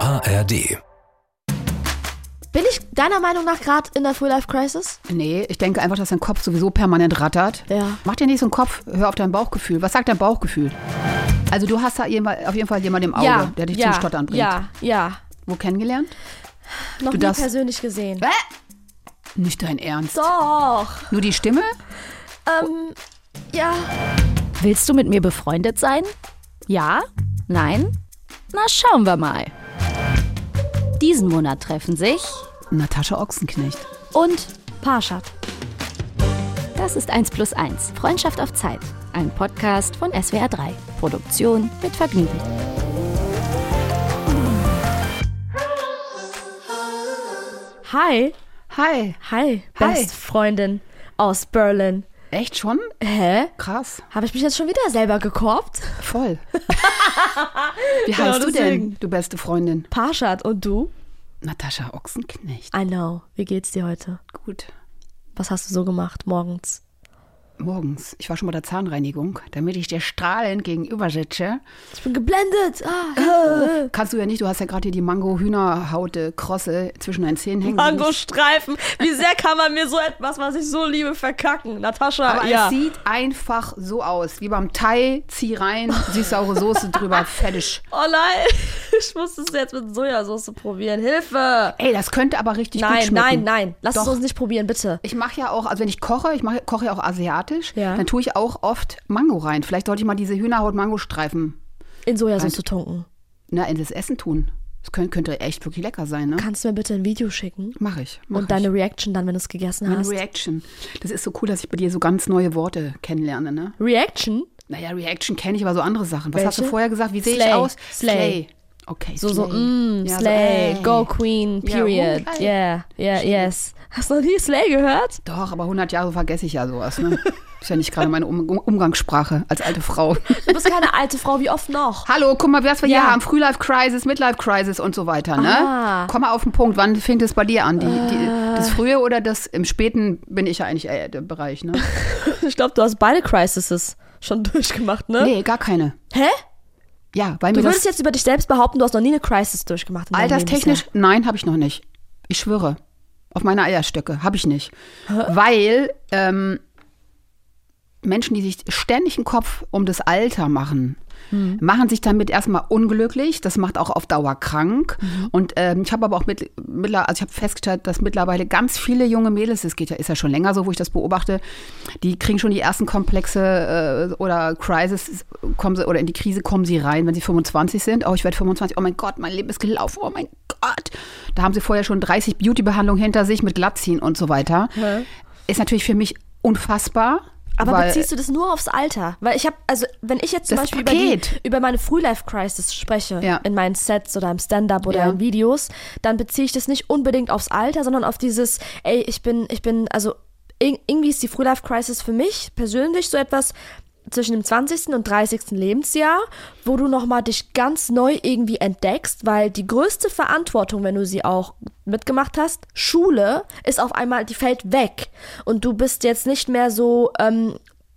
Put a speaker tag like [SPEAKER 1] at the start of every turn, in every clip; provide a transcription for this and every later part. [SPEAKER 1] ARD.
[SPEAKER 2] Bin ich deiner Meinung nach gerade in der Full Life Crisis?
[SPEAKER 3] Nee, ich denke einfach, dass dein Kopf sowieso permanent rattert.
[SPEAKER 2] Ja.
[SPEAKER 3] Mach dir nicht so einen Kopf, hör auf dein Bauchgefühl. Was sagt dein Bauchgefühl? Also du hast da jemand, auf jeden Fall jemanden im Auge,
[SPEAKER 2] ja,
[SPEAKER 3] der dich
[SPEAKER 2] ja,
[SPEAKER 3] zum Stottern bringt.
[SPEAKER 2] Ja, ja.
[SPEAKER 3] Wo kennengelernt?
[SPEAKER 2] Noch
[SPEAKER 3] Du
[SPEAKER 2] nie
[SPEAKER 3] darfst-
[SPEAKER 2] persönlich gesehen.
[SPEAKER 3] Nicht dein Ernst.
[SPEAKER 2] Doch.
[SPEAKER 3] Nur die Stimme?
[SPEAKER 2] Ähm, ja.
[SPEAKER 4] Willst du mit mir befreundet sein? Ja? Nein? Na, schauen wir mal. Diesen Monat treffen sich
[SPEAKER 3] Natascha Ochsenknecht.
[SPEAKER 4] und
[SPEAKER 2] Parshad.
[SPEAKER 4] das ist 1 plus 1, Freundschaft auf Zeit. Ein Podcast von SWR 3. Produktion mit Vergnügen.
[SPEAKER 2] Hi.
[SPEAKER 3] Hi.
[SPEAKER 2] Hi. Bestfreundin aus Berlin.
[SPEAKER 3] Echt schon?
[SPEAKER 2] Hä?
[SPEAKER 3] Krass.
[SPEAKER 2] Habe ich mich jetzt schon wieder selber gekorbt?
[SPEAKER 3] Voll. Wie
[SPEAKER 2] Genau
[SPEAKER 3] heißt du
[SPEAKER 2] deswegen.
[SPEAKER 3] denn, du beste Freundin?
[SPEAKER 2] Parshad und du?
[SPEAKER 3] Natascha Ochsenknecht.
[SPEAKER 2] I know. Wie geht's dir heute?
[SPEAKER 3] Gut.
[SPEAKER 2] Was hast du so gemacht morgens?
[SPEAKER 3] Morgens. Ich war schon bei der Zahnreinigung, damit ich dir strahlend gegenüber sitze.
[SPEAKER 2] Ich bin geblendet. Ah,
[SPEAKER 3] Kannst du ja nicht, du hast ja gerade hier die Mango-Hühnerhaut, äh, Krosse zwischen deinen Zähnen hängen.
[SPEAKER 2] Mangostreifen. Wie sehr kann man mir so etwas, was ich so liebe, verkacken? Natascha,
[SPEAKER 3] Aber
[SPEAKER 2] ja.
[SPEAKER 3] es sieht einfach so aus, wie beim Thai, zieh rein, sieh saure Soße drüber, fertig.
[SPEAKER 2] Oh nein, ich muss es jetzt mit Sojasauce probieren. Hilfe!
[SPEAKER 3] Ey, das könnte aber richtig gut
[SPEAKER 2] Nein,
[SPEAKER 3] schmecken.
[SPEAKER 2] nein, nein. Lass
[SPEAKER 3] Doch.
[SPEAKER 2] es uns nicht probieren, bitte.
[SPEAKER 3] Ich mache ja auch, also wenn ich koche, ich mache, koche ja auch asiatisch,
[SPEAKER 2] Ja.
[SPEAKER 3] dann tue ich auch oft Mango rein. Vielleicht sollte ich mal diese Hühnerhaut-Mango-Streifen
[SPEAKER 2] In Sojasauce zu tunken.
[SPEAKER 3] na, in das Essen tun. Das könnte, könnte echt wirklich lecker sein, ne?
[SPEAKER 2] Kannst du mir bitte ein Video schicken?
[SPEAKER 3] Mache ich. Mach
[SPEAKER 2] Und
[SPEAKER 3] ich.
[SPEAKER 2] deine Reaction dann, wenn du es gegessen
[SPEAKER 3] Meine
[SPEAKER 2] hast.
[SPEAKER 3] Reaction. Das ist so cool, dass ich bei dir so ganz neue Worte kennenlerne, ne?
[SPEAKER 2] Reaction?
[SPEAKER 3] Naja, Reaction kenne ich, aber so andere Sachen. Was hast du
[SPEAKER 2] Welche?
[SPEAKER 3] vorher gesagt? Wie sehe ich
[SPEAKER 2] Slay.
[SPEAKER 3] aus?
[SPEAKER 2] Slay.
[SPEAKER 3] Okay,
[SPEAKER 2] So, so,
[SPEAKER 3] Slay.
[SPEAKER 2] mm,
[SPEAKER 3] Ja, so, äh,
[SPEAKER 2] Slay,
[SPEAKER 3] ey.
[SPEAKER 2] go Queen,
[SPEAKER 3] Ja, uh,
[SPEAKER 2] period.
[SPEAKER 3] okay.
[SPEAKER 2] Yeah, yeah, yes. Hast du noch nie Slay gehört?
[SPEAKER 3] Doch, aber 100 Jahre vergesse ich ja sowas, ne? Ist ja nicht gerade meine um um Umgangssprache als alte Frau.
[SPEAKER 2] Du bist keine alte Frau, wie oft noch?
[SPEAKER 3] Hallo, guck mal, was wir
[SPEAKER 2] Ja.
[SPEAKER 3] hier haben. Frühlife-Crisis, Midlife-Crisis und so weiter, ne?
[SPEAKER 2] Ah. Äh.
[SPEAKER 3] Komm mal auf den Punkt. Wann fängt es bei dir an? Die, die, das Frühe oder das im Späten bin ich ja eigentlich äh, der Bereich, ne?
[SPEAKER 2] Ich glaube, du hast beide Crises schon durchgemacht, ne?
[SPEAKER 3] Nee, gar keine.
[SPEAKER 2] Hä?
[SPEAKER 3] Ja, weil
[SPEAKER 2] Du
[SPEAKER 3] mir das
[SPEAKER 2] würdest jetzt über dich selbst behaupten, du hast noch nie eine Crisis durchgemacht. in deinem
[SPEAKER 3] Alterstechnisch,
[SPEAKER 2] Lebensjahr.
[SPEAKER 3] nein, habe ich noch nicht. Ich schwöre. Auf meine Eierstöcke habe ich nicht. Weil ähm, Menschen, die sich ständig einen Kopf um das Alter machen, machen sich damit erstmal unglücklich. Das macht auch auf Dauer krank. Und ähm, ich habe aber auch mit, mittler- also ich habe festgestellt, dass mittlerweile ganz viele junge Mädels, das geht ja, ist ja schon länger so, wo ich das beobachte, die kriegen schon die ersten Komplexe äh, oder Crisis kommen sie, oder in die Krise kommen sie rein, wenn sie 25 sind. Oh, ich werde 25. Oh mein Gott, mein Leben ist gelaufen. Oh mein Gott. Da haben sie vorher schon 30 Beauty-Behandlungen hinter sich mit Glattziehen und so weiter. Ist natürlich für mich unfassbar.
[SPEAKER 2] Aber
[SPEAKER 3] weil,
[SPEAKER 2] beziehst du das nur aufs Alter? Weil ich habe, also wenn ich jetzt zum
[SPEAKER 3] Das
[SPEAKER 2] Beispiel über, die,
[SPEAKER 3] Paket.
[SPEAKER 2] über meine Frühlife-Crisis spreche,
[SPEAKER 3] Ja.
[SPEAKER 2] in meinen Sets oder im Stand-up oder
[SPEAKER 3] Ja.
[SPEAKER 2] in Videos, dann beziehe ich das nicht unbedingt aufs Alter, sondern auf dieses, ey, ich bin, ich bin, also ir- irgendwie ist die Frühlife-Crisis für mich persönlich so etwas zwischen dem 20. und 30. Lebensjahr, wo du nochmal dich ganz neu irgendwie entdeckst, weil die größte Verantwortung, wenn du sie auch mitgemacht hast, Schule, ist auf einmal, die fällt weg. Und du bist jetzt nicht mehr so ähm,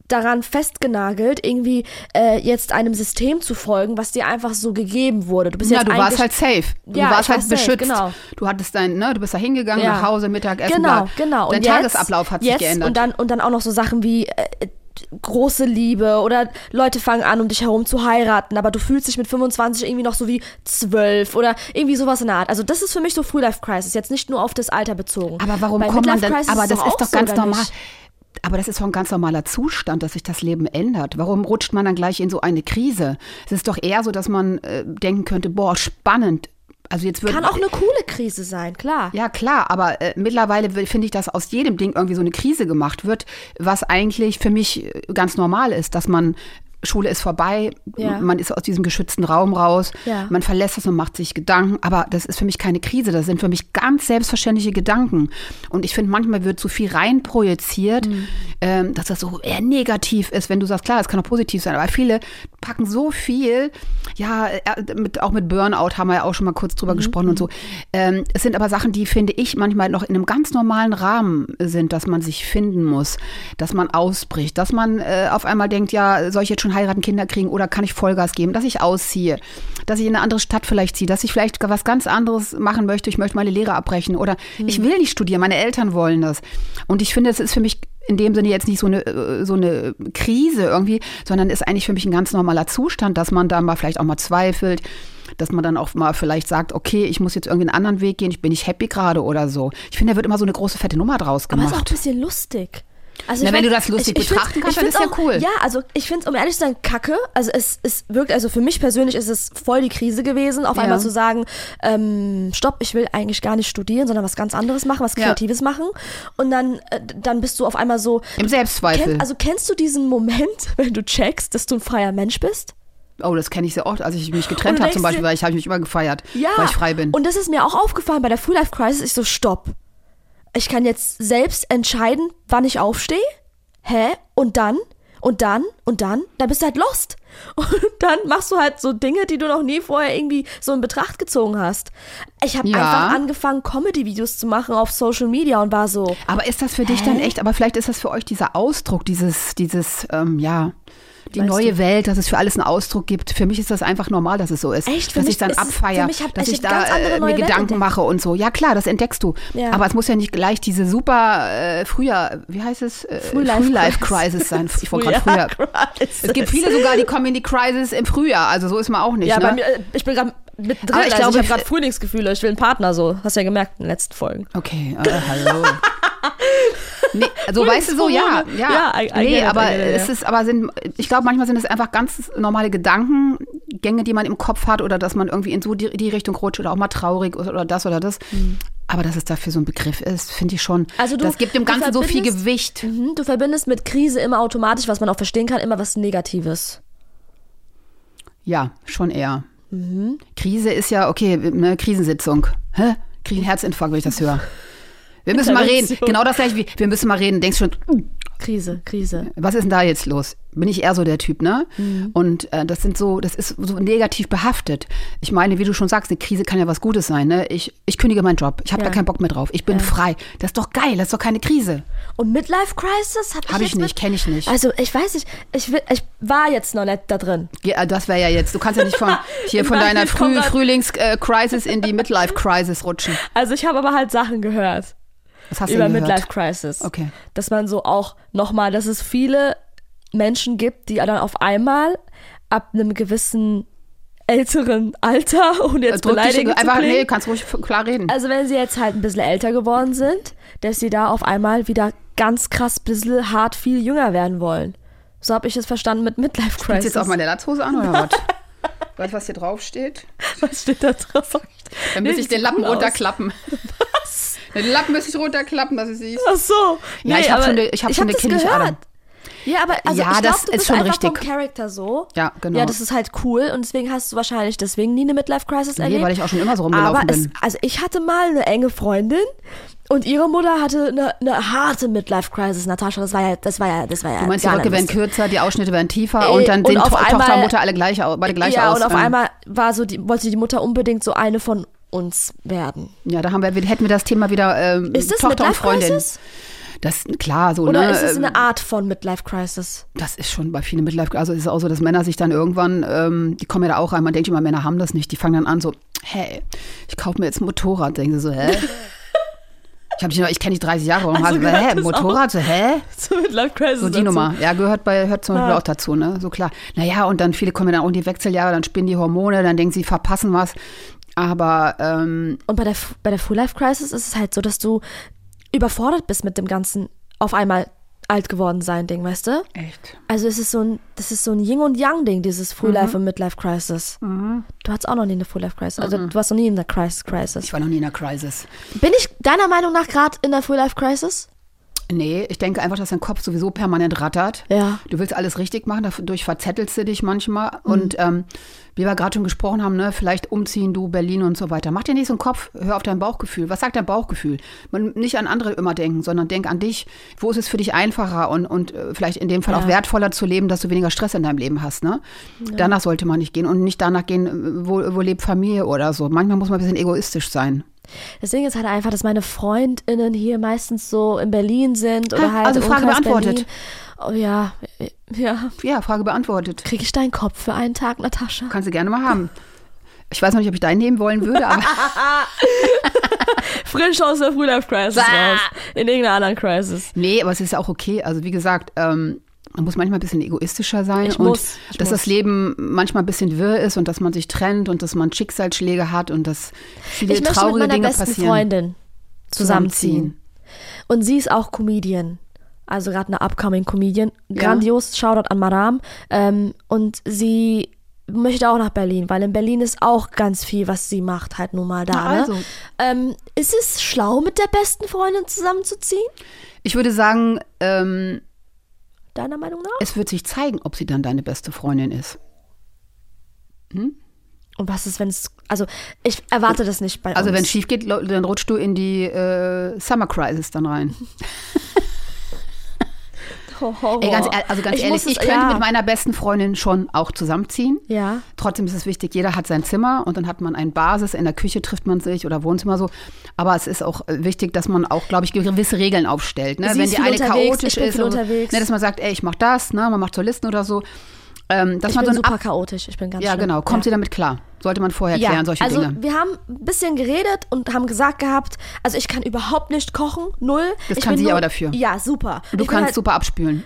[SPEAKER 2] daran festgenagelt, irgendwie äh, jetzt einem System zu folgen, was dir einfach so gegeben wurde. Du bist
[SPEAKER 3] Ja,
[SPEAKER 2] jetzt
[SPEAKER 3] du warst
[SPEAKER 2] eigentlich-
[SPEAKER 3] halt safe. Du
[SPEAKER 2] Ja,
[SPEAKER 3] warst
[SPEAKER 2] ich
[SPEAKER 3] halt
[SPEAKER 2] war safe,
[SPEAKER 3] beschützt.
[SPEAKER 2] genau.
[SPEAKER 3] Du hattest dein, ne, du bist da hingegangen,
[SPEAKER 2] Ja.
[SPEAKER 3] nach Hause, Mittagessen.
[SPEAKER 2] Genau,
[SPEAKER 3] bla.
[SPEAKER 2] genau.
[SPEAKER 3] Dein
[SPEAKER 2] und
[SPEAKER 3] Tagesablauf
[SPEAKER 2] jetzt,
[SPEAKER 3] hat
[SPEAKER 2] jetzt
[SPEAKER 3] sich geändert.
[SPEAKER 2] Und dann, und dann auch noch so Sachen wie äh, äh, große Liebe oder Leute fangen an, um dich herum zu heiraten, aber du fühlst dich mit 25 irgendwie noch so wie 12 oder irgendwie sowas in der Art. Also das ist für mich so Frühlife-Crisis, jetzt nicht nur auf das Alter bezogen.
[SPEAKER 3] aber warum
[SPEAKER 2] Bei
[SPEAKER 3] kommt man denn?
[SPEAKER 2] Midlife-Crisis
[SPEAKER 3] Aber das
[SPEAKER 2] auch
[SPEAKER 3] ist doch
[SPEAKER 2] so,
[SPEAKER 3] ganz
[SPEAKER 2] oder
[SPEAKER 3] normal.
[SPEAKER 2] nicht?
[SPEAKER 3] Aber das ist doch ein ganz normaler Zustand, dass sich das Leben ändert. Warum rutscht man dann gleich in so eine Krise? Es ist doch eher so, dass man äh, denken könnte, boah, spannend. Also jetzt wird
[SPEAKER 2] Kann auch eine coole Krise sein, klar.
[SPEAKER 3] Ja, klar, aber äh, mittlerweile will- finde ich, dass aus jedem Ding irgendwie so eine Krise gemacht wird, was eigentlich für mich äh, ganz normal ist, dass man Schule ist vorbei,
[SPEAKER 2] Ja.
[SPEAKER 3] m- man ist aus diesem geschützten Raum raus,
[SPEAKER 2] Ja.
[SPEAKER 3] man verlässt es und macht sich Gedanken, aber das ist für mich keine Krise, das sind für mich ganz selbstverständliche Gedanken. Und ich finde, manchmal wird so viel reinprojiziert, ähm, dass das so eher negativ ist, wenn du sagst, klar, es kann auch positiv sein, aber viele packen so viel, ja, äh, mit, auch mit Burnout haben wir ja auch schon mal kurz drüber gesprochen und so. Ähm, es sind aber Sachen, die, finde ich, manchmal noch in einem ganz normalen Rahmen sind, dass man sich finden muss, dass man ausbricht, dass man äh, auf einmal denkt, ja, soll ich jetzt schon dann heiraten, Kinder kriegen oder kann ich Vollgas geben, dass ich ausziehe, dass ich in eine andere Stadt vielleicht ziehe, dass ich vielleicht was ganz anderes machen möchte, ich möchte meine Lehre abbrechen oder
[SPEAKER 2] Hm.
[SPEAKER 3] ich will nicht studieren, meine Eltern wollen das. Und ich finde, es ist für mich in dem Sinne jetzt nicht so eine, äh, so eine Krise irgendwie, sondern ist eigentlich für mich ein ganz normaler Zustand, dass man da mal vielleicht auch mal zweifelt, dass man dann auch mal vielleicht sagt, okay, ich muss jetzt irgendwie einen anderen Weg gehen, ich bin nicht happy gerade oder so. Ich finde, da wird immer so eine große fette Nummer draus
[SPEAKER 2] Aber ist auch ein
[SPEAKER 3] gemacht.
[SPEAKER 2] bisschen lustig. Also
[SPEAKER 3] Na,
[SPEAKER 2] ich
[SPEAKER 3] wenn
[SPEAKER 2] mein,
[SPEAKER 3] du das lustig
[SPEAKER 2] find's-
[SPEAKER 3] betrachten kannst, dann
[SPEAKER 2] find's
[SPEAKER 3] ist ja
[SPEAKER 2] auch,
[SPEAKER 3] cool.
[SPEAKER 2] Ja, also ich finde es, um ehrlich zu sein, kacke. Also es ist wirklich, also für mich persönlich ist es voll die Krise gewesen, auf
[SPEAKER 3] Ja.
[SPEAKER 2] einmal zu sagen, ähm, stopp, ich will eigentlich gar nicht studieren, sondern was ganz anderes machen, was
[SPEAKER 3] Ja.
[SPEAKER 2] Kreatives machen. Und dann, äh, dann bist du auf einmal so.
[SPEAKER 3] Im Selbstzweifel.
[SPEAKER 2] Kenn, also kennst du diesen Moment, wenn du checkst, dass du ein freier Mensch bist?
[SPEAKER 3] Oh, das kenne ich sehr oft, als ich mich
[SPEAKER 2] Und
[SPEAKER 3] getrennt
[SPEAKER 2] du
[SPEAKER 3] habe
[SPEAKER 2] denkst dir-
[SPEAKER 3] zum Beispiel, weil ich habe mich immer gefeiert, weil ich frei bin.
[SPEAKER 2] Und das ist mir auch aufgefallen bei der Free Life Crisis. Ich so, stopp. Ich kann jetzt selbst entscheiden, wann ich aufstehe. Hä? Und dann? Und dann? Und dann? Dann bist du halt lost. Und dann machst du halt so Dinge, die du noch nie vorher irgendwie so in Betracht gezogen hast. Ich habe
[SPEAKER 3] Ja.
[SPEAKER 2] einfach angefangen, Comedy-Videos zu machen auf Social Media und war so.
[SPEAKER 3] aber ist das für dich dann echt, aber vielleicht ist das für euch dieser Ausdruck, dieses, dieses, ähm, ja, die
[SPEAKER 2] meinst
[SPEAKER 3] neue Welt, dass es für alles einen Ausdruck gibt. Für mich ist das einfach normal, dass es so ist.
[SPEAKER 2] Echt? Für
[SPEAKER 3] dass
[SPEAKER 2] mich
[SPEAKER 3] ich dann
[SPEAKER 2] ist es- für
[SPEAKER 3] abfeier,
[SPEAKER 2] mich hab-
[SPEAKER 3] dass
[SPEAKER 2] ich
[SPEAKER 3] ich,
[SPEAKER 2] hab ganz
[SPEAKER 3] da
[SPEAKER 2] andere
[SPEAKER 3] äh,
[SPEAKER 2] neue
[SPEAKER 3] mir
[SPEAKER 2] Welt
[SPEAKER 3] Gedanken
[SPEAKER 2] entdeckt.
[SPEAKER 3] mache und so. Ja klar, das entdeckst du.
[SPEAKER 2] Ja.
[SPEAKER 3] Aber es muss ja nicht gleich diese super, äh, früher, wie heißt es? Äh,
[SPEAKER 2] Früh Life
[SPEAKER 3] Crisis sein. Ich wollte gerade früher.
[SPEAKER 2] Crisis.
[SPEAKER 3] Es gibt viele sogar, die kommen in die Crisis im Frühjahr. Also so ist man auch nicht.
[SPEAKER 2] Ja,
[SPEAKER 3] ne?
[SPEAKER 2] bei mir, äh, ich bin gerade mittendrin.
[SPEAKER 3] Aber ich
[SPEAKER 2] ich also
[SPEAKER 3] glaube,
[SPEAKER 2] ich habe
[SPEAKER 3] ich-
[SPEAKER 2] gerade Frühlingsgefühle. Ich will einen Partner so. Hast ja gemerkt in den letzten Folgen.
[SPEAKER 3] Okay, äh, hallo. Nee, also weißt du so, ja,
[SPEAKER 2] Frühlingshormone.
[SPEAKER 3] ja.
[SPEAKER 2] Ja, I- I get
[SPEAKER 3] nee,
[SPEAKER 2] it,
[SPEAKER 3] aber
[SPEAKER 2] I get it,
[SPEAKER 3] es
[SPEAKER 2] ja.
[SPEAKER 3] ist, aber sind, ich glaube, manchmal sind es einfach ganz normale Gedankengänge, die man im Kopf hat oder dass man irgendwie in so die, die Richtung rutscht oder auch mal traurig oder, oder das oder das. Aber dass es dafür so ein Begriff ist, finde ich schon.
[SPEAKER 2] Mhm. Also du-
[SPEAKER 3] das gibt dem
[SPEAKER 2] du
[SPEAKER 3] Ganzen so viel
[SPEAKER 2] verbindest-
[SPEAKER 3] Gewicht.
[SPEAKER 2] Mhm, du verbindest mit Krise immer automatisch, was man auch verstehen kann, immer was Negatives.
[SPEAKER 3] Ja, schon eher.
[SPEAKER 2] Mhm.
[SPEAKER 3] Krise ist ja, okay, ne, Krisensitzung. Hä? Krieg einen Herzinfarkt, wenn ich das höre. Wir müssen mal reden.
[SPEAKER 2] Intervention.
[SPEAKER 3] Genau das gleiche wie, wir müssen mal reden. Denkst schon,
[SPEAKER 2] Krise, Krise.
[SPEAKER 3] was ist denn da jetzt los? Bin ich eher so der Typ, ne?
[SPEAKER 2] Mhm.
[SPEAKER 3] Und äh, das sind so, das ist so negativ behaftet. Ich meine, wie du schon sagst, eine Krise kann ja was Gutes sein, ne? Ich, ich kündige meinen Job, ich habe
[SPEAKER 2] Ja.
[SPEAKER 3] da keinen Bock mehr drauf, ich bin frei. Das ist doch geil, das ist doch keine Krise.
[SPEAKER 2] Und Midlife Crisis habe ich,
[SPEAKER 3] Hab ich
[SPEAKER 2] jetzt mit-
[SPEAKER 3] nicht, kenn ich nicht.
[SPEAKER 2] Also ich weiß nicht, ich, will, ich war jetzt noch nicht da drin.
[SPEAKER 3] Ja, äh, das wäre ja jetzt, du kannst ja nicht von, hier
[SPEAKER 2] Ich
[SPEAKER 3] von
[SPEAKER 2] weiß
[SPEAKER 3] deiner
[SPEAKER 2] nicht,
[SPEAKER 3] Früh,
[SPEAKER 2] Konrad.
[SPEAKER 3] Frühlings-Crisis in die Midlife-Crisis rutschen.
[SPEAKER 2] Also ich habe aber halt Sachen gehört
[SPEAKER 3] Was hast du
[SPEAKER 2] über
[SPEAKER 3] denn gehört?
[SPEAKER 2] Midlife Crisis.
[SPEAKER 3] Okay.
[SPEAKER 2] Dass man so auch nochmal, dass es viele Menschen gibt, die dann auf einmal ab einem gewissen älteren Alter und jetzt
[SPEAKER 3] Äh, Drück dich
[SPEAKER 2] beleidigend zu
[SPEAKER 3] einfach,
[SPEAKER 2] klingen,
[SPEAKER 3] nee, kannst ruhig f- klar reden.
[SPEAKER 2] Also wenn sie jetzt halt ein bisschen älter geworden sind, dass sie da auf einmal wieder ganz krass bisschen hart viel jünger werden wollen. So habe ich es verstanden mit Midlife
[SPEAKER 3] Willst du
[SPEAKER 2] Crisis.
[SPEAKER 3] jetzt auch meine Latzhose an oder was? Weißt du, was hier drauf steht?
[SPEAKER 2] Was steht da drauf?
[SPEAKER 3] Dann muss
[SPEAKER 2] Nee, die
[SPEAKER 3] ich den
[SPEAKER 2] sieht
[SPEAKER 3] Lappen
[SPEAKER 2] cool aus.
[SPEAKER 3] runterklappen. Was? Den Lappen muss ich runterklappen, dass du siehst.
[SPEAKER 2] Ach so.
[SPEAKER 3] Ja, ich hab
[SPEAKER 2] aber
[SPEAKER 3] schon eine- ich hab schon eine
[SPEAKER 2] das
[SPEAKER 3] kindliche
[SPEAKER 2] gehört.
[SPEAKER 3] Ader.
[SPEAKER 2] Ja, aber also
[SPEAKER 3] Ja,
[SPEAKER 2] ich glaube,
[SPEAKER 3] das
[SPEAKER 2] du
[SPEAKER 3] ist
[SPEAKER 2] bist
[SPEAKER 3] schon
[SPEAKER 2] einfach
[SPEAKER 3] richtig.
[SPEAKER 2] vom Charakter so.
[SPEAKER 3] Ja, genau.
[SPEAKER 2] Ja, das ist halt cool und deswegen hast du wahrscheinlich deswegen nie eine Midlife Crisis
[SPEAKER 3] Nee,
[SPEAKER 2] erlebt.
[SPEAKER 3] weil ich auch schon immer so rumgelaufen
[SPEAKER 2] aber
[SPEAKER 3] bin.
[SPEAKER 2] Es, also ich hatte mal eine enge Freundin und ihre Mutter hatte eine, eine harte Midlife Crisis. Natascha, das war ja, das war ja, das war ja.
[SPEAKER 3] Du meinst, die
[SPEAKER 2] gar nicht
[SPEAKER 3] Röcke werden
[SPEAKER 2] lustig.
[SPEAKER 3] kürzer, die Ausschnitte werden tiefer
[SPEAKER 2] Äh,
[SPEAKER 3] und dann
[SPEAKER 2] und
[SPEAKER 3] sehen
[SPEAKER 2] auf
[SPEAKER 3] to
[SPEAKER 2] einmal-
[SPEAKER 3] Tochter und Mutter alle gleich, au- beide gleich
[SPEAKER 2] ja,
[SPEAKER 3] aus.
[SPEAKER 2] und auf
[SPEAKER 3] Ähm,
[SPEAKER 2] einmal war so die, wollte die Mutter unbedingt so eine von uns werden.
[SPEAKER 3] Ja, da haben wir, hätten wir das Thema wieder ähm,
[SPEAKER 2] Ist das
[SPEAKER 3] Tochter und
[SPEAKER 2] Midlife
[SPEAKER 3] Freundin.
[SPEAKER 2] Crisis?
[SPEAKER 3] Das klar, so
[SPEAKER 2] Oder
[SPEAKER 3] ne.
[SPEAKER 2] ist es
[SPEAKER 3] ähm,
[SPEAKER 2] eine Art von Midlife Crisis?
[SPEAKER 3] das ist schon bei vielen Midlife. Also es ist auch so, dass Männer sich dann irgendwann, ähm, die kommen ja da auch rein. Man denkt immer, Männer haben das nicht. Die fangen dann an so, hey, ich kaufe mir jetzt ein Motorrad. Denken sie so, hä? ich hab dich noch, ich kenne dich 30 Jahre und
[SPEAKER 2] Also
[SPEAKER 3] also,
[SPEAKER 2] gehört
[SPEAKER 3] hä,
[SPEAKER 2] das
[SPEAKER 3] Motorrad, so, hä?
[SPEAKER 2] Zu Midlife Crisis.
[SPEAKER 3] So die Nummer. Ja, gehört bei hört zum Beispiel
[SPEAKER 2] Ja.
[SPEAKER 3] auch dazu, ne? So klar. Naja, und dann viele kommen ja dann auch in die Wechseljahre, dann spinnen die Hormone, dann denken sie, verpassen was. Aber ähm,
[SPEAKER 2] Und bei der, bei der Full Life Crisis ist es halt so, dass du überfordert bist mit dem ganzen auf einmal alt geworden sein Ding, weißt du?
[SPEAKER 3] echt.
[SPEAKER 2] Also es ist so ein, das ist so ein Yin und Yang Ding, dieses
[SPEAKER 3] Mhm.
[SPEAKER 2] Full Life und Midlife Crisis. Du hattest auch noch nie eine Full Life Crisis.
[SPEAKER 3] Mhm.
[SPEAKER 2] Also du warst noch nie in der Crisis Crisis.
[SPEAKER 3] Ich war noch nie in einer Crisis.
[SPEAKER 2] Bin ich deiner Meinung nach gerade in der Full Life Crisis?
[SPEAKER 3] Nee, ich denke einfach, dass dein Kopf sowieso permanent rattert.
[SPEAKER 2] Ja.
[SPEAKER 3] Du willst alles richtig machen, dadurch verzettelst du dich manchmal. Und ähm, wie wir gerade schon gesprochen haben, ne, vielleicht umziehen, du, Berlin und so weiter. Mach dir nicht so einen Kopf, hör auf dein Bauchgefühl. Was sagt dein Bauchgefühl? Man, nicht an andere immer denken, sondern denk an dich. Wo ist es für dich einfacher und, und äh, vielleicht in dem Fall
[SPEAKER 2] Ja.
[SPEAKER 3] auch wertvoller zu leben, dass du weniger Stress in deinem Leben hast. Ne? Danach sollte man nicht gehen und nicht danach gehen, äh, wo, wo lebt Familie oder so. Manchmal muss man ein bisschen egoistisch sein.
[SPEAKER 2] Deswegen ist halt einfach, dass meine FreundInnen hier meistens so in Berlin sind oder
[SPEAKER 3] Ah,
[SPEAKER 2] halt
[SPEAKER 3] also
[SPEAKER 2] im
[SPEAKER 3] Frage
[SPEAKER 2] Umkreis
[SPEAKER 3] beantwortet.
[SPEAKER 2] Berlin. Oh, ja, ja.
[SPEAKER 3] Ja, Frage beantwortet.
[SPEAKER 2] Kriege ich deinen Kopf für einen Tag, Natascha?
[SPEAKER 3] Kannst du gerne mal haben. Ich weiß noch nicht, ob ich deinen nehmen wollen würde, aber
[SPEAKER 2] Frisch aus der Frühlife Crisis raus. In irgendeiner anderen Crisis.
[SPEAKER 3] nee, aber es ist ja auch okay. Also wie gesagt, ähm, man muss manchmal ein bisschen egoistischer sein
[SPEAKER 2] Ich
[SPEAKER 3] und
[SPEAKER 2] muss, ich
[SPEAKER 3] dass
[SPEAKER 2] muss.
[SPEAKER 3] das Leben manchmal ein bisschen wirr ist und dass man sich trennt und dass man Schicksalsschläge hat und dass viele
[SPEAKER 2] Ich möchte mit
[SPEAKER 3] traurige
[SPEAKER 2] meiner
[SPEAKER 3] Dinge
[SPEAKER 2] besten
[SPEAKER 3] passieren.
[SPEAKER 2] Freundin zusammenziehen. Und sie ist auch Comedian. Also gerade eine upcoming Comedian. Grandios, Shoutout an Maram. Ähm, und sie möchte auch nach Berlin, weil in Berlin ist auch ganz viel, was sie macht, halt nun mal da.
[SPEAKER 3] Na also.
[SPEAKER 2] Ne? Ähm, ist es schlau, mit der besten Freundin zusammenzuziehen?
[SPEAKER 3] Ich würde sagen, ähm,
[SPEAKER 2] Deiner Meinung nach?
[SPEAKER 3] es wird sich zeigen, ob sie dann deine beste Freundin ist.
[SPEAKER 2] Und was ist, wenn es. Also, ich erwarte das nicht bei
[SPEAKER 3] Also
[SPEAKER 2] uns.
[SPEAKER 3] wenn es schief geht, lo- dann rutschst du in die äh, Summer Crisis dann rein.
[SPEAKER 2] Ho, ho, ho.
[SPEAKER 3] Ey, ganz, ehr- also ganz
[SPEAKER 2] Ich
[SPEAKER 3] ehrlich,
[SPEAKER 2] muss es-
[SPEAKER 3] ich könnte
[SPEAKER 2] ja.
[SPEAKER 3] mit meiner besten Freundin schon auch zusammenziehen.
[SPEAKER 2] Ja.
[SPEAKER 3] Trotzdem ist es wichtig, jeder hat sein Zimmer und dann hat man ein Basis, in der Küche trifft man sich oder Wohnzimmer so. Aber es ist auch äh, wichtig, dass man auch, glaube ich, gewisse Regeln aufstellt. Ne?
[SPEAKER 2] Sie
[SPEAKER 3] Wenn
[SPEAKER 2] ist
[SPEAKER 3] die
[SPEAKER 2] viel
[SPEAKER 3] eine
[SPEAKER 2] unterwegs,
[SPEAKER 3] chaotisch
[SPEAKER 2] ich bin
[SPEAKER 3] ist,
[SPEAKER 2] viel
[SPEAKER 3] oder so,
[SPEAKER 2] unterwegs.
[SPEAKER 3] Ne, dass man sagt, ey, ich mach das, ne? man macht Solisten oder so. Ähm, dass
[SPEAKER 2] Ich
[SPEAKER 3] man
[SPEAKER 2] bin
[SPEAKER 3] so ein
[SPEAKER 2] super
[SPEAKER 3] Ab
[SPEAKER 2] chaotisch. Ich bin ganz
[SPEAKER 3] Ja,
[SPEAKER 2] schlimm.
[SPEAKER 3] genau. Kommt
[SPEAKER 2] ja.
[SPEAKER 3] ihr damit klar? Sollte man vorher
[SPEAKER 2] ja.
[SPEAKER 3] klären, solche
[SPEAKER 2] also
[SPEAKER 3] Dinge.
[SPEAKER 2] wir haben ein bisschen geredet und haben gesagt gehabt, also ich kann überhaupt nicht kochen, null.
[SPEAKER 3] Das
[SPEAKER 2] ich
[SPEAKER 3] kann
[SPEAKER 2] bin
[SPEAKER 3] sie
[SPEAKER 2] nur,
[SPEAKER 3] aber dafür.
[SPEAKER 2] Ja, super.
[SPEAKER 3] Du
[SPEAKER 2] ich
[SPEAKER 3] kannst
[SPEAKER 2] bin
[SPEAKER 3] super abspülen.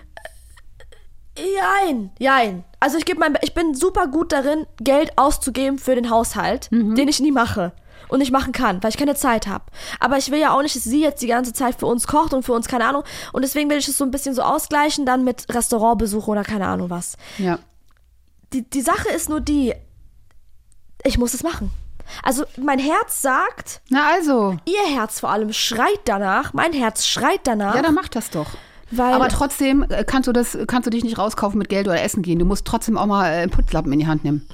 [SPEAKER 2] halt, Jein, jein. Also ich gebe mein, Be- ich bin super gut darin, Geld auszugeben für den Haushalt,
[SPEAKER 3] Mhm.
[SPEAKER 2] den ich nie mache und nicht machen kann, weil ich keine Zeit habe. Aber ich will ja auch nicht, dass sie jetzt die ganze Zeit für uns kocht und für uns keine Ahnung. Und deswegen will ich es so ein bisschen so ausgleichen, dann mit Restaurantbesuch oder keine Ahnung was.
[SPEAKER 3] Ja.
[SPEAKER 2] die, die Sache ist nur die, ich muss es machen. Also mein Herz sagt,
[SPEAKER 3] Na also,
[SPEAKER 2] ihr Herz vor allem schreit danach, mein Herz schreit danach,
[SPEAKER 3] ja, dann mach das doch.
[SPEAKER 2] weil
[SPEAKER 3] Aber trotzdem äh, kannst du das, kannst du dich nicht rauskaufen mit Geld oder Essen gehen. Du musst trotzdem auch mal äh, einen Putzlappen in die Hand nehmen.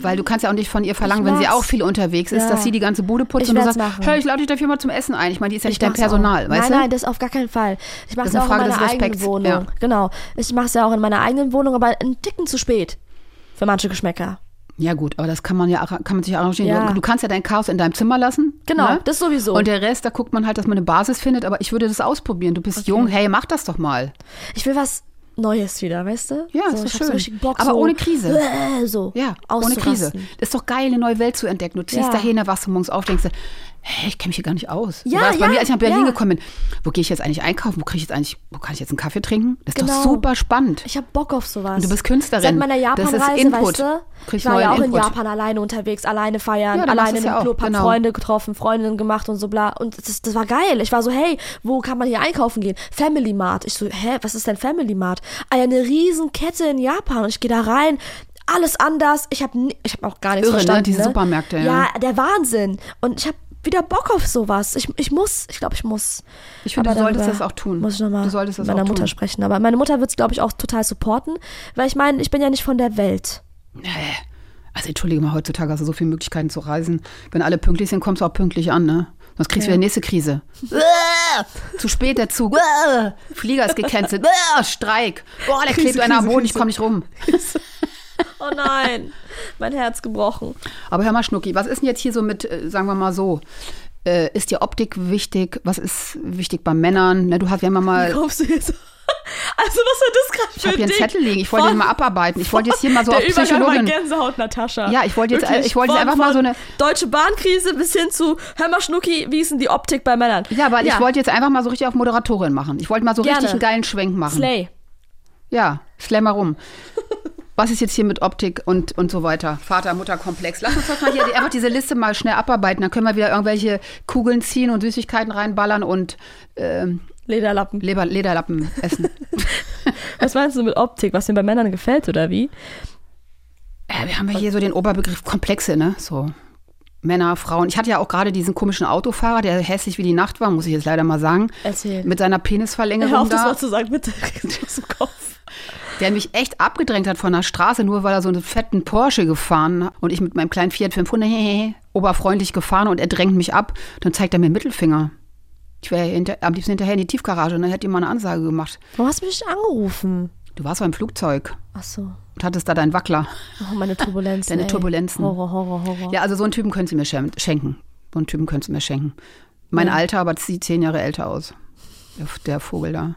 [SPEAKER 3] Weil du kannst ja auch nicht von ihr verlangen, wenn sie
[SPEAKER 2] mach's.
[SPEAKER 3] auch viel unterwegs ist,
[SPEAKER 2] Mhm. Ja.
[SPEAKER 3] dass sie die ganze Bude putzt
[SPEAKER 2] Ich
[SPEAKER 3] und du
[SPEAKER 2] werd's
[SPEAKER 3] sagst,
[SPEAKER 2] machen.
[SPEAKER 3] hör, ich lade dich dafür mal zum Essen ein. Ich meine, die ist ja nicht dein
[SPEAKER 2] mach's
[SPEAKER 3] Personal,
[SPEAKER 2] auch.
[SPEAKER 3] weißt
[SPEAKER 2] nein,
[SPEAKER 3] du?
[SPEAKER 2] Nein, das auf gar keinen Fall. Ich mache es
[SPEAKER 3] Das ist eine
[SPEAKER 2] auch
[SPEAKER 3] Frage
[SPEAKER 2] in
[SPEAKER 3] des
[SPEAKER 2] meiner eigenen
[SPEAKER 3] Respekts,
[SPEAKER 2] Wohnung.
[SPEAKER 3] ja.
[SPEAKER 2] Genau. Ich mache es ja auch in meiner eigenen Wohnung, aber einen Ticken zu spät. Für manche Geschmäcker.
[SPEAKER 3] Ja gut, aber das kann man ja arra- kann man sich arrangieren.
[SPEAKER 2] Ja.
[SPEAKER 3] Du, du kannst ja dein Chaos in deinem Zimmer lassen. ne?
[SPEAKER 2] Genau, das sowieso.
[SPEAKER 3] Und der Rest, da guckt man halt, dass man eine Basis findet. Aber ich würde das ausprobieren. Du bist jung, hey, mach das doch mal.
[SPEAKER 2] Ich will was Neues wieder, weißt du?
[SPEAKER 3] Ja,
[SPEAKER 2] so, ich
[SPEAKER 3] ist doch
[SPEAKER 2] hab so
[SPEAKER 3] schön.
[SPEAKER 2] richtig Bock,
[SPEAKER 3] Aber
[SPEAKER 2] so,
[SPEAKER 3] ohne Krise.
[SPEAKER 2] Äh, so.
[SPEAKER 3] Ja, ohne
[SPEAKER 2] auszurasten.
[SPEAKER 3] Krise. Ist doch geil, eine neue Welt zu entdecken. Du ziehst
[SPEAKER 2] Ja.
[SPEAKER 3] dahin, da wachst du morgens auf, denkst du, hey, ich kenne mich hier gar nicht aus.
[SPEAKER 2] Ja,
[SPEAKER 3] so war es
[SPEAKER 2] ja,
[SPEAKER 3] bei mir, als ich nach Berlin
[SPEAKER 2] ja.
[SPEAKER 3] gekommen bin. Wo gehe ich jetzt eigentlich einkaufen? Wo kriege ich jetzt eigentlich, wo kann ich jetzt einen Kaffee trinken? Das ist
[SPEAKER 2] Genau.
[SPEAKER 3] doch super spannend.
[SPEAKER 2] Ich habe Bock auf sowas.
[SPEAKER 3] Und du bist Künstlerin.
[SPEAKER 2] Seit meiner
[SPEAKER 3] Das ist
[SPEAKER 2] Japan-Reise,
[SPEAKER 3] Input.
[SPEAKER 2] weißt du?
[SPEAKER 3] Kriegst
[SPEAKER 2] ich war ja
[SPEAKER 3] neuen
[SPEAKER 2] auch in
[SPEAKER 3] Input.
[SPEAKER 2] Japan alleine unterwegs, alleine feiern,
[SPEAKER 3] Ja, dann machst
[SPEAKER 2] alleine
[SPEAKER 3] du's
[SPEAKER 2] im
[SPEAKER 3] ja auch,
[SPEAKER 2] Club, hab
[SPEAKER 3] genau.
[SPEAKER 2] Freunde getroffen, Freundinnen gemacht und so bla. Und das, das war geil. Ich war so, hey, wo kann man hier einkaufen gehen? Family Mart. Ich so, hä, was ist denn Family Mart? Ah ja, eine riesen Kette in Japan. Und ich gehe da rein. Alles anders. Ich habe ich hab auch gar nichts
[SPEAKER 3] Irre, ne?
[SPEAKER 2] verstanden.
[SPEAKER 3] Diese Supermärkte, ja.
[SPEAKER 2] Ja, der Wahnsinn. Und ich habe wieder Bock auf sowas. Ich, ich muss, ich glaube, ich muss.
[SPEAKER 3] Ich finde,
[SPEAKER 2] Aber
[SPEAKER 3] du solltest
[SPEAKER 2] darüber
[SPEAKER 3] das auch tun.
[SPEAKER 2] Muss ich nochmal
[SPEAKER 3] Du solltest das
[SPEAKER 2] meiner
[SPEAKER 3] auch
[SPEAKER 2] Mutter
[SPEAKER 3] tun.
[SPEAKER 2] sprechen. Aber meine Mutter wird es, glaube ich, auch total supporten, weil ich meine, ich bin ja nicht von der Welt.
[SPEAKER 3] Nee. Also entschuldige mal, heutzutage hast du so viele Möglichkeiten zu reisen. Wenn alle pünktlich sind, kommst du auch pünktlich an, ne? Sonst kriegst du wieder nächste Krise. Zu spät der Zug. Uah! Flieger ist gecancelt. Uah! Streik. Boah, da klebt einer am Boden, ich komme nicht rum.
[SPEAKER 2] Oh nein, mein Herz gebrochen.
[SPEAKER 3] Aber hör mal, Schnucki, was ist denn jetzt hier so mit, äh, sagen wir mal so, äh, ist die Optik wichtig? Was ist wichtig bei Männern? Ne, du hast ja immer mal.
[SPEAKER 2] Kommst du jetzt? Also, was war das gerade
[SPEAKER 3] Ich habe hier einen Zettel liegen. Ich wollte den mal abarbeiten. Ich wollte jetzt hier mal so
[SPEAKER 2] der
[SPEAKER 3] auf
[SPEAKER 2] Übergang war
[SPEAKER 3] Psychologin.
[SPEAKER 2] Gänsehaut, Natascha.
[SPEAKER 3] Ja, ich wollte jetzt-
[SPEAKER 2] Wirklich.
[SPEAKER 3] ich wollte jetzt
[SPEAKER 2] Von-
[SPEAKER 3] einfach mal so
[SPEAKER 2] von
[SPEAKER 3] eine-
[SPEAKER 2] Deutsche Bahnkrise bis hin zu, hör mal, Schnucki, wie ist denn die Optik bei Männern?
[SPEAKER 3] Ja, weil ich wollte jetzt einfach mal so richtig auf Moderatorin machen. Ich wollte mal so
[SPEAKER 2] Gerne.
[SPEAKER 3] richtig einen geilen Schwenk machen.
[SPEAKER 2] Slay.
[SPEAKER 3] Ja, slam mal rum. Was ist jetzt hier mit Optik und, und so weiter? Vater, Mutter, Komplex. Lass uns doch mal hier die, einfach diese Liste mal schnell abarbeiten. Dann können wir wieder irgendwelche Kugeln ziehen und Süßigkeiten reinballern und ähm,
[SPEAKER 2] Lederlappen.
[SPEAKER 3] Leber, Lederlappen essen.
[SPEAKER 2] Was meinst du mit Optik? Was mir bei Männern gefällt, oder wie?
[SPEAKER 3] Ja, Äh, wir haben ja hier so den Oberbegriff Komplexe, ne? So Männer, Frauen. Ich hatte ja auch gerade diesen komischen Autofahrer, der hässlich wie die Nacht war, muss ich jetzt leider mal sagen.
[SPEAKER 2] Erzähl.
[SPEAKER 3] Mit seiner
[SPEAKER 2] Hör
[SPEAKER 3] Penisverlängerung
[SPEAKER 2] auf, das
[SPEAKER 3] da,
[SPEAKER 2] Wort zu sagen, bitte. Aus dem Kopf.
[SPEAKER 3] der mich echt abgedrängt hat von der Straße, nur weil er so einen fetten Porsche gefahren hat und ich mit meinem kleinen Fiat 500 hehehe, oberfreundlich gefahren und er drängt mich ab. Dann zeigt er mir den Mittelfinger. Ich wäre hinter, am liebsten hinterher in die Tiefgarage und dann hätte ihm mal eine Ansage gemacht.
[SPEAKER 2] Warum hast du mich nicht angerufen?
[SPEAKER 3] Du warst beim Flugzeug
[SPEAKER 2] Ach so.
[SPEAKER 3] und hattest da deinen Wackler.
[SPEAKER 2] Oh, meine Turbulenzen.
[SPEAKER 3] Deine
[SPEAKER 2] ey.
[SPEAKER 3] Turbulenzen.
[SPEAKER 2] Horror, Horror, Horror.
[SPEAKER 3] Ja, also so einen Typen können sie mir schem- schenken. So einen Typen können sie mir schenken. Mein Alter, aber zieht zehn Jahre älter aus. Der, der Vogel da.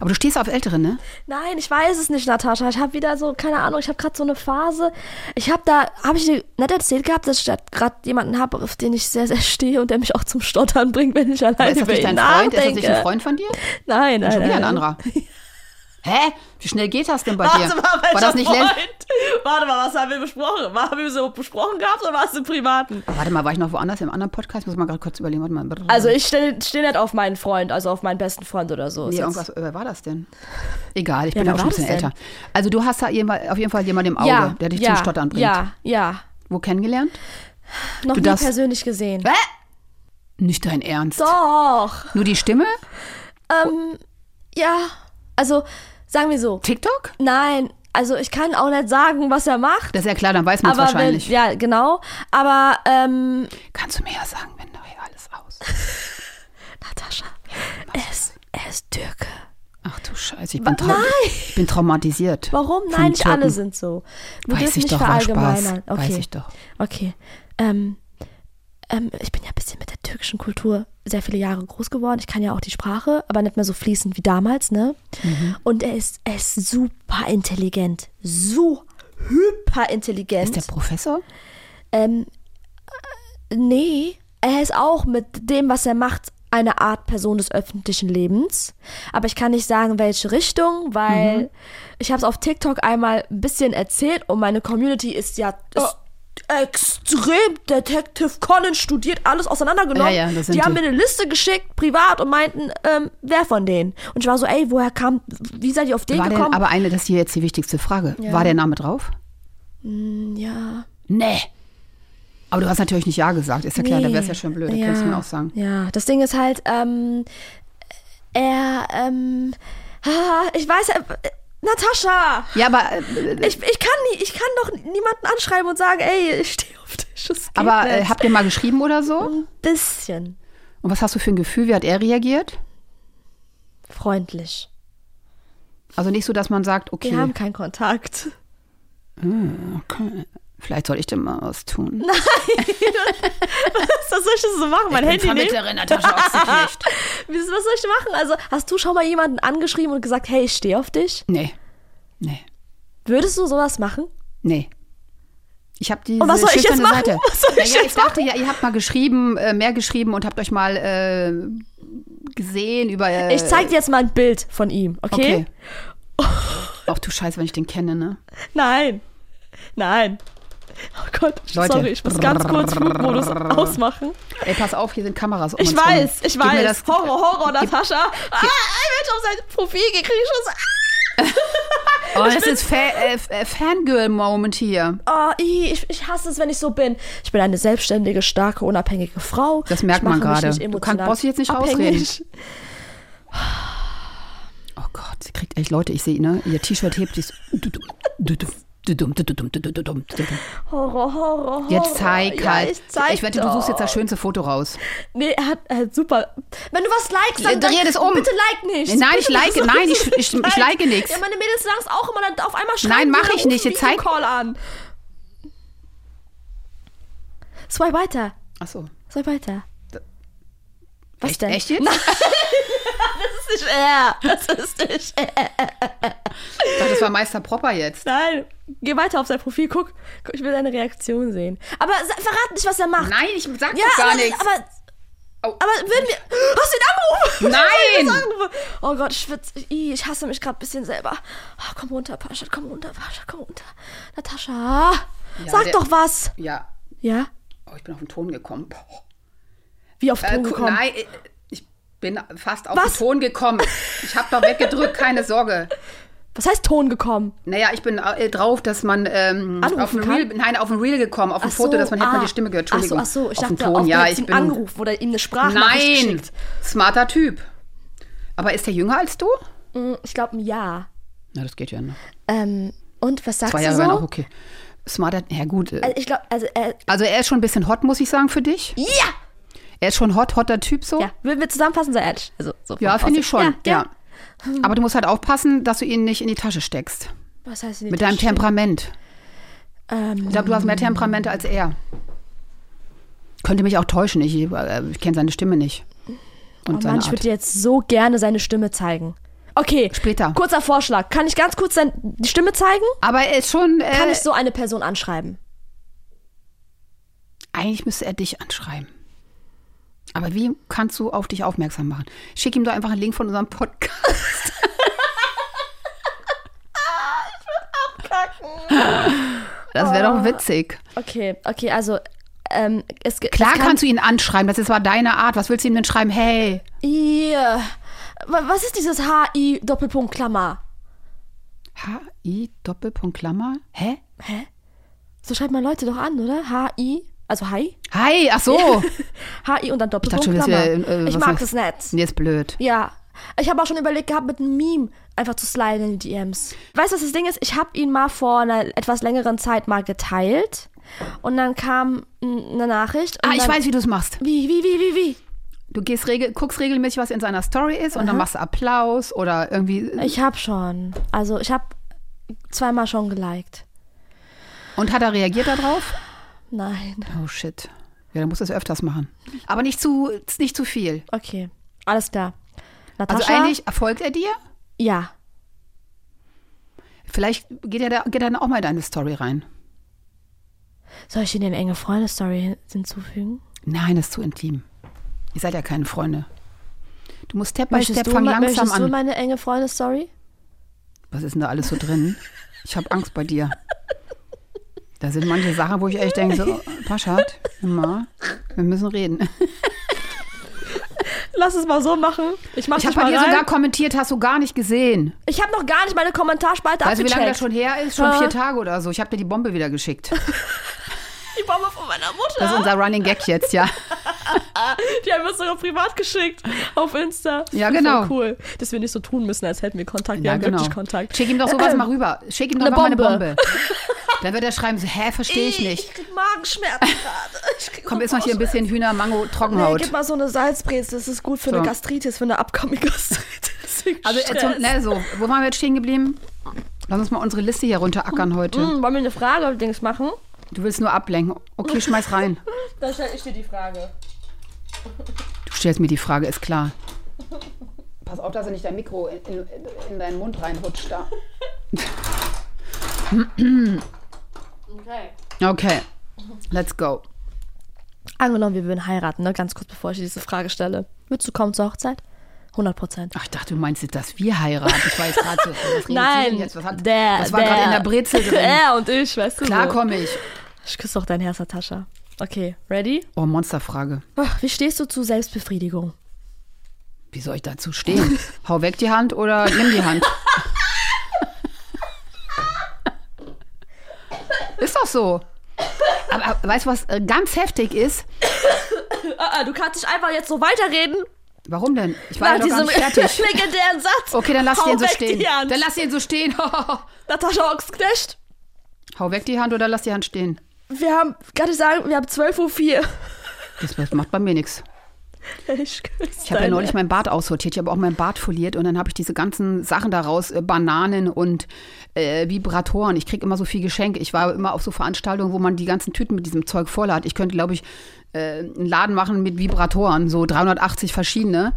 [SPEAKER 3] Aber du stehst auf Ältere, ne?
[SPEAKER 2] Nein, ich weiß es nicht, Natascha. Ich habe wieder so, keine Ahnung, ich habe gerade so eine Phase. Ich habe da, habe ich dir nicht erzählt gehabt, dass ich gerade jemanden habe, auf den ich sehr, sehr stehe und der mich auch zum Stottern bringt, wenn ich alleine
[SPEAKER 3] Ist das
[SPEAKER 2] über
[SPEAKER 3] nicht
[SPEAKER 2] ihn
[SPEAKER 3] dein Freund? Ist das
[SPEAKER 2] nachdenke. Äh.
[SPEAKER 3] nicht ein Freund von dir?
[SPEAKER 2] Nein, nein,
[SPEAKER 3] Schon wieder
[SPEAKER 2] nein.
[SPEAKER 3] ein anderer. Hä? Wie schnell geht das denn bei dir?
[SPEAKER 2] Warte mal, welcher
[SPEAKER 3] War das nicht Len-
[SPEAKER 2] Freund? Warte mal, was haben wir besprochen? Haben wir so besprochen gehabt oder war es im Privaten?
[SPEAKER 3] Warte mal, war ich noch woanders im anderen Podcast? Muss mal gerade kurz überlegen. Warte mal.
[SPEAKER 2] Also ich stehe steh nicht auf meinen Freund, also auf meinen besten Freund oder so. Ist
[SPEAKER 3] Nee,
[SPEAKER 2] jetzt-
[SPEAKER 3] irgendwas, Äh, wer war das denn? Egal, ich
[SPEAKER 2] Ja,
[SPEAKER 3] bin
[SPEAKER 2] wer
[SPEAKER 3] auch schon ein
[SPEAKER 2] war
[SPEAKER 3] bisschen
[SPEAKER 2] das denn?
[SPEAKER 3] älter. Also du hast da jemand, auf jeden Fall jemanden im Auge,
[SPEAKER 2] ja,
[SPEAKER 3] der dich
[SPEAKER 2] ja,
[SPEAKER 3] zum Stottern bringt.
[SPEAKER 2] Ja, ja.
[SPEAKER 3] Wo kennengelernt?
[SPEAKER 2] Noch
[SPEAKER 3] Du
[SPEAKER 2] nie
[SPEAKER 3] darfst-
[SPEAKER 2] persönlich gesehen.
[SPEAKER 3] Hä? Nicht dein Ernst.
[SPEAKER 2] Doch.
[SPEAKER 3] Nur die Stimme?
[SPEAKER 2] Ähm, ja. Also, sagen wir so.
[SPEAKER 3] TikTok?
[SPEAKER 2] Nein, also ich kann auch nicht sagen, was er macht.
[SPEAKER 3] Das ist ja klar, dann weiß man es
[SPEAKER 2] Aber wenn,
[SPEAKER 3] wahrscheinlich.
[SPEAKER 2] ja, genau. Aber, ähm,
[SPEAKER 3] Kannst du mir ja sagen, wenn nachher alles aus.
[SPEAKER 2] Natascha, er ist, er ist Türke.
[SPEAKER 3] Ach du Scheiße, ich bin, trau ich bin traumatisiert.
[SPEAKER 2] Warum?
[SPEAKER 3] Von
[SPEAKER 2] Nein, nicht
[SPEAKER 3] Türken.
[SPEAKER 2] alle sind so. Wir
[SPEAKER 3] Weiß
[SPEAKER 2] dürfen
[SPEAKER 3] ich
[SPEAKER 2] nicht
[SPEAKER 3] doch, war Spaß.
[SPEAKER 2] verallgemeinern. Okay.
[SPEAKER 3] Weiß ich doch.
[SPEAKER 2] Okay. Ähm, ähm, ich bin ja ein bisschen mit der türkischen Kultur sehr viele Jahre groß geworden. Ich kann ja auch die Sprache, aber nicht mehr so fließend wie damals, ne?
[SPEAKER 3] Mhm.
[SPEAKER 2] Und er ist, er ist super intelligent. So hyper intelligent.
[SPEAKER 3] Ist der Professor?
[SPEAKER 2] Ähm, äh, nee, er ist auch mit dem, was er macht, eine Art Person des öffentlichen Lebens. Aber ich kann nicht sagen, welche Richtung, weil
[SPEAKER 3] Mhm.
[SPEAKER 2] ich habe es auf TikTok einmal ein bisschen erzählt und meine Community ist ja ist
[SPEAKER 3] Oh.
[SPEAKER 2] extrem Detective Conan studiert, alles auseinandergenommen.
[SPEAKER 3] Ja, ja, das sind
[SPEAKER 2] die haben
[SPEAKER 3] die.
[SPEAKER 2] mir eine Liste geschickt, privat, und meinten, ähm, wer von denen? Und ich war so, ey, woher kam, wie seid ihr auf den
[SPEAKER 3] War denn,
[SPEAKER 2] gekommen?
[SPEAKER 3] aber eine, das ist hier jetzt die wichtigste Frage. War der Name drauf?
[SPEAKER 2] ja.
[SPEAKER 3] Nee. Aber du hast natürlich nicht Ja gesagt, ist ja klar, da
[SPEAKER 2] Nee.
[SPEAKER 3] wäre es ja schön blöd, da könntest du mir auch sagen.
[SPEAKER 2] Ja, das Ding ist halt, ähm, er, ähm, ah, ich weiß, äh, Natascha,
[SPEAKER 3] Ja, aber, äh,
[SPEAKER 2] ich, ich kann nie, ich kann doch niemanden anschreiben und sagen, ey, ich stehe auf dich. Das geht
[SPEAKER 3] aber äh,
[SPEAKER 2] nicht.
[SPEAKER 3] habt ihr mal geschrieben oder so?
[SPEAKER 2] ein bisschen
[SPEAKER 3] Und was hast du für ein Gefühl? Wie hat er reagiert?
[SPEAKER 2] freundlich.
[SPEAKER 3] Also nicht so, dass man sagt,
[SPEAKER 2] Wir
[SPEAKER 3] okay,
[SPEAKER 2] haben keinen Kontakt.
[SPEAKER 3] okay vielleicht soll ich dem mal was tun.
[SPEAKER 2] Was soll ich denn so machen? Mein Handy nehmen?
[SPEAKER 3] Natascha Ochsenknecht.
[SPEAKER 2] Wie- Was soll ich denn machen? Also, hast du schon mal jemanden angeschrieben und gesagt, hey, ich stehe auf dich?
[SPEAKER 3] Nee, nee,
[SPEAKER 2] würdest du sowas machen?
[SPEAKER 3] nee. Ich habe diese
[SPEAKER 2] Und was soll ich jetzt
[SPEAKER 3] schüchterne
[SPEAKER 2] machen?
[SPEAKER 3] Seite.
[SPEAKER 2] Was soll ich
[SPEAKER 3] naja, ich
[SPEAKER 2] jetzt
[SPEAKER 3] dachte ja, ihr habt mal geschrieben, äh, mehr geschrieben und habt euch mal äh, gesehen über... Äh,
[SPEAKER 2] Ich zeig dir jetzt mal ein Bild von ihm, okay?
[SPEAKER 3] Okay. Ach du Scheiße, wenn ich den kenne, ne?
[SPEAKER 2] Nein. Nein. Oh Gott,
[SPEAKER 3] Leute.
[SPEAKER 2] sorry, ich muss ganz kurz Flugmodus ausmachen.
[SPEAKER 3] Ey, pass auf, hier sind Kameras um
[SPEAKER 2] Ich
[SPEAKER 3] uns rum.
[SPEAKER 2] weiß, ich
[SPEAKER 3] Gib mir
[SPEAKER 2] weiß.
[SPEAKER 3] das-
[SPEAKER 2] Horror, Horror, Natascha. Ah, ein Mensch auf sein Profil gekriegt. Ich
[SPEAKER 3] Oh, das ist Fa äh, F- äh, Fangirl-Moment hier.
[SPEAKER 2] ah, oh, ih, ich, ich hasse es, wenn ich so bin. Ich bin eine selbstständige, starke, unabhängige Frau.
[SPEAKER 3] Das
[SPEAKER 2] ich
[SPEAKER 3] merkt man
[SPEAKER 2] mache mich
[SPEAKER 3] gerade.
[SPEAKER 2] nicht
[SPEAKER 3] Du kannst-
[SPEAKER 2] emotional
[SPEAKER 3] brauchst dich jetzt nicht
[SPEAKER 2] abhängig.
[SPEAKER 3] Oh Gott, sie kriegt echt Leute, ich sehe, ne? Ihr T-Shirt hebt sich. so. Dudum, dudum, dudum, dudum, dudum, dudum, dudum.
[SPEAKER 2] Horror, Horror, Horror.
[SPEAKER 3] Jetzt zeig
[SPEAKER 2] Oh, ja,
[SPEAKER 3] halt.
[SPEAKER 2] Ich, zeig
[SPEAKER 3] ich wette, du suchst jetzt
[SPEAKER 2] doch.
[SPEAKER 3] das schönste Foto raus.
[SPEAKER 2] Nee, er hat, er hat super. Wenn du was likest, dann.
[SPEAKER 3] Dreh
[SPEAKER 2] dann-
[SPEAKER 3] das um.
[SPEAKER 2] Bitte like nichts.
[SPEAKER 3] Nein,
[SPEAKER 2] bitte
[SPEAKER 3] ich like-
[SPEAKER 2] bitte
[SPEAKER 3] nein, ich-
[SPEAKER 2] bitte
[SPEAKER 3] ich- ich like nichts.
[SPEAKER 2] Ja, meine Mädels sagen es auch immer, dann auf einmal schreiben
[SPEAKER 3] Nein,
[SPEAKER 2] die,
[SPEAKER 3] mach
[SPEAKER 2] dann
[SPEAKER 3] ich nicht,
[SPEAKER 2] rufen
[SPEAKER 3] jetzt
[SPEAKER 2] die
[SPEAKER 3] zeig-
[SPEAKER 2] Call an. Swipe weiter.
[SPEAKER 3] Achso.
[SPEAKER 2] Swipe weiter. Was
[SPEAKER 3] echt,
[SPEAKER 2] denn?
[SPEAKER 3] Echt jetzt?
[SPEAKER 2] Das ist nicht er. Das ist nicht er.
[SPEAKER 3] Ich dachte, das war Meister Propper jetzt.
[SPEAKER 2] Nein. Geh weiter auf sein Profil, guck. Guck, Ich will deine Reaktion sehen. Aber sa- verrat nicht, was er macht.
[SPEAKER 3] Nein, ich sag
[SPEAKER 2] ja,
[SPEAKER 3] doch gar
[SPEAKER 2] aber,
[SPEAKER 3] nichts.
[SPEAKER 2] aber.
[SPEAKER 3] Au.
[SPEAKER 2] Aber würden wir. Hast du den Anruf? Was soll ich
[SPEAKER 3] Nein!
[SPEAKER 2] jetzt sagen? Oh Gott, ich, schwitz, ich, ich hasse mich gerade ein bisschen selber. Ah, komm runter, Pascha, komm runter, Pascha, komm runter. Natascha, sag
[SPEAKER 3] der-
[SPEAKER 2] doch was.
[SPEAKER 3] ja.
[SPEAKER 2] Ja?
[SPEAKER 3] Oh, ich bin auf den Ton gekommen. Boah.
[SPEAKER 2] Wie auf
[SPEAKER 3] Äh,
[SPEAKER 2] Ton
[SPEAKER 3] gu-
[SPEAKER 2] gekommen.
[SPEAKER 3] Nein, äh, ich bin fast auf
[SPEAKER 2] Was?
[SPEAKER 3] den Ton gekommen. Ich habe doch weggedrückt, keine Sorge.
[SPEAKER 2] Was heißt Ton gekommen?
[SPEAKER 3] Naja, ich bin äh, drauf, dass man ähm,
[SPEAKER 2] Anrufen
[SPEAKER 3] auf ein
[SPEAKER 2] kann?
[SPEAKER 3] Reel, nein, auf ein Reel gekommen, auf ein
[SPEAKER 2] Ach
[SPEAKER 3] Foto,
[SPEAKER 2] so,
[SPEAKER 3] dass man hätte mal
[SPEAKER 2] ah.
[SPEAKER 3] die Stimme gehört. Entschuldigung.
[SPEAKER 2] Ach so, ach so, ich
[SPEAKER 3] auf
[SPEAKER 2] dachte,
[SPEAKER 3] den Ton,
[SPEAKER 2] auf
[SPEAKER 3] ja,
[SPEAKER 2] einen
[SPEAKER 3] ich bin
[SPEAKER 2] Anruf oder ihm eine Sprachnachricht
[SPEAKER 3] Nein,
[SPEAKER 2] geschickt.
[SPEAKER 3] smarter Typ. Aber ist der jünger als du?
[SPEAKER 2] Hm, Ich glaube ein Ja.
[SPEAKER 3] Na, das geht ja noch.
[SPEAKER 2] Ähm, und was sagst
[SPEAKER 3] Zwei Jahre
[SPEAKER 2] du
[SPEAKER 3] wären
[SPEAKER 2] so?
[SPEAKER 3] auch okay. Smarter, ja gut. äh,
[SPEAKER 2] Also ich glaube, also äh,
[SPEAKER 3] Also er ist schon ein bisschen hot, muss ich sagen, für dich.
[SPEAKER 2] ja,
[SPEAKER 3] Er ist schon hot, hotter Typ so.
[SPEAKER 2] ja, würden wir zusammenfassen, sei ehrlich. Also so
[SPEAKER 3] Ja,
[SPEAKER 2] vom
[SPEAKER 3] finde ich schon.
[SPEAKER 2] Aussehen.
[SPEAKER 3] Ja, Aber du musst halt aufpassen, dass du ihn nicht in die Tasche steckst.
[SPEAKER 2] Was heißt denn
[SPEAKER 3] Mit deinem
[SPEAKER 2] Tempo?
[SPEAKER 3] Temperament. Ich
[SPEAKER 2] Ähm,
[SPEAKER 3] glaube, du hast mehr Temperament als er. Könnte mich auch täuschen. Ich, äh, ich kenne seine Stimme nicht. Und
[SPEAKER 2] oh
[SPEAKER 3] seine
[SPEAKER 2] Mann, ich würde
[SPEAKER 3] Art.
[SPEAKER 2] dir jetzt so gerne seine Stimme zeigen. Okay.
[SPEAKER 3] Später.
[SPEAKER 2] Kurzer Vorschlag. Kann ich ganz kurz sein, die Stimme zeigen?
[SPEAKER 3] Aber er ist schon. Äh,
[SPEAKER 2] Kann ich so eine Person anschreiben?
[SPEAKER 3] Eigentlich müsste er dich anschreiben. Aber wie kannst du auf dich aufmerksam machen? Schick ihm doch einfach einen Link von unserem Podcast. Das wäre
[SPEAKER 2] Oh.
[SPEAKER 3] doch witzig.
[SPEAKER 2] Okay, okay, also. Ähm, es, ge-
[SPEAKER 3] Klar
[SPEAKER 2] es kann,
[SPEAKER 3] kannst du ihn anschreiben. Das ist zwar deine Art. Was willst du ihm denn schreiben? Hey,
[SPEAKER 2] Yeah. Wa- Was ist dieses HI-Doppelpunkt-Klammer?
[SPEAKER 3] H-I Doppelpunkt Klammer. Hä?
[SPEAKER 2] So schreibt man Leute doch an, oder? HI, also Hi?
[SPEAKER 3] Hi, ach so.
[SPEAKER 2] HI und dann
[SPEAKER 3] dachte
[SPEAKER 2] Doppelpunkt,
[SPEAKER 3] schon, wir sind
[SPEAKER 2] Klammer.
[SPEAKER 3] wieder, äh,
[SPEAKER 2] ich
[SPEAKER 3] was
[SPEAKER 2] mag
[SPEAKER 3] heißt-
[SPEAKER 2] das nicht.
[SPEAKER 3] Jetzt blöd.
[SPEAKER 2] Ja. Ich habe auch schon überlegt gehabt, mit einem Meme einfach zu sliden in die DMs. Weißt du, was das Ding ist? Ich habe ihn mal vor einer etwas längeren Zeit mal geteilt. Und dann kam n- eine Nachricht. Und
[SPEAKER 3] Ah, ich
[SPEAKER 2] dann,
[SPEAKER 3] weiß, wie du es machst.
[SPEAKER 2] Wie, wie, wie, wie, wie?
[SPEAKER 3] Du gehst regel, guckst regelmäßig, was in seiner Story ist und dann machst du Applaus oder irgendwie.
[SPEAKER 2] Ich habe schon. Also, ich habe zweimal schon geliked.
[SPEAKER 3] Und hat er reagiert darauf?
[SPEAKER 2] Nein.
[SPEAKER 3] Oh shit. Ja, dann musst du es öfters machen. Aber nicht zu, nicht zu viel.
[SPEAKER 2] Okay. Alles klar.
[SPEAKER 3] Also
[SPEAKER 2] Natascha?
[SPEAKER 3] eigentlich folgt er dir.
[SPEAKER 2] Ja.
[SPEAKER 3] Vielleicht geht er, da, geht er dann auch mal in deine Story rein.
[SPEAKER 2] Soll ich ihn in enge Freunde-Story hin- hinzufügen?
[SPEAKER 3] Nein, das ist zu intim. Ihr seid ja keine Freunde. Du musst Step by
[SPEAKER 2] Möchtest
[SPEAKER 3] Step,
[SPEAKER 2] du,
[SPEAKER 3] fang
[SPEAKER 2] ma-
[SPEAKER 3] langsam
[SPEAKER 2] möchtest du
[SPEAKER 3] an.
[SPEAKER 2] meine enge Freunde-Story?
[SPEAKER 3] Was ist denn da alles so drin? Ich habe Angst bei dir. Da sind manche Sachen, wo ich echt denke, so, oh, Paschat, ma, wir müssen reden.
[SPEAKER 2] Lass es mal so machen. Ich halt mach
[SPEAKER 3] Ich habe bei dir sogar kommentiert, hast du gar nicht gesehen.
[SPEAKER 2] Ich habe noch gar nicht meine Kommentarspalte
[SPEAKER 3] Weißt du, wie lange das
[SPEAKER 2] abgecheckt.
[SPEAKER 3] schon her ist? Schon
[SPEAKER 2] Ja.
[SPEAKER 3] vier Tage oder so. Ich habe dir die Bombe wieder geschickt.
[SPEAKER 2] die Bombe von meiner
[SPEAKER 3] Das ist
[SPEAKER 2] Mutter.
[SPEAKER 3] unser Running Gag jetzt, ja.
[SPEAKER 2] Die haben wir uns sogar privat geschickt auf Insta.
[SPEAKER 3] Ja,
[SPEAKER 2] Voll
[SPEAKER 3] genau.
[SPEAKER 2] cool, dass wir nicht so tun müssen, als hätten wir Kontakt. Wir
[SPEAKER 3] Ja,
[SPEAKER 2] haben
[SPEAKER 3] genau.
[SPEAKER 2] wirklich Kontakt.
[SPEAKER 3] Schick ihm doch sowas mal rüber. Schick ihm doch
[SPEAKER 2] Eine
[SPEAKER 3] mal eine
[SPEAKER 2] Bombe.
[SPEAKER 3] Bombe. Dann wird er schreiben, so, hä, verstehe ich nicht.
[SPEAKER 2] Ich krieg Magenschmerzen gerade. Ich krieg
[SPEAKER 3] Komm,
[SPEAKER 2] so
[SPEAKER 3] isst noch hier ein bisschen Hühner, Mango,
[SPEAKER 2] Nee,
[SPEAKER 3] Trockenhaut.
[SPEAKER 2] gib mal so eine Salzbrezel. Das ist gut für
[SPEAKER 3] So.
[SPEAKER 2] eine Gastritis, für eine abkommende Gastritis. Wegen
[SPEAKER 3] also, äh, zum,
[SPEAKER 2] Stress.
[SPEAKER 3] ne, so, wo waren wir jetzt stehen geblieben? Lass uns mal unsere Liste hier runterackern heute.
[SPEAKER 2] Hm, wollen wir eine Frage Dings machen?
[SPEAKER 3] Du willst nur ablenken. Okay, schmeiß rein.
[SPEAKER 2] Dann stelle ich dir die Frage.
[SPEAKER 3] Du stellst mir die Frage, ist klar. Pass auf, dass er nicht dein Mikro in, in, in deinen Mund reinrutscht da.
[SPEAKER 2] Okay.
[SPEAKER 3] Okay, let's go.
[SPEAKER 2] Angenommen, wir würden heiraten, ne? ganz kurz bevor ich dir diese Frage stelle. Würdest du kommen zur Hochzeit? 100 Prozent.
[SPEAKER 3] Ach, ich dachte, du meinst, jetzt, dass wir heiraten. Ich war jetzt gerade so, was redet sie denn
[SPEAKER 2] Nein,
[SPEAKER 3] jetzt? Was hat,
[SPEAKER 2] der,
[SPEAKER 3] das war
[SPEAKER 2] der.
[SPEAKER 3] gerade in der Brezel drin.
[SPEAKER 2] Er und ich, weißt du.
[SPEAKER 3] Klar
[SPEAKER 2] so.
[SPEAKER 3] komme ich.
[SPEAKER 2] Ich küsse doch dein Herz, Natascha. Okay, ready?
[SPEAKER 3] Oh, Monsterfrage.
[SPEAKER 2] Ach, Wie stehst du zu Selbstbefriedigung?
[SPEAKER 3] Wie soll ich dazu stehen? Hau weg die Hand oder nimm die Hand. ist doch so. Aber, aber weißt du, was äh, ganz heftig ist?
[SPEAKER 2] Ah, ah, du kannst dich einfach jetzt so weiterreden.
[SPEAKER 3] Warum denn? Ich war ja doch gar nicht fertig.
[SPEAKER 2] legendären Satz.
[SPEAKER 3] Okay, dann lass ich
[SPEAKER 2] Hau
[SPEAKER 3] den so
[SPEAKER 2] weg
[SPEAKER 3] stehen.
[SPEAKER 2] Die Hand.
[SPEAKER 3] Dann lass ihn so stehen. Hau
[SPEAKER 2] Natascha Ochsknecht,
[SPEAKER 3] weg die Hand oder lass die Hand stehen.
[SPEAKER 2] wir haben, kann ich sagen, wir haben 12.04 Uhr.
[SPEAKER 3] Das das macht bei mir nichts.
[SPEAKER 2] Ich küsse
[SPEAKER 3] Ich habe ja neulich mein Bart aussortiert. Ich habe auch mein Bart foliert und dann habe ich diese ganzen Sachen daraus, äh, Bananen und äh, Vibratoren. Ich kriege immer so viel Geschenk. Ich war immer auf so Veranstaltungen, wo man die ganzen Tüten mit diesem Zeug voll hat. Ich könnte, glaube ich, äh, einen Laden machen mit Vibratoren, so 380 verschiedene.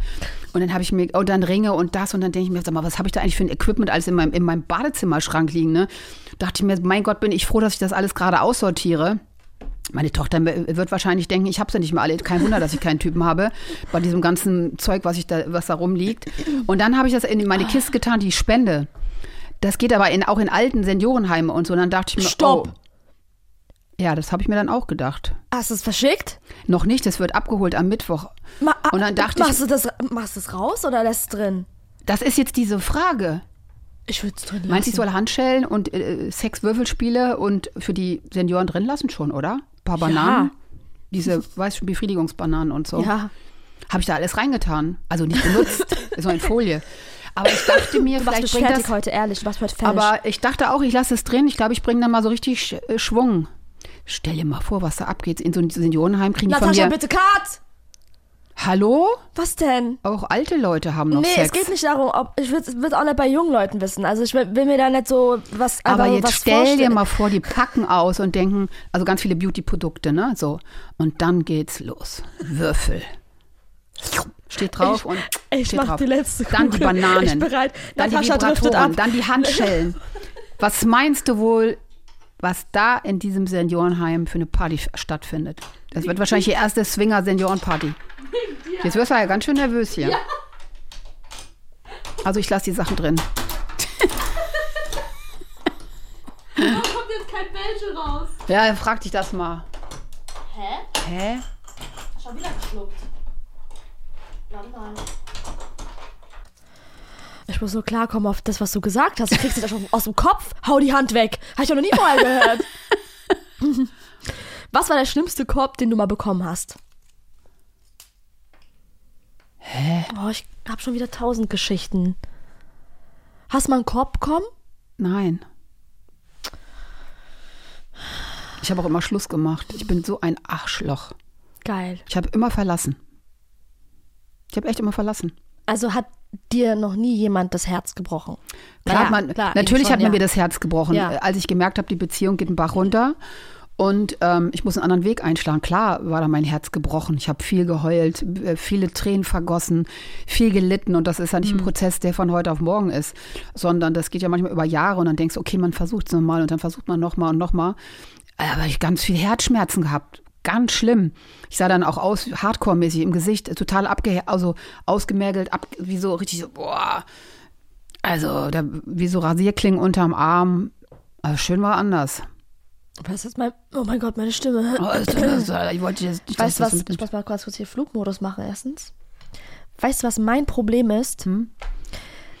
[SPEAKER 3] Und dann habe ich mir, oh, dann Ringe und das. Und dann denke ich mir, sag mal, was habe ich da eigentlich für ein Equipment alles in meinem, in meinem Badezimmerschrank liegen? Ne? Dachte ich mir, mein Gott, bin ich froh, dass ich das alles gerade aussortiere. Meine Tochter wird wahrscheinlich denken, ich habe sie nicht mehr alle. Kein Wunder, dass ich keinen Typen habe bei diesem ganzen Zeug, was ich da, was da rumliegt. Und dann habe ich das in meine Kiste getan, die ich spende. Das geht aber in, auch in alten Seniorenheimen und so. Und dann dachte ich mir,
[SPEAKER 2] Stopp.
[SPEAKER 3] oh. Ja, das habe ich mir dann auch gedacht.
[SPEAKER 2] Hast du es verschickt?
[SPEAKER 3] Noch nicht, das wird abgeholt am Mittwoch.
[SPEAKER 2] Ma ah,
[SPEAKER 3] Und dann dachte ich-
[SPEAKER 2] machst Du das, machst du es raus oder lässt es drin?
[SPEAKER 3] Das ist jetzt diese Frage.
[SPEAKER 2] Ich würde es drin lassen.
[SPEAKER 3] Meinst du, ich soll Handschellen und äh, Sexwürfelspiele und für die Senioren drin lassen schon, oder? Ein paar Bananen. Diese, weißt du, Befriedigungsbananen und so.
[SPEAKER 2] Ja.
[SPEAKER 3] Habe ich da alles reingetan. Also nicht benutzt, sondern in Folie. Aber ich dachte mir,
[SPEAKER 2] Du machst
[SPEAKER 3] vielleicht
[SPEAKER 2] mich
[SPEAKER 3] bringt
[SPEAKER 2] fertig
[SPEAKER 3] das.
[SPEAKER 2] heute, ehrlich. Du machst mich fertig.
[SPEAKER 3] Aber ich dachte auch, ich lasse es drin. Ich glaube, ich bringe da mal so richtig Sch äh, Schwung. Stell dir mal vor, was da abgeht. In so einem Seniorenheim kriegen die von
[SPEAKER 2] Natascha,
[SPEAKER 3] mir.
[SPEAKER 2] bitte Kat!
[SPEAKER 3] Hallo?
[SPEAKER 2] Was denn?
[SPEAKER 3] Auch alte Leute haben noch
[SPEAKER 2] nee,
[SPEAKER 3] Sex.
[SPEAKER 2] es geht nicht darum, ob ich will es auch nicht bei jungen Leuten wissen. Also ich will, will mir da nicht so was
[SPEAKER 3] Aber
[SPEAKER 2] einfach nur
[SPEAKER 3] jetzt
[SPEAKER 2] was
[SPEAKER 3] stell dir
[SPEAKER 2] vorstellen.
[SPEAKER 3] mal vor, die packen aus und denken, also ganz viele Beauty-Produkte, ne? So. Und dann geht's los. Würfel. Steht drauf und
[SPEAKER 2] Ich
[SPEAKER 3] steht
[SPEAKER 2] mach
[SPEAKER 3] drauf.
[SPEAKER 2] die letzte Kugel.
[SPEAKER 3] Dann die Bananen.
[SPEAKER 2] Ich bereit.
[SPEAKER 3] Dann die
[SPEAKER 2] Natascha driftet ab.
[SPEAKER 3] Vibratoren, dann die Handschellen. Was meinst du wohl, was da in diesem Seniorenheim für eine Party f- stattfindet? Das wird wahrscheinlich die erste Swinger-Seniorenparty. Jetzt wirst du ja ganz schön nervös hier. Also ich lasse die Sachen drin.
[SPEAKER 1] kommt jetzt kein Belge raus.
[SPEAKER 3] Ja, frag dich das mal.
[SPEAKER 1] Hä?
[SPEAKER 3] Hä?
[SPEAKER 1] Schon wieder geschluckt. Warte mal.
[SPEAKER 2] Ich muss nur klarkommen auf das, was du gesagt hast. Ich krieg's jetzt schon aus dem Kopf. Hau die Hand weg. Habe ich doch noch nie vorher gehört. was war der schlimmste Korb, den du mal bekommen hast? Hä? Oh, ich hab schon wieder tausend Geschichten. Hast mal einen Korb bekommen?
[SPEAKER 3] Nein. Ich habe auch immer Schluss gemacht. Ich bin so ein Arschloch.
[SPEAKER 2] Geil.
[SPEAKER 3] Ich habe immer verlassen. Ich habe echt immer verlassen.
[SPEAKER 2] Also hat dir noch nie jemand das Herz gebrochen?
[SPEAKER 3] Klar,
[SPEAKER 2] Naja,
[SPEAKER 3] hat man,
[SPEAKER 2] klar,
[SPEAKER 3] natürlich
[SPEAKER 2] eben schon,
[SPEAKER 3] hat man
[SPEAKER 2] ja.
[SPEAKER 3] mir das Herz gebrochen,
[SPEAKER 2] Ja.
[SPEAKER 3] äh, als ich gemerkt habe, die Beziehung geht den Bach runter und ähm, ich muss einen anderen Weg einschlagen. Klar war da mein Herz gebrochen. Ich habe viel geheult, b- äh, viele Tränen vergossen, viel gelitten und das ist ja nicht
[SPEAKER 2] Mhm.
[SPEAKER 3] ein Prozess, der von heute auf morgen ist, sondern das geht ja manchmal über Jahre und dann denkst du, okay, man versucht es nochmal und dann versucht man nochmal und nochmal. Aber ich ganz viel Herzschmerzen gehabt. Ganz schlimm. Ich sah dann auch aus, hardcore-mäßig im Gesicht, äh, total abge also ausgemergelt, ab wie so richtig so, boah, also, da, wie so Rasierklingen unterm Arm. Also schön war anders.
[SPEAKER 2] Was ist mein. Oh mein Gott, meine Stimme.
[SPEAKER 3] Oh, das- das- das- ich wollte jetzt nicht,
[SPEAKER 2] Weißt du
[SPEAKER 3] dass
[SPEAKER 2] was?
[SPEAKER 3] das
[SPEAKER 2] Ich muss mal kurz kurz hier Flugmodus machen, erstens. Weißt du, was mein Problem ist?
[SPEAKER 3] Hm?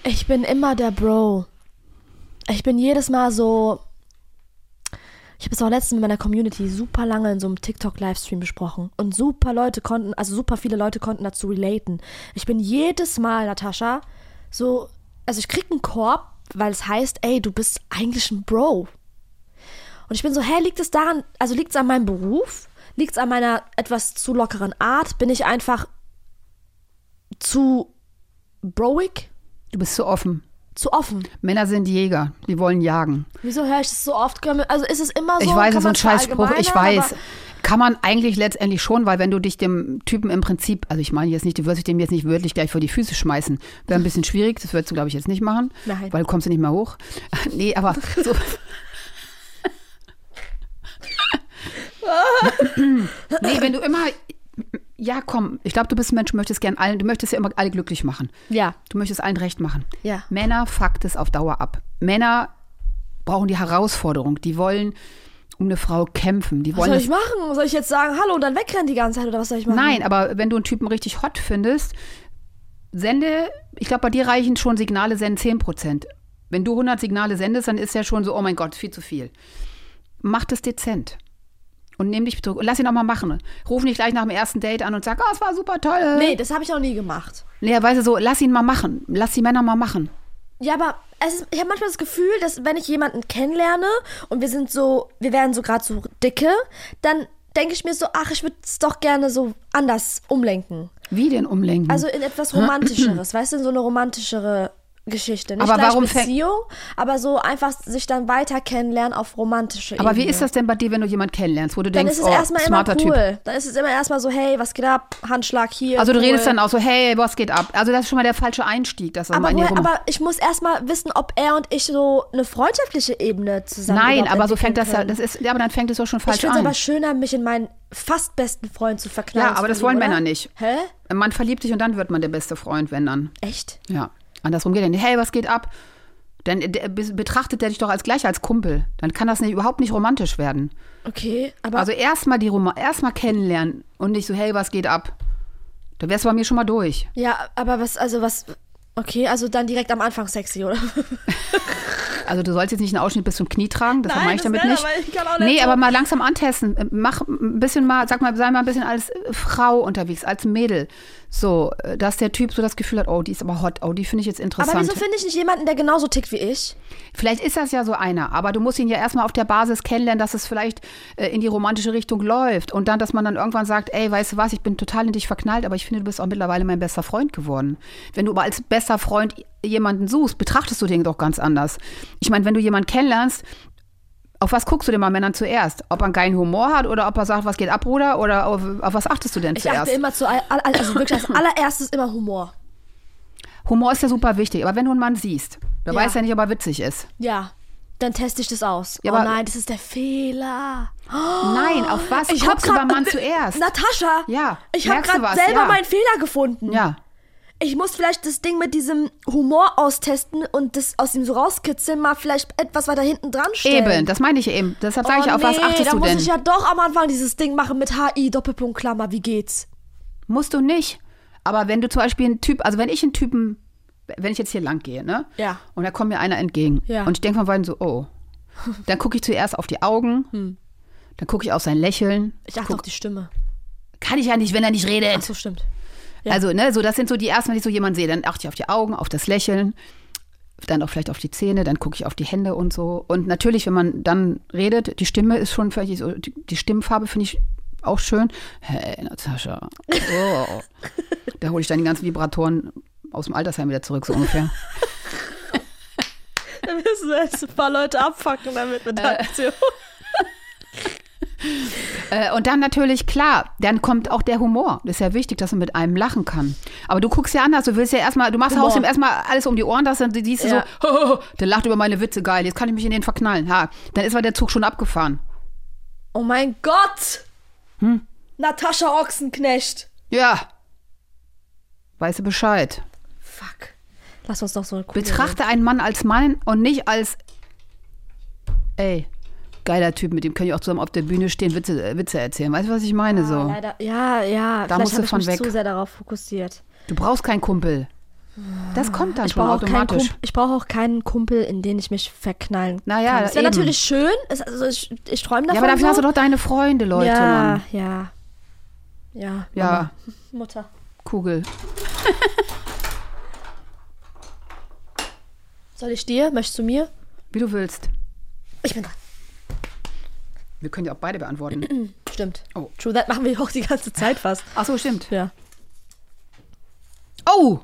[SPEAKER 2] Ich bin immer der Bro. Ich bin jedes Mal so. Ich habe es auch letztens mit meiner Community super lange in so einem TikTok-Livestream besprochen. Und super Leute konnten, also super viele Leute konnten dazu relaten. Ich bin jedes Mal, Natascha, so. Also ich krieg einen Korb, weil es heißt, ey, du bist eigentlich ein Bro. Und ich bin so, hä, liegt es daran, also liegt es an meinem Beruf? Liegt es an meiner etwas zu lockeren Art? Bin ich einfach zu broig?
[SPEAKER 3] du bist zu offen.
[SPEAKER 2] Zu offen?
[SPEAKER 3] Männer sind Jäger, die wollen jagen.
[SPEAKER 2] Wieso höre ich das so oft? Können wir- Also ist es immer so?
[SPEAKER 3] ich weiß,
[SPEAKER 2] kann
[SPEAKER 3] es ist so ein
[SPEAKER 2] man's
[SPEAKER 3] Scheißspruch, ich
[SPEAKER 2] verallgemeinern,
[SPEAKER 3] weiß. Kann man eigentlich letztendlich schon, weil wenn du dich dem Typen im Prinzip, also ich meine jetzt nicht, du wirst dich dem jetzt nicht wörtlich gleich vor die Füße schmeißen. Wäre ein bisschen schwierig, das würdest du, glaube ich, jetzt nicht machen,
[SPEAKER 2] Nein.
[SPEAKER 3] weil du kommst ja nicht mehr hoch. nee, aber so. nee, wenn du immer, ja komm, ich glaube, du bist ein Mensch, du möchtest gern allen, du möchtest ja immer alle glücklich machen.
[SPEAKER 2] Aber, ja,
[SPEAKER 3] Du möchtest allen recht machen.
[SPEAKER 2] Ja.
[SPEAKER 3] Männer fuckt es auf Dauer ab. Männer brauchen die Herausforderung. Die wollen um eine Frau kämpfen. Die
[SPEAKER 2] was
[SPEAKER 3] wollen
[SPEAKER 2] soll
[SPEAKER 3] das-
[SPEAKER 2] ich machen? Soll ich jetzt sagen, hallo und dann wegrennen die ganze Zeit oder was soll ich machen?
[SPEAKER 3] Nein, aber wenn du einen Typen richtig hot findest, sende, ich glaube, bei dir reichen schon Signale senden 10 Prozent. Wenn du 100 Signale sendest, dann ist ja schon so, oh mein Gott, viel zu viel. Mach das dezent. Und nimm dich zurück. Und lass ihn auch mal machen. Ruf nicht gleich nach dem ersten Date an und sag, oh, es war super toll.
[SPEAKER 2] Nee, das habe ich noch nie gemacht.
[SPEAKER 3] Nee, weißt du, so, lass ihn mal machen. Lass die Männer mal machen.
[SPEAKER 2] Ja, aber es ist, ich habe manchmal das Gefühl, dass wenn ich jemanden kennenlerne und wir sind so, wir werden so gerade so dicke, dann denke ich mir so, ach, ich würde es doch gerne so anders umlenken.
[SPEAKER 3] Wie denn umlenken?
[SPEAKER 2] Also in
[SPEAKER 3] Hm.
[SPEAKER 2] etwas Romantischeres, weißt du, in so eine romantischere Geschichte. Nicht
[SPEAKER 3] Aber
[SPEAKER 2] gleich
[SPEAKER 3] warum fäng-
[SPEAKER 2] Beziehung, aber so einfach sich dann weiter kennenlernen auf romantische
[SPEAKER 3] Aber
[SPEAKER 2] Ebene.
[SPEAKER 3] wie ist das denn bei dir, wenn du jemanden kennenlernst, wo du
[SPEAKER 2] Dann
[SPEAKER 3] denkst,
[SPEAKER 2] ist es
[SPEAKER 3] oh,
[SPEAKER 2] erstmal immer
[SPEAKER 3] smarter Typ.
[SPEAKER 2] cool. Dann ist es immer erstmal so, hey, was geht ab? Handschlag hier.
[SPEAKER 3] Also du
[SPEAKER 2] cool.
[SPEAKER 3] redest dann auch so, hey, was geht ab? Also das ist schon mal der falsche Einstieg, dass
[SPEAKER 2] aber,
[SPEAKER 3] man in die
[SPEAKER 2] woher,
[SPEAKER 3] Rum-
[SPEAKER 2] aber ich muss erstmal wissen, ob er und ich so eine freundschaftliche Ebene zusammen
[SPEAKER 3] Nein,
[SPEAKER 2] überhaupt
[SPEAKER 3] aber so fängt
[SPEAKER 2] entwickeln
[SPEAKER 3] das ja,
[SPEAKER 2] können.
[SPEAKER 3] das ist, ja, aber dann fängt es doch schon
[SPEAKER 2] Ich
[SPEAKER 3] falsch
[SPEAKER 2] finde es
[SPEAKER 3] an.
[SPEAKER 2] aber schöner, mich in meinen fast besten Freund zu verknallen.
[SPEAKER 3] Ja, aber
[SPEAKER 2] zu
[SPEAKER 3] das wollen
[SPEAKER 2] verlieben,
[SPEAKER 3] Männer
[SPEAKER 2] oder?
[SPEAKER 3] nicht.
[SPEAKER 2] Hä?
[SPEAKER 3] Man verliebt sich und dann wird man der beste Freund, wenn dann.
[SPEAKER 2] Echt?
[SPEAKER 3] Ja. Andersrum geht er nicht, hey, was geht ab? Dann äh, der- be- betrachtet er dich doch als gleich als Kumpel. Dann kann das nicht, überhaupt nicht romantisch werden.
[SPEAKER 2] Okay, aber
[SPEAKER 3] Also erstmal die Roma, erstmal kennenlernen und nicht so, hey, was geht ab? Da wärst du bei mir schon mal durch.
[SPEAKER 2] ja, aber was, also was? Okay, also dann direkt am Anfang sexy, oder?
[SPEAKER 3] Also du sollst jetzt nicht einen Ausschnitt bis zum Knie tragen, das
[SPEAKER 2] Nein,
[SPEAKER 3] meine ich
[SPEAKER 2] das
[SPEAKER 3] damit
[SPEAKER 2] nicht,
[SPEAKER 3] nicht.
[SPEAKER 2] aber ich kann auch nicht
[SPEAKER 3] nee,
[SPEAKER 2] so-
[SPEAKER 3] aber mal langsam antesten. Ähm, Mach ein bisschen mal, sag mal, sei mal ein bisschen als äh, Frau unterwegs, als Mädel. So, äh, dass der Typ so das Gefühl hat, oh, die ist aber hot, oh, die finde ich jetzt
[SPEAKER 2] Aber
[SPEAKER 3] interessant.
[SPEAKER 2] wieso finde ich nicht jemanden, der genauso tickt wie ich?
[SPEAKER 3] vielleicht ist das ja so einer, aber du musst ihn ja erstmal auf der Basis kennenlernen, dass es vielleicht äh, in die romantische Richtung läuft. Und dann, dass man dann irgendwann sagt, ey, weißt du was, ich bin total in dich verknallt, aber ich finde, du bist auch mittlerweile mein bester Freund geworden. Wenn du aber als bester Freund jemanden suchst, betrachtest du den doch ganz anders. Ich meine, wenn du jemanden kennenlernst, Auf was guckst du denn mal Männern zuerst? Ob er einen geilen Humor hat oder ob er sagt, was geht ab, Bruder? Oder auf, auf was achtest du denn
[SPEAKER 2] Ich
[SPEAKER 3] zuerst?
[SPEAKER 2] achte immer zu, all- all- also wirklich als allererstes immer Humor.
[SPEAKER 3] Humor ist ja super wichtig, aber wenn du einen Mann siehst, da
[SPEAKER 2] Ja.
[SPEAKER 3] weißt du ja nicht, ob er witzig ist.
[SPEAKER 2] Ja, dann teste ich das aus.
[SPEAKER 3] Ja,
[SPEAKER 2] oh
[SPEAKER 3] aber-
[SPEAKER 2] nein, das ist der Fehler.
[SPEAKER 3] Nein, auf was
[SPEAKER 2] Oh, ich hab
[SPEAKER 3] guckst du
[SPEAKER 2] grad,
[SPEAKER 3] beim Mann
[SPEAKER 2] äh,
[SPEAKER 3] zuerst?
[SPEAKER 2] Natascha,
[SPEAKER 3] Ja,
[SPEAKER 2] ich habe
[SPEAKER 3] merkst du
[SPEAKER 2] gerade
[SPEAKER 3] was?
[SPEAKER 2] selber
[SPEAKER 3] Ja.
[SPEAKER 2] meinen Fehler gefunden.
[SPEAKER 3] ja.
[SPEAKER 2] Ich muss vielleicht das Ding mit diesem Humor austesten und das aus dem so rauskitzeln mal vielleicht etwas weiter hinten dran stellen. Oh
[SPEAKER 3] Eben, das meine ich ja eben. Deshalb sage ich, auf was achtest
[SPEAKER 2] da
[SPEAKER 3] du
[SPEAKER 2] muss
[SPEAKER 3] denn?
[SPEAKER 2] ich ja doch am Anfang dieses Ding machen mit HI, Doppelpunkt, Klammer, wie geht's?
[SPEAKER 3] Musst du nicht. Aber wenn du zum Beispiel einen Typ, also wenn ich einen Typen, wenn ich jetzt hier lang gehe, ne?
[SPEAKER 2] Ja.
[SPEAKER 3] Und da kommt mir einer entgegen.
[SPEAKER 2] Ja.
[SPEAKER 3] Und ich denke von beiden so, oh. Dann gucke ich zuerst auf die Augen.
[SPEAKER 2] Hm.
[SPEAKER 3] Dann gucke ich auf sein Lächeln.
[SPEAKER 2] Ich achte
[SPEAKER 3] Guck-
[SPEAKER 2] auf die Stimme.
[SPEAKER 3] Kann ich ja nicht, wenn er nicht redet.
[SPEAKER 2] Ach so, stimmt. ja.
[SPEAKER 3] Also, ne, so das sind so die ersten, wenn ich so jemanden sehe, dann achte ich auf die Augen, auf das Lächeln, dann auch vielleicht auf die Zähne, dann gucke ich auf die Hände und so. Und natürlich, wenn man dann redet, die Stimme ist schon vielleicht so, die die Stimmfarbe finde ich auch schön. Hey, Natascha. Oh. da hole ich dann die ganzen Vibratoren aus dem Altersheim wieder zurück, so ungefähr.
[SPEAKER 2] Dann müssen wir jetzt ein paar Leute abfacken damit mit der Aktion.
[SPEAKER 3] Äh, und dann natürlich, klar, dann kommt auch der Humor. Das ist ja wichtig, dass man mit einem lachen kann. Aber du guckst ja anders, du willst ja erstmal, du machst
[SPEAKER 2] Humor.
[SPEAKER 3] haust ihm erstmal alles um die Ohren, dass dann siehst du
[SPEAKER 2] Ja.
[SPEAKER 3] so, "Hohoho, der lacht über meine Witze, geil, jetzt kann ich mich in den verknallen. Ha, dann ist aber der Zug schon abgefahren.
[SPEAKER 2] Oh mein Gott!
[SPEAKER 3] Hm?
[SPEAKER 2] Natascha Ochsenknecht.
[SPEAKER 3] Ja. Weißt du Bescheid.
[SPEAKER 2] Fuck. Lass uns doch so eine coole
[SPEAKER 3] Betrachte einen Mann als Mann und nicht als, ey, geiler Typ, mit dem kann ich auch zusammen auf der Bühne stehen, Witze, äh, Witze erzählen. Weißt du, was ich meine?
[SPEAKER 2] Ah,
[SPEAKER 3] so.
[SPEAKER 2] leider, ja, ja.
[SPEAKER 3] Da
[SPEAKER 2] vielleicht
[SPEAKER 3] musst du
[SPEAKER 2] hab ich
[SPEAKER 3] von
[SPEAKER 2] mich
[SPEAKER 3] weg.
[SPEAKER 2] zu sehr darauf fokussiert.
[SPEAKER 3] Du brauchst keinen Kumpel. Das kommt dann
[SPEAKER 2] Ich
[SPEAKER 3] schon
[SPEAKER 2] brauche auch, keinen
[SPEAKER 3] automatisch.
[SPEAKER 2] Kump- ich brauch auch keinen Kumpel, in den ich mich verknallen
[SPEAKER 3] Naja,
[SPEAKER 2] kann. Das wäre
[SPEAKER 3] eben.
[SPEAKER 2] natürlich schön. Es- Also ich ich träume davon.
[SPEAKER 3] Ja, aber dafür
[SPEAKER 2] so.
[SPEAKER 3] hast du doch deine Freunde, Leute,
[SPEAKER 2] ja,
[SPEAKER 3] Mann.
[SPEAKER 2] ja. Ja.
[SPEAKER 3] Ja,
[SPEAKER 2] Mutter.
[SPEAKER 3] Kugel.
[SPEAKER 2] Soll ich dir? Möchtest du mir?
[SPEAKER 3] Wie du willst.
[SPEAKER 2] Ich bin dran.
[SPEAKER 3] Wir können ja auch beide beantworten.
[SPEAKER 2] Stimmt.
[SPEAKER 3] Oh.
[SPEAKER 2] True, that machen wir auch die ganze Zeit fast.
[SPEAKER 3] Ach so, stimmt.
[SPEAKER 2] Ja.
[SPEAKER 3] Oh!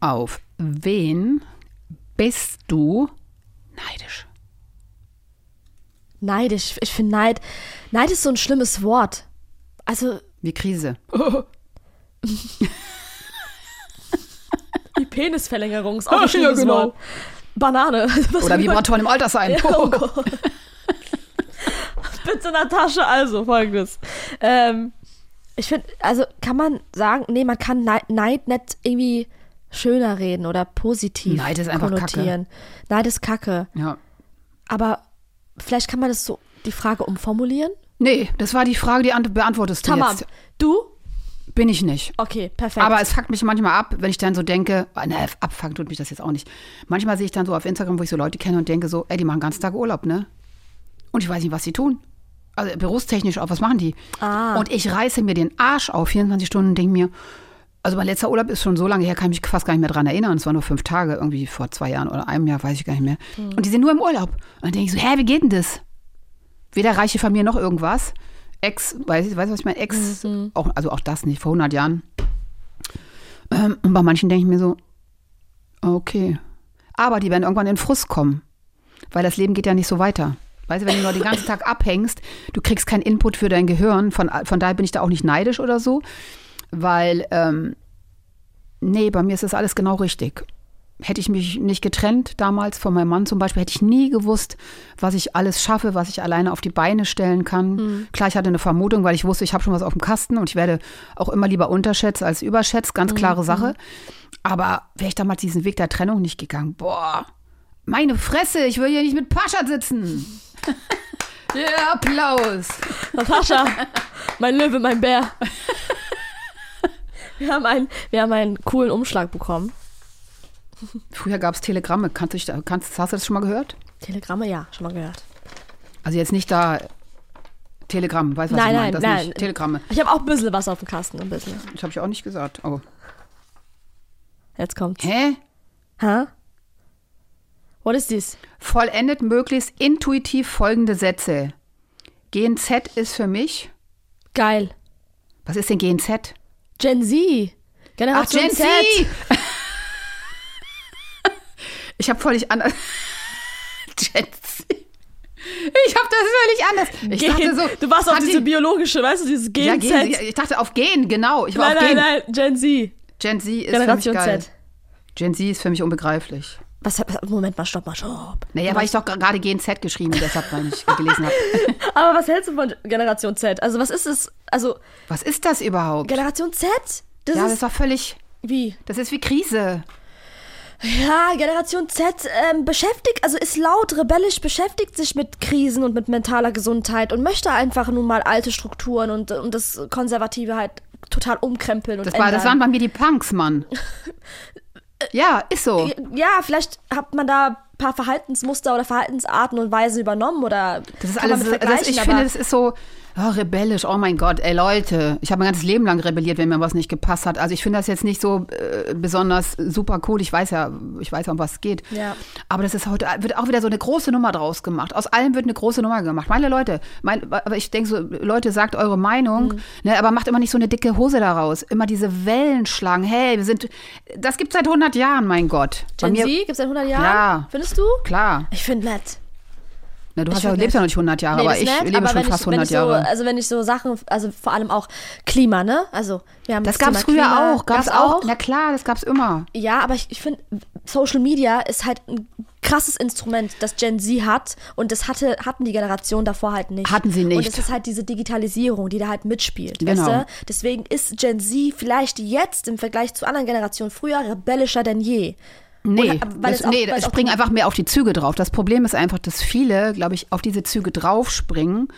[SPEAKER 3] Auf wen bist du neidisch?
[SPEAKER 2] Neidisch. Ich finde Neid. Neid ist so ein schlimmes Wort. Also,
[SPEAKER 3] Wie Krise.
[SPEAKER 2] die Penisverlängerung ist
[SPEAKER 3] auch ein schlimmes Wort.
[SPEAKER 2] genau. Banane. Was
[SPEAKER 3] Oder
[SPEAKER 2] für-
[SPEAKER 3] Vibratoren im Alter sein.
[SPEAKER 2] Ja, oh Gott. Bitte, Natascha, also folgendes. Ähm, ich finde, also kann man sagen, nee, man kann Neid, Neid nicht irgendwie schöner reden oder positiv
[SPEAKER 3] Neid ist einfach
[SPEAKER 2] konnotieren. Neid ist Kacke.
[SPEAKER 3] ja.
[SPEAKER 2] Aber vielleicht kann man das so, die Frage umformulieren.
[SPEAKER 3] Nee, das war die Frage, die ant- beantwortest du
[SPEAKER 2] Tamam,
[SPEAKER 3] jetzt.
[SPEAKER 2] du?
[SPEAKER 3] Bin ich nicht.
[SPEAKER 2] Okay, perfekt.
[SPEAKER 3] Aber es fuckt mich manchmal ab, wenn ich dann so denke, ah, ne, abfuckt tut mich das jetzt auch nicht. Manchmal sehe ich dann so auf Instagram, wo ich so Leute kenne und denke so, ey, die machen den ganzen Tag Urlaub, ne? Und ich weiß nicht, was sie tun. Also berufstechnisch auch, was machen die?
[SPEAKER 2] Ah.
[SPEAKER 3] Und ich reiße mir den Arsch auf 24 Stunden und denke mir, also mein letzter Urlaub ist schon so lange her, kann ich mich fast gar nicht mehr dran erinnern. Es waren nur fünf Tage, irgendwie vor zwei Jahren oder einem Jahr, weiß ich gar nicht mehr. Und die sind nur im Urlaub. Und dann denke ich so, hä, wie geht denn das? Weder reiche Familie noch irgendwas. Ex, weiß ich, weißt du, was ich meine? Ex, auch, also auch das nicht, vor 100 Jahren. Ähm, und bei manchen denke ich mir so, okay. Aber die werden irgendwann in Frust kommen, weil das Leben geht ja nicht so weiter. Weißt du, wenn du nur den ganzen Tag abhängst, du kriegst keinen Input für dein Gehirn. Von, von daher bin ich da auch nicht neidisch oder so, weil, ähm, nee, bei mir ist das alles genau richtig. Hätte ich mich nicht getrennt damals von meinem Mann zum Beispiel, hätte ich nie gewusst, was ich alles schaffe, was ich alleine auf die Beine stellen kann. Klar, ich hatte eine Vermutung, weil ich wusste, ich habe schon was auf dem Kasten und ich werde auch immer lieber unterschätzt als überschätzt, ganz klare Sache. Aber wäre ich damals diesen Weg der Trennung nicht gegangen, boah, meine Fresse, ich will hier nicht mit Paschat sitzen. Ja, Applaus.
[SPEAKER 2] Natascha, mein Löwe, mein Bär. Wir haben, einen, wir haben einen coolen Umschlag bekommen.
[SPEAKER 3] Früher gab es Telegramme. Kannst du, dich da- kannst, hast du das schon mal gehört?
[SPEAKER 2] Telegramme, ja, schon mal gehört.
[SPEAKER 3] Also jetzt nicht da Telegramm, weißt du, was
[SPEAKER 2] Nein,
[SPEAKER 3] ich
[SPEAKER 2] nein,
[SPEAKER 3] meine? Das
[SPEAKER 2] nein.
[SPEAKER 3] nicht. Telegramme.
[SPEAKER 2] Ich habe auch ein bisschen was auf dem Kasten, ein bisschen.
[SPEAKER 3] Das habe ich auch nicht gesagt. Oh.
[SPEAKER 2] Jetzt kommt's.
[SPEAKER 3] Hä?
[SPEAKER 2] Hä? What is this?
[SPEAKER 3] Vollendet möglichst intuitiv folgende Sätze. GNZ ist für mich.
[SPEAKER 2] Geil.
[SPEAKER 3] Was ist denn GNZ?
[SPEAKER 2] Gen Z. Generation
[SPEAKER 3] Gen
[SPEAKER 2] Z.
[SPEAKER 3] Z. ich habe völlig anders. Gen Z. Ich hab das völlig anders. Ich dachte so,
[SPEAKER 2] du warst auf
[SPEAKER 3] hat
[SPEAKER 2] diese
[SPEAKER 3] die-
[SPEAKER 2] biologische, weißt du, dieses Gen,
[SPEAKER 3] ja, Gen
[SPEAKER 2] Z.
[SPEAKER 3] Z. Ich dachte auf Gen, genau. Ich war
[SPEAKER 2] nein,
[SPEAKER 3] auf
[SPEAKER 2] nein,
[SPEAKER 3] Gen.
[SPEAKER 2] nein, Gen Z.
[SPEAKER 3] Gen Z ist
[SPEAKER 2] Generation
[SPEAKER 3] für mich geil.
[SPEAKER 2] Z.
[SPEAKER 3] Gen Z ist für mich unbegreiflich.
[SPEAKER 2] Was, hat- Moment mal, stopp mal, stopp.
[SPEAKER 3] Naja, weil ich doch gerade Gen Z geschrieben, deshalb weil ich gelesen habe.
[SPEAKER 2] Aber was hältst du von Generation Z? Also was ist es? Also
[SPEAKER 3] Was ist das überhaupt?
[SPEAKER 2] Generation Z? Das
[SPEAKER 3] ja, das
[SPEAKER 2] ist
[SPEAKER 3] ist doch völlig.
[SPEAKER 2] wie?
[SPEAKER 3] Das ist wie Krise.
[SPEAKER 2] Ja, Generation Z ähm, beschäftigt, also ist laut, rebellisch, beschäftigt sich mit Krisen und mit mentaler Gesundheit und möchte einfach nun mal alte Strukturen und, und das Konservative halt total umkrempeln und
[SPEAKER 3] Das, war, das waren
[SPEAKER 2] ändern.
[SPEAKER 3] bei mir die Punks, Mann. ja, ist so.
[SPEAKER 2] ja, vielleicht hat man da ein paar Verhaltensmuster oder Verhaltensarten und Weisen übernommen oder
[SPEAKER 3] Das ist
[SPEAKER 2] kann man
[SPEAKER 3] alles.
[SPEAKER 2] mit
[SPEAKER 3] Das,
[SPEAKER 2] vergleichen,
[SPEAKER 3] ich
[SPEAKER 2] aber
[SPEAKER 3] finde, das ist so oh, rebellisch. Oh mein Gott, ey Leute. Ich habe mein ganzes Leben lang rebelliert, wenn mir was nicht gepasst hat. Also ich finde das jetzt nicht so äh, besonders super cool. Ich weiß ja, ich weiß ja, um was es geht.
[SPEAKER 2] Ja.
[SPEAKER 3] Aber das ist heute, wird auch wieder so eine große Nummer draus gemacht. Aus allem wird eine große Nummer gemacht. Meine Leute, mein, aber ich denke so, Leute, sagt eure Meinung,
[SPEAKER 2] Mhm.
[SPEAKER 3] ne, aber macht immer nicht so eine dicke Hose daraus. Immer diese Wellen schlagen. Hey, wir sind, das gibt seit 100 Jahren, mein Gott.
[SPEAKER 2] Gen Z gibt es seit 100 Jahren?
[SPEAKER 3] Klar.
[SPEAKER 2] Findest du?
[SPEAKER 3] Klar.
[SPEAKER 2] Ich finde nett.
[SPEAKER 3] Na, du hast
[SPEAKER 2] Ich
[SPEAKER 3] ja,
[SPEAKER 2] find
[SPEAKER 3] lebst
[SPEAKER 2] nett.
[SPEAKER 3] ja noch nicht 100 Jahre,
[SPEAKER 2] Nee,
[SPEAKER 3] aber
[SPEAKER 2] das
[SPEAKER 3] ich
[SPEAKER 2] ist nett,
[SPEAKER 3] lebe
[SPEAKER 2] aber
[SPEAKER 3] schon
[SPEAKER 2] wenn
[SPEAKER 3] fast
[SPEAKER 2] ich, wenn
[SPEAKER 3] 100
[SPEAKER 2] ich so,
[SPEAKER 3] Jahre.
[SPEAKER 2] Also wenn ich so Sachen, also vor allem auch Klima, ne? Also wir haben
[SPEAKER 3] Das
[SPEAKER 2] Thema
[SPEAKER 3] gab es früher
[SPEAKER 2] Klima.
[SPEAKER 3] auch, gab es
[SPEAKER 2] Gab's
[SPEAKER 3] auch. Na klar, das gab es immer.
[SPEAKER 2] Ja, aber ich, ich finde, Social Media ist halt ein krasses Instrument, das Gen Z hat und das hatte, hatten die Generationen davor halt nicht.
[SPEAKER 3] Hatten sie nicht.
[SPEAKER 2] Und es ist halt diese Digitalisierung, die da halt mitspielt.
[SPEAKER 3] Genau.
[SPEAKER 2] Weißt du? Deswegen ist Gen Z vielleicht jetzt im Vergleich zu anderen Generationen früher rebellischer denn je.
[SPEAKER 3] Nee,
[SPEAKER 2] Und, aber äh, weil
[SPEAKER 3] das,
[SPEAKER 2] es auch-
[SPEAKER 3] nee,
[SPEAKER 2] weil es
[SPEAKER 3] es
[SPEAKER 2] auch-
[SPEAKER 3] springen einfach mehr auf die Züge drauf. Das Problem ist einfach, dass viele, glaube ich, auf diese Züge draufspringen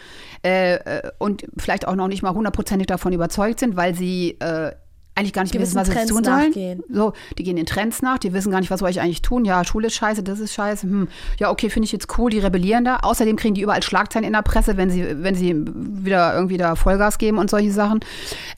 [SPEAKER 3] äh, äh, und vielleicht auch noch nicht mal hundertprozentig davon überzeugt sind, weil sie äh, eigentlich gar nicht
[SPEAKER 2] Gewissen
[SPEAKER 3] wissen, was
[SPEAKER 2] Trends
[SPEAKER 3] sie tun sollen.
[SPEAKER 2] nachgehen.
[SPEAKER 3] So, die gehen den Trends nach, die wissen gar nicht, was soll ich eigentlich tun. Ja, Schule ist scheiße, das ist scheiße. Hm. Ja, okay, finde ich jetzt cool, die rebellieren da. Außerdem kriegen die überall Schlagzeilen in der Presse, wenn sie, wenn sie wieder irgendwie da Vollgas geben und solche Sachen.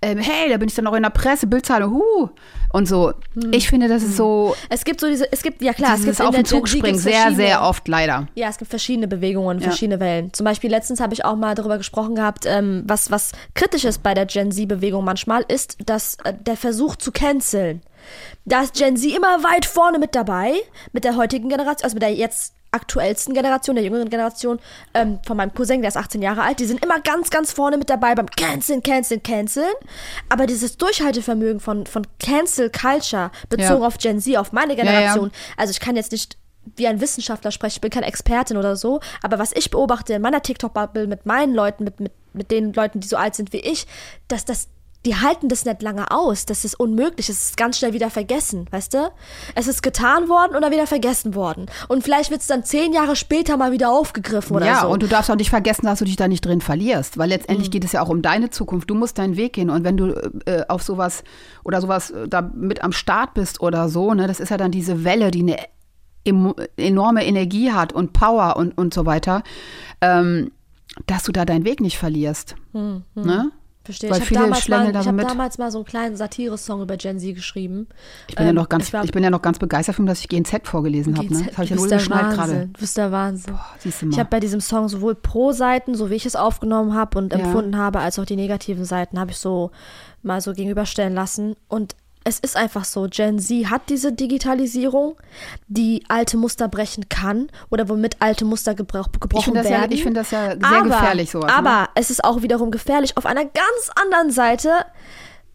[SPEAKER 3] Ähm, hey, da bin ich dann auch in der Presse, Bildzeitung, huh. Und so.
[SPEAKER 2] Hm.
[SPEAKER 3] Ich finde, das ist so
[SPEAKER 2] Es gibt so diese, es gibt, ja klar, es gibt
[SPEAKER 3] dieses
[SPEAKER 2] in
[SPEAKER 3] auf
[SPEAKER 2] der
[SPEAKER 3] den
[SPEAKER 2] Gen
[SPEAKER 3] Zug
[SPEAKER 2] Z
[SPEAKER 3] springen
[SPEAKER 2] gibt's
[SPEAKER 3] sehr,
[SPEAKER 2] verschiedene-
[SPEAKER 3] sehr oft leider.
[SPEAKER 2] Ja, es gibt verschiedene Bewegungen, verschiedene Wellen. Zum Beispiel letztens habe ich auch mal darüber gesprochen gehabt, ähm, was, was kritisch ist bei der Gen Z-Bewegung manchmal, ist dass, äh, der Versuch zu canceln. Da ist Gen Z immer weit vorne mit dabei, mit der heutigen Generation, also mit der jetzt aktuellsten Generation, der jüngeren Generation, ähm, von meinem Cousin, der ist 18 Jahre alt, die sind immer ganz, ganz vorne mit dabei beim Canceln, Canceln, Canceln. Aber dieses Durchhaltevermögen von, von Cancel Culture bezogen
[SPEAKER 3] Ja.
[SPEAKER 2] auf Gen Z, auf meine
[SPEAKER 3] ja.
[SPEAKER 2] Generation, also ich kann jetzt nicht wie ein Wissenschaftler sprechen, ich bin keine Expertin oder so, aber was ich beobachte in meiner TikTok-Bubble mit meinen Leuten, mit, mit, mit den Leuten, die so alt sind wie ich, dass das, die halten das nicht lange aus, das ist unmöglich, es ist ganz schnell wieder vergessen, weißt du? Es ist getan worden oder wieder vergessen worden. Und vielleicht wird es dann zehn Jahre später mal wieder aufgegriffen oder
[SPEAKER 3] ja,
[SPEAKER 2] so. Mhm.
[SPEAKER 3] und du darfst auch nicht vergessen, dass du dich da nicht drin verlierst, weil letztendlich geht es ja auch um deine Zukunft. Du musst deinen Weg gehen und wenn du äh, auf sowas oder sowas äh, da mit am Start bist oder so, ne, das ist ja dann diese Welle, die eine em- enorme Energie hat und Power und, und so weiter, ähm, dass du da deinen Weg nicht verlierst.
[SPEAKER 2] Hm,
[SPEAKER 3] Ne?
[SPEAKER 2] Verstehe.
[SPEAKER 3] Weil
[SPEAKER 2] ich habe
[SPEAKER 3] viele
[SPEAKER 2] damals,
[SPEAKER 3] schlängeln
[SPEAKER 2] mal-
[SPEAKER 3] da
[SPEAKER 2] ich
[SPEAKER 3] so
[SPEAKER 2] hab
[SPEAKER 3] mit.
[SPEAKER 2] damals mal so einen kleinen Satire-Song über Gen Z geschrieben.
[SPEAKER 3] Ich bin, ja
[SPEAKER 2] Ähm,
[SPEAKER 3] noch ganz,
[SPEAKER 2] ich
[SPEAKER 3] ich,
[SPEAKER 2] war-
[SPEAKER 3] bin ja noch ganz begeistert von, dass ich GNZ vorgelesen habe. Ne?
[SPEAKER 2] GZ,
[SPEAKER 3] Das habe ich
[SPEAKER 2] du
[SPEAKER 3] ja
[SPEAKER 2] bist
[SPEAKER 3] nur
[SPEAKER 2] der
[SPEAKER 3] geschnallt gerade.
[SPEAKER 2] Wahnsinn, Du bist der Wahnsinn.
[SPEAKER 3] siehst du mal.
[SPEAKER 2] Ich habe bei diesem Song sowohl Pro-Seiten, so wie ich es aufgenommen habe und empfunden habe, als auch die negativen Seiten habe ich so mal so gegenüberstellen lassen. Und es ist einfach so, Gen Z hat diese Digitalisierung, die alte Muster brechen kann oder womit alte Muster gebrauch, gebrochen
[SPEAKER 3] das ja-
[SPEAKER 2] werden.
[SPEAKER 3] ich finde das ja sehr
[SPEAKER 2] aber,
[SPEAKER 3] gefährlich, sowas, ne?
[SPEAKER 2] Aber es ist auch wiederum gefährlich auf einer ganz anderen Seite.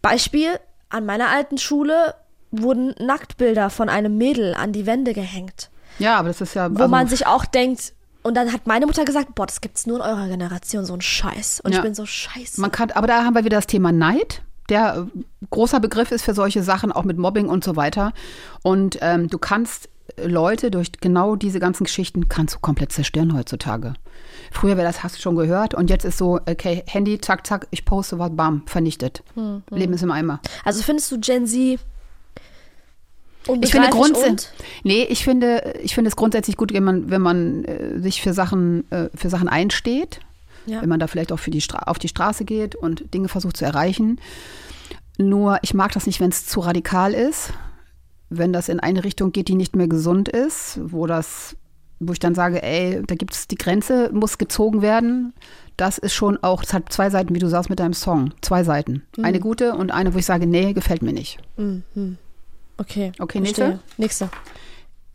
[SPEAKER 2] Beispiel, an meiner alten Schule wurden Nacktbilder von einem Mädel an die Wände gehängt
[SPEAKER 3] Ja, aber das ist ja. also
[SPEAKER 2] wo man sich auch denkt, und dann hat meine Mutter gesagt, boah, das gibt's nur in eurer Generation, so ein Scheiß. Und ich
[SPEAKER 3] Ja.
[SPEAKER 2] bin so scheiße.
[SPEAKER 3] Man kann, aber da haben wir wieder das Thema Neid, der äh, großer Begriff ist für solche Sachen, auch mit Mobbing und so weiter. Und ähm, du kannst Leute durch genau diese ganzen Geschichten kannst du komplett zerstören heutzutage. Früher wäre das, hast du schon gehört, und jetzt ist so, okay, Handy, zack, zack, ich poste was, bam, vernichtet. Leben ist im Eimer.
[SPEAKER 2] also findest du Gen Z
[SPEAKER 3] Ich finde,
[SPEAKER 2] unbegreiflich
[SPEAKER 3] grundsä-
[SPEAKER 2] und
[SPEAKER 3] nee, ich finde, ich finde es grundsätzlich gut, wenn man, wenn man äh, sich für Sachen, äh, für Sachen einsteht,
[SPEAKER 2] Ja.
[SPEAKER 3] wenn man da vielleicht auch für die Stra auf die Straße geht und Dinge versucht zu erreichen. Nur ich mag das nicht, wenn es zu radikal ist, wenn das in eine Richtung geht, die nicht mehr gesund ist, wo das, wo ich dann sage, ey, da gibt es die Grenze, muss gezogen werden. Das ist schon auch, es hat zwei Seiten, wie du sagst mit deinem Song. Zwei Seiten. Eine gute und eine, wo ich sage, nee, gefällt mir nicht.
[SPEAKER 2] Okay.
[SPEAKER 3] Okay,
[SPEAKER 2] verstehe.
[SPEAKER 3] nächste?
[SPEAKER 2] Nächste.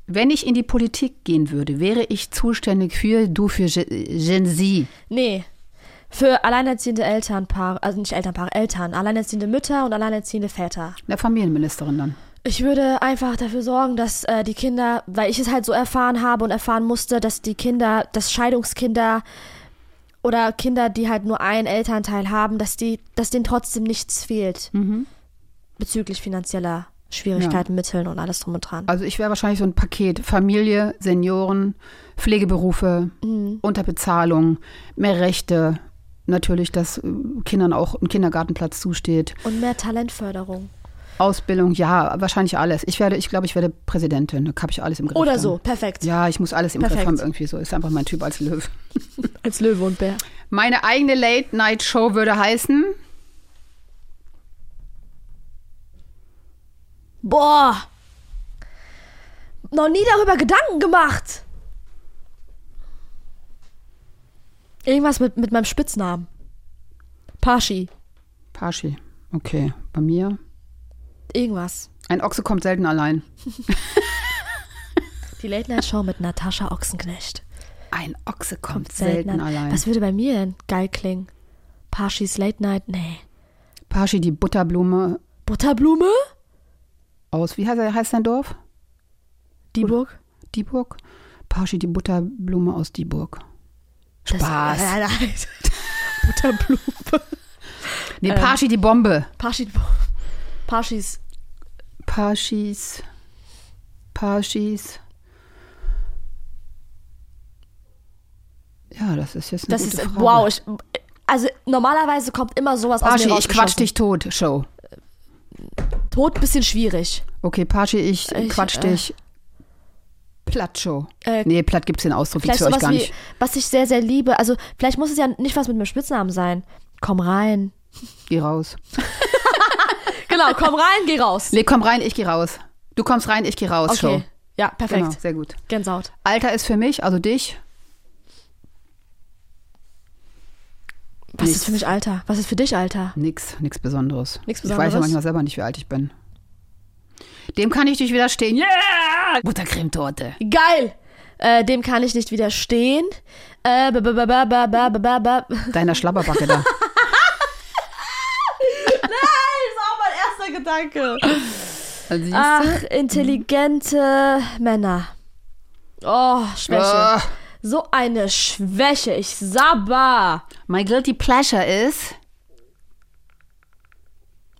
[SPEAKER 3] Wenn ich in die Politik gehen würde, wäre ich zuständig für du für Gen- Gen Z.
[SPEAKER 2] Nee. Für alleinerziehende Elternpaare, also nicht Elternpaare, Eltern, alleinerziehende Mütter und alleinerziehende Väter.
[SPEAKER 3] Der Familienministerin dann.
[SPEAKER 2] Ich würde einfach dafür sorgen, dass äh, die Kinder, weil ich es halt so erfahren habe und erfahren musste, dass die Kinder, dass Scheidungskinder oder Kinder, die halt nur einen Elternteil haben, dass die, dass denen trotzdem nichts fehlt bezüglich finanzieller Schwierigkeiten, Mitteln und alles drum und dran.
[SPEAKER 3] Also ich wäre wahrscheinlich so ein Paket Familie, Senioren, Pflegeberufe, Unterbezahlung, mehr Rechte, natürlich, dass äh, Kindern auch ein Kindergartenplatz zusteht,
[SPEAKER 2] Und mehr Talentförderung.
[SPEAKER 3] Ausbildung, ja, wahrscheinlich alles. Ich werde, ich glaube, ich werde Präsidentin, da habe ich alles im Griff.
[SPEAKER 2] Oder
[SPEAKER 3] dann.
[SPEAKER 2] so, perfekt.
[SPEAKER 3] Ja, ich muss alles im Griff
[SPEAKER 2] Perfekt.
[SPEAKER 3] haben irgendwie so. Ist einfach mein Typ als Löw.
[SPEAKER 2] Als Löwe und Bär.
[SPEAKER 3] Meine eigene Late-Night-Show würde heißen
[SPEAKER 2] Boah! Noch nie darüber Gedanken gemacht! Irgendwas mit, mit meinem Spitznamen. Pashi.
[SPEAKER 3] Paschi. Okay, bei mir.
[SPEAKER 2] Irgendwas.
[SPEAKER 3] Ein Ochse kommt selten allein.
[SPEAKER 2] Die Late Night Show mit Natascha Ochsenknecht.
[SPEAKER 3] Ein Ochse kommt, selten, allein.
[SPEAKER 2] Was würde bei mir denn geil klingen? Pashis Late Night? Nee.
[SPEAKER 3] Paschi, die Butterblume
[SPEAKER 2] Butterblume?
[SPEAKER 3] aus, wie heißt, heißt dein Dorf?
[SPEAKER 2] Dieburg?
[SPEAKER 3] Dieburg? Paschi, die Butterblume aus Dieburg.
[SPEAKER 2] Das-
[SPEAKER 3] Spaß.
[SPEAKER 2] Äh, nein. Butterblume.
[SPEAKER 3] Nee,
[SPEAKER 2] ähm,
[SPEAKER 3] Paschi, die Bombe.
[SPEAKER 2] Pashi. Pashis.
[SPEAKER 3] Paschis. Paschis. Ja, das ist jetzt eine
[SPEAKER 2] Das
[SPEAKER 3] gute
[SPEAKER 2] ist. äh,
[SPEAKER 3] Frage.
[SPEAKER 2] Wow. Ich, also normalerweise kommt immer sowas aus
[SPEAKER 3] Paschi,
[SPEAKER 2] mir
[SPEAKER 3] ich quatsch
[SPEAKER 2] rausgeschossen.
[SPEAKER 3] dich tot, Show.
[SPEAKER 2] Tod bisschen schwierig.
[SPEAKER 3] Okay, Paschi, ich,
[SPEAKER 2] Ich,
[SPEAKER 3] quatsch
[SPEAKER 2] äh,
[SPEAKER 3] dich. Platt, Show.
[SPEAKER 2] Äh,
[SPEAKER 3] nee, platt gibt's den Ausdruck jetzt
[SPEAKER 2] Vielleicht
[SPEAKER 3] für
[SPEAKER 2] sowas
[SPEAKER 3] euch gar
[SPEAKER 2] wie,
[SPEAKER 3] nicht.
[SPEAKER 2] was ich sehr, sehr liebe. Also vielleicht muss es ja nicht was mit meinem Spitznamen sein. Komm rein.
[SPEAKER 3] Geh raus.
[SPEAKER 2] Genau, komm rein, geh raus.
[SPEAKER 3] Nee, komm rein, ich geh raus. Du kommst rein, ich geh raus, Show.
[SPEAKER 2] Okay. Ja, perfekt.
[SPEAKER 3] Genau, sehr gut.
[SPEAKER 2] Gänsehaut.
[SPEAKER 3] Alter ist für mich, also dich,
[SPEAKER 2] Was
[SPEAKER 3] Nichts.
[SPEAKER 2] ist für mich Alter? Was ist für dich Alter?
[SPEAKER 3] nix, nix Besonderes.
[SPEAKER 2] Nix
[SPEAKER 3] Ich weiß
[SPEAKER 2] Besonderes?
[SPEAKER 3] ja manchmal selber nicht, wie alt ich bin. Dem kann ich nicht widerstehen. Yeah! Buttercremetorte.
[SPEAKER 2] Geil! Äh, dem kann ich nicht widerstehen. Äh, ba, ba, ba, ba, ba, ba, ba, ba. Das ist
[SPEAKER 3] Deiner Schlabberbacke da.
[SPEAKER 2] auch mein erster Gedanke. Ah.
[SPEAKER 3] Also siehst
[SPEAKER 2] Ach, intelligente Männer. Oh,
[SPEAKER 3] du?
[SPEAKER 2] Schwäche. So eine Schwäche. Ich sabber.
[SPEAKER 3] My guilty pleasure ist.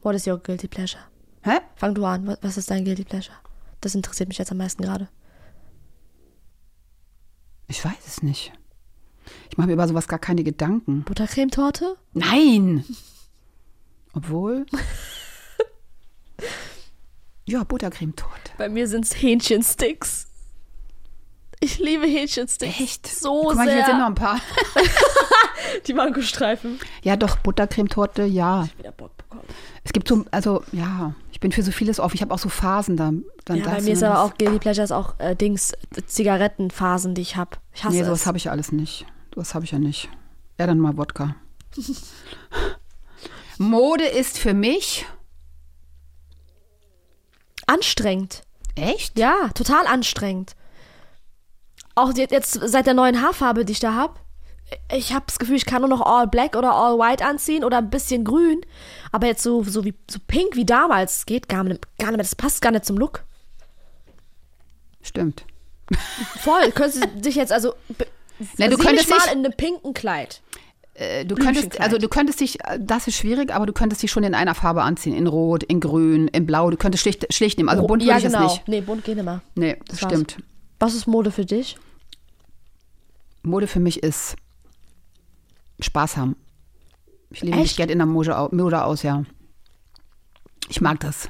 [SPEAKER 2] What is your guilty pleasure?
[SPEAKER 3] Hä?
[SPEAKER 2] Fang du an. Wa- Was ist dein Guilty Pleasure? Das interessiert mich jetzt am meisten gerade.
[SPEAKER 3] Ich weiß es nicht. Ich mache mir über sowas gar keine Gedanken.
[SPEAKER 2] Buttercremetorte?
[SPEAKER 3] Nein! Obwohl. ja, Buttercremetorte.
[SPEAKER 2] Bei mir sind es Hähnchensticks. Ich liebe Hähnchensticks.
[SPEAKER 3] Echt?
[SPEAKER 2] So
[SPEAKER 3] Guck mal, hier sind noch
[SPEAKER 2] sehr.
[SPEAKER 3] ein paar.
[SPEAKER 2] Die Mangostreifen.
[SPEAKER 3] Ja, doch, Buttercremetorte, ja.
[SPEAKER 2] Wieder Bock bekommen.
[SPEAKER 3] Es gibt so, also ja, ich bin für so vieles offen. Ich habe auch so Phasen da. Dann
[SPEAKER 2] Ja,
[SPEAKER 3] das
[SPEAKER 2] bei
[SPEAKER 3] und
[SPEAKER 2] mir ist
[SPEAKER 3] dann
[SPEAKER 2] aber
[SPEAKER 3] das.
[SPEAKER 2] auch Guilty Pleasures auch äh, Dings, Zigarettenphasen, die ich habe. Ich hasse
[SPEAKER 3] Nee,
[SPEAKER 2] es.
[SPEAKER 3] sowas habe ich ja alles nicht. Sowas habe ich ja nicht. Ja, dann mal Wodka. Mode ist für mich.
[SPEAKER 2] anstrengend.
[SPEAKER 3] Echt?
[SPEAKER 2] Ja, total anstrengend. Auch jetzt, jetzt seit der neuen Haarfarbe, die ich da habe. Ich habe das Gefühl, ich kann nur noch all black oder all white anziehen oder ein bisschen grün. Aber jetzt so, so, wie, so pink wie damals das geht gar nicht, gar nicht mehr. Das passt gar nicht zum Look.
[SPEAKER 3] Stimmt.
[SPEAKER 2] Voll. Könntest du dich jetzt also. be-
[SPEAKER 3] Na, du
[SPEAKER 2] sieh
[SPEAKER 3] könntest
[SPEAKER 2] mich mal
[SPEAKER 3] dich-
[SPEAKER 2] in einem pinken Kleid.
[SPEAKER 3] Äh, Du könntest,
[SPEAKER 2] Blümchenkleid.
[SPEAKER 3] also du könntest dich, äh, das ist schwierig, aber du könntest dich schon in einer Farbe anziehen. In Rot, in Grün, in Blau. Du könntest schlicht, schlicht nehmen. Also bunt
[SPEAKER 2] ja,
[SPEAKER 3] würde ich
[SPEAKER 2] genau.
[SPEAKER 3] es nicht.
[SPEAKER 2] Nee, bunt geht immer.
[SPEAKER 3] Nee, das
[SPEAKER 2] war's.
[SPEAKER 3] stimmt.
[SPEAKER 2] Was ist Mode für dich?
[SPEAKER 3] Mode für mich ist Spaß haben. Ich lebe mich
[SPEAKER 2] Echt?
[SPEAKER 3] gerne in der Mode, au- Mode aus, ja. Ich mag das.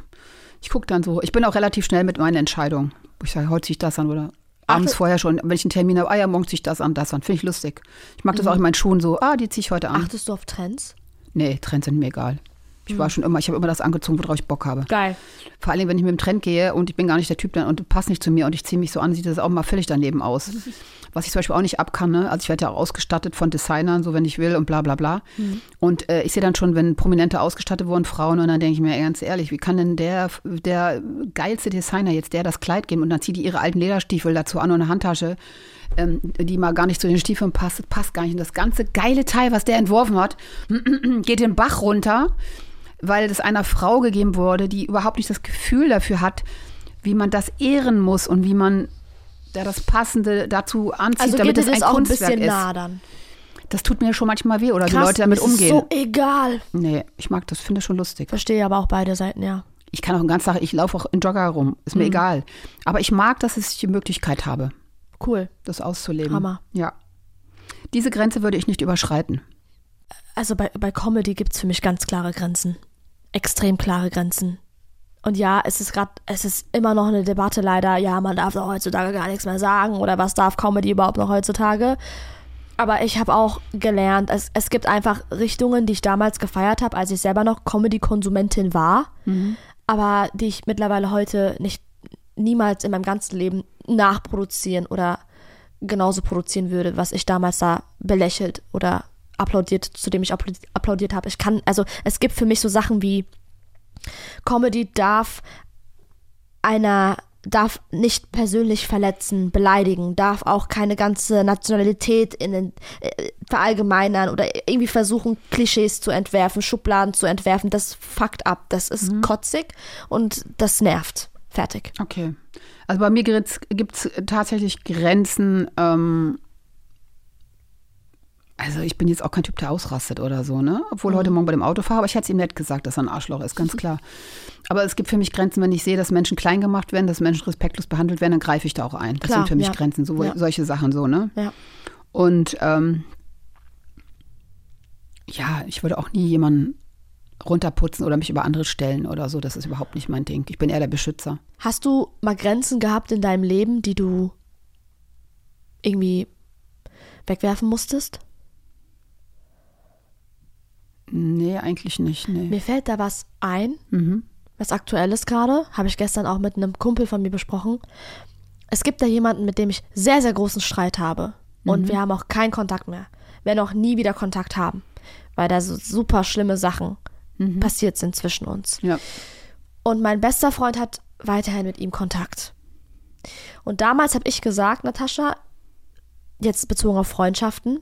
[SPEAKER 3] Ich gucke dann so. Ich bin auch relativ schnell mit meinen Entscheidungen. Wo Ich sage, heute ziehe ich das an oder abends vorher schon, wenn ich einen Termin habe, ah ja, morgen ziehe ich das an, das an. Finde ich lustig. Ich mag das auch in meinen Schuhen so, ah, die ziehe ich heute an.
[SPEAKER 2] Achtest du auf Trends?
[SPEAKER 3] Nee, Trends sind mir egal. Ich war schon immer, ich habe immer das angezogen, worauf ich Bock habe.
[SPEAKER 2] Geil.
[SPEAKER 3] Vor allem, wenn ich mit dem Trend gehe und ich bin gar nicht der Typ dann und passt nicht zu mir und ich ziehe mich so an, sieht das auch mal völlig daneben aus. Was ich zum Beispiel auch nicht abkann, ne? also ich werde ja auch ausgestattet von Designern, so wenn ich will und bla bla bla. Und äh, ich sehe dann schon, wenn Prominente ausgestattet wurden, Frauen, und dann denke ich mir ganz ehrlich, wie kann denn der, der geilste Designer jetzt der das Kleid geben und dann zieht die ihre alten Lederstiefel dazu an und eine Handtasche, ähm, die mal gar nicht zu den Stiefeln passt, Das passt gar nicht. Und das ganze geile Teil, was der entworfen hat, geht den Bach runter weil das einer Frau gegeben wurde, die überhaupt nicht das Gefühl dafür hat, wie man das ehren muss und wie man da das Passende dazu anzieht,
[SPEAKER 2] Also
[SPEAKER 3] damit
[SPEAKER 2] geht dir
[SPEAKER 3] es ein
[SPEAKER 2] das auch ein
[SPEAKER 3] Kunstwerk
[SPEAKER 2] bisschen
[SPEAKER 3] ist.
[SPEAKER 2] nah dann.
[SPEAKER 3] Das tut mir schon manchmal weh oder wie
[SPEAKER 2] Krass,
[SPEAKER 3] Leute damit
[SPEAKER 2] mir ist es
[SPEAKER 3] umgehen.
[SPEAKER 2] so egal.
[SPEAKER 3] nee, ich mag das, finde schon lustig.
[SPEAKER 2] Verstehe aber auch beide Seiten, ja.
[SPEAKER 3] Ich kann auch den ganzen Tag, ich laufe auch in Jogger rum, ist
[SPEAKER 2] Mhm.
[SPEAKER 3] mir egal. Aber ich mag, dass ich die Möglichkeit habe,
[SPEAKER 2] Cool.
[SPEAKER 3] das auszuleben.
[SPEAKER 2] Hammer.
[SPEAKER 3] Ja. Diese Grenze würde ich nicht überschreiten.
[SPEAKER 2] Also bei, bei Comedy gibt es für mich ganz klare Grenzen. Extrem klare Grenzen. Und ja, es ist gerade, es ist immer noch eine Debatte leider, ja, man darf doch heutzutage gar nichts mehr sagen oder was darf Comedy überhaupt noch heutzutage. Aber ich habe auch gelernt, es, es gibt einfach Richtungen, die ich damals gefeiert habe, als ich selber noch Comedy-Konsumentin war, aber die ich mittlerweile heute nicht niemals in meinem ganzen Leben nachproduzieren oder genauso produzieren würde, was ich damals da belächelt oder applaudiert, zu dem ich applaudiert, applaudiert habe. Ich kann, also es gibt für mich so Sachen wie Comedy darf einer darf nicht persönlich verletzen, beleidigen, darf auch keine ganze Nationalität in den, äh, verallgemeinern oder irgendwie versuchen, Klischees zu entwerfen, Schubladen zu entwerfen. Das fuckt ab. Das ist kotzig und das nervt. Fertig.
[SPEAKER 3] Okay. Also bei mir gibt es tatsächlich Grenzen. Ähm, also ich bin jetzt auch kein Typ, der ausrastet oder so, ne?
[SPEAKER 2] Mhm.
[SPEAKER 3] Obwohl heute Morgen bei dem Auto fahre, aber ich hätte es ihm nett gesagt, dass er ein Arschloch ist, ganz klar. Aber es gibt für mich Grenzen, wenn ich sehe, dass Menschen klein gemacht werden, dass Menschen respektlos behandelt werden, dann greife ich da auch ein. Das
[SPEAKER 2] Klar,
[SPEAKER 3] sind für mich
[SPEAKER 2] ja.
[SPEAKER 3] Grenzen, so,
[SPEAKER 2] Ja.
[SPEAKER 3] solche Sachen so, ne?
[SPEAKER 2] Ja.
[SPEAKER 3] Und ähm, ja, ich würde auch nie jemanden runterputzen oder mich über andere stellen oder so. Das ist überhaupt nicht mein Ding. Ich bin eher der Beschützer.
[SPEAKER 2] Hast du mal Grenzen gehabt in deinem Leben, die du irgendwie wegwerfen musstest?
[SPEAKER 3] Nee, eigentlich nicht. Nee.
[SPEAKER 2] Mir fällt da was ein, was aktuell ist gerade. Habe ich gestern auch mit einem Kumpel von mir besprochen. Es gibt da jemanden, mit dem ich sehr, sehr großen Streit habe. Und wir haben auch keinen Kontakt mehr. Werden auch nie wieder Kontakt haben. Weil da so super schlimme Sachen passiert sind zwischen uns.
[SPEAKER 3] Ja.
[SPEAKER 2] Und mein bester Freund hat weiterhin mit ihm Kontakt. Und damals habe ich gesagt, Natascha, jetzt bezogen auf Freundschaften,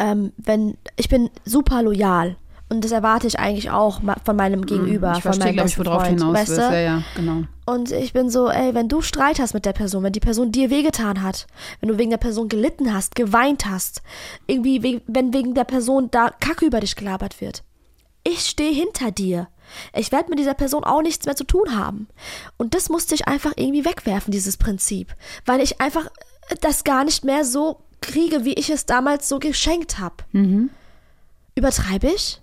[SPEAKER 2] ähm, wenn ich bin super loyal und das erwarte ich eigentlich auch ma- von meinem Gegenüber,
[SPEAKER 3] Hm, ich
[SPEAKER 2] von
[SPEAKER 3] verstehe,
[SPEAKER 2] meinem
[SPEAKER 3] glaube ich,
[SPEAKER 2] besten
[SPEAKER 3] worauf du
[SPEAKER 2] Freund,
[SPEAKER 3] hinaus
[SPEAKER 2] weißt
[SPEAKER 3] willst.
[SPEAKER 2] du?
[SPEAKER 3] Ja, ja, genau.
[SPEAKER 2] Und ich bin so, ey, wenn du Streit hast mit der Person, wenn die Person dir wehgetan hat, wenn du wegen der Person gelitten hast, geweint hast, irgendwie, we wenn wegen der Person da Kacke über dich gelabert wird, ich stehe hinter dir. Ich werde mit dieser Person auch nichts mehr zu tun haben. Und das musste ich einfach irgendwie wegwerfen, dieses Prinzip. Weil ich einfach das gar nicht mehr so kriege, wie ich es damals so geschenkt habe. Übertreibe ich?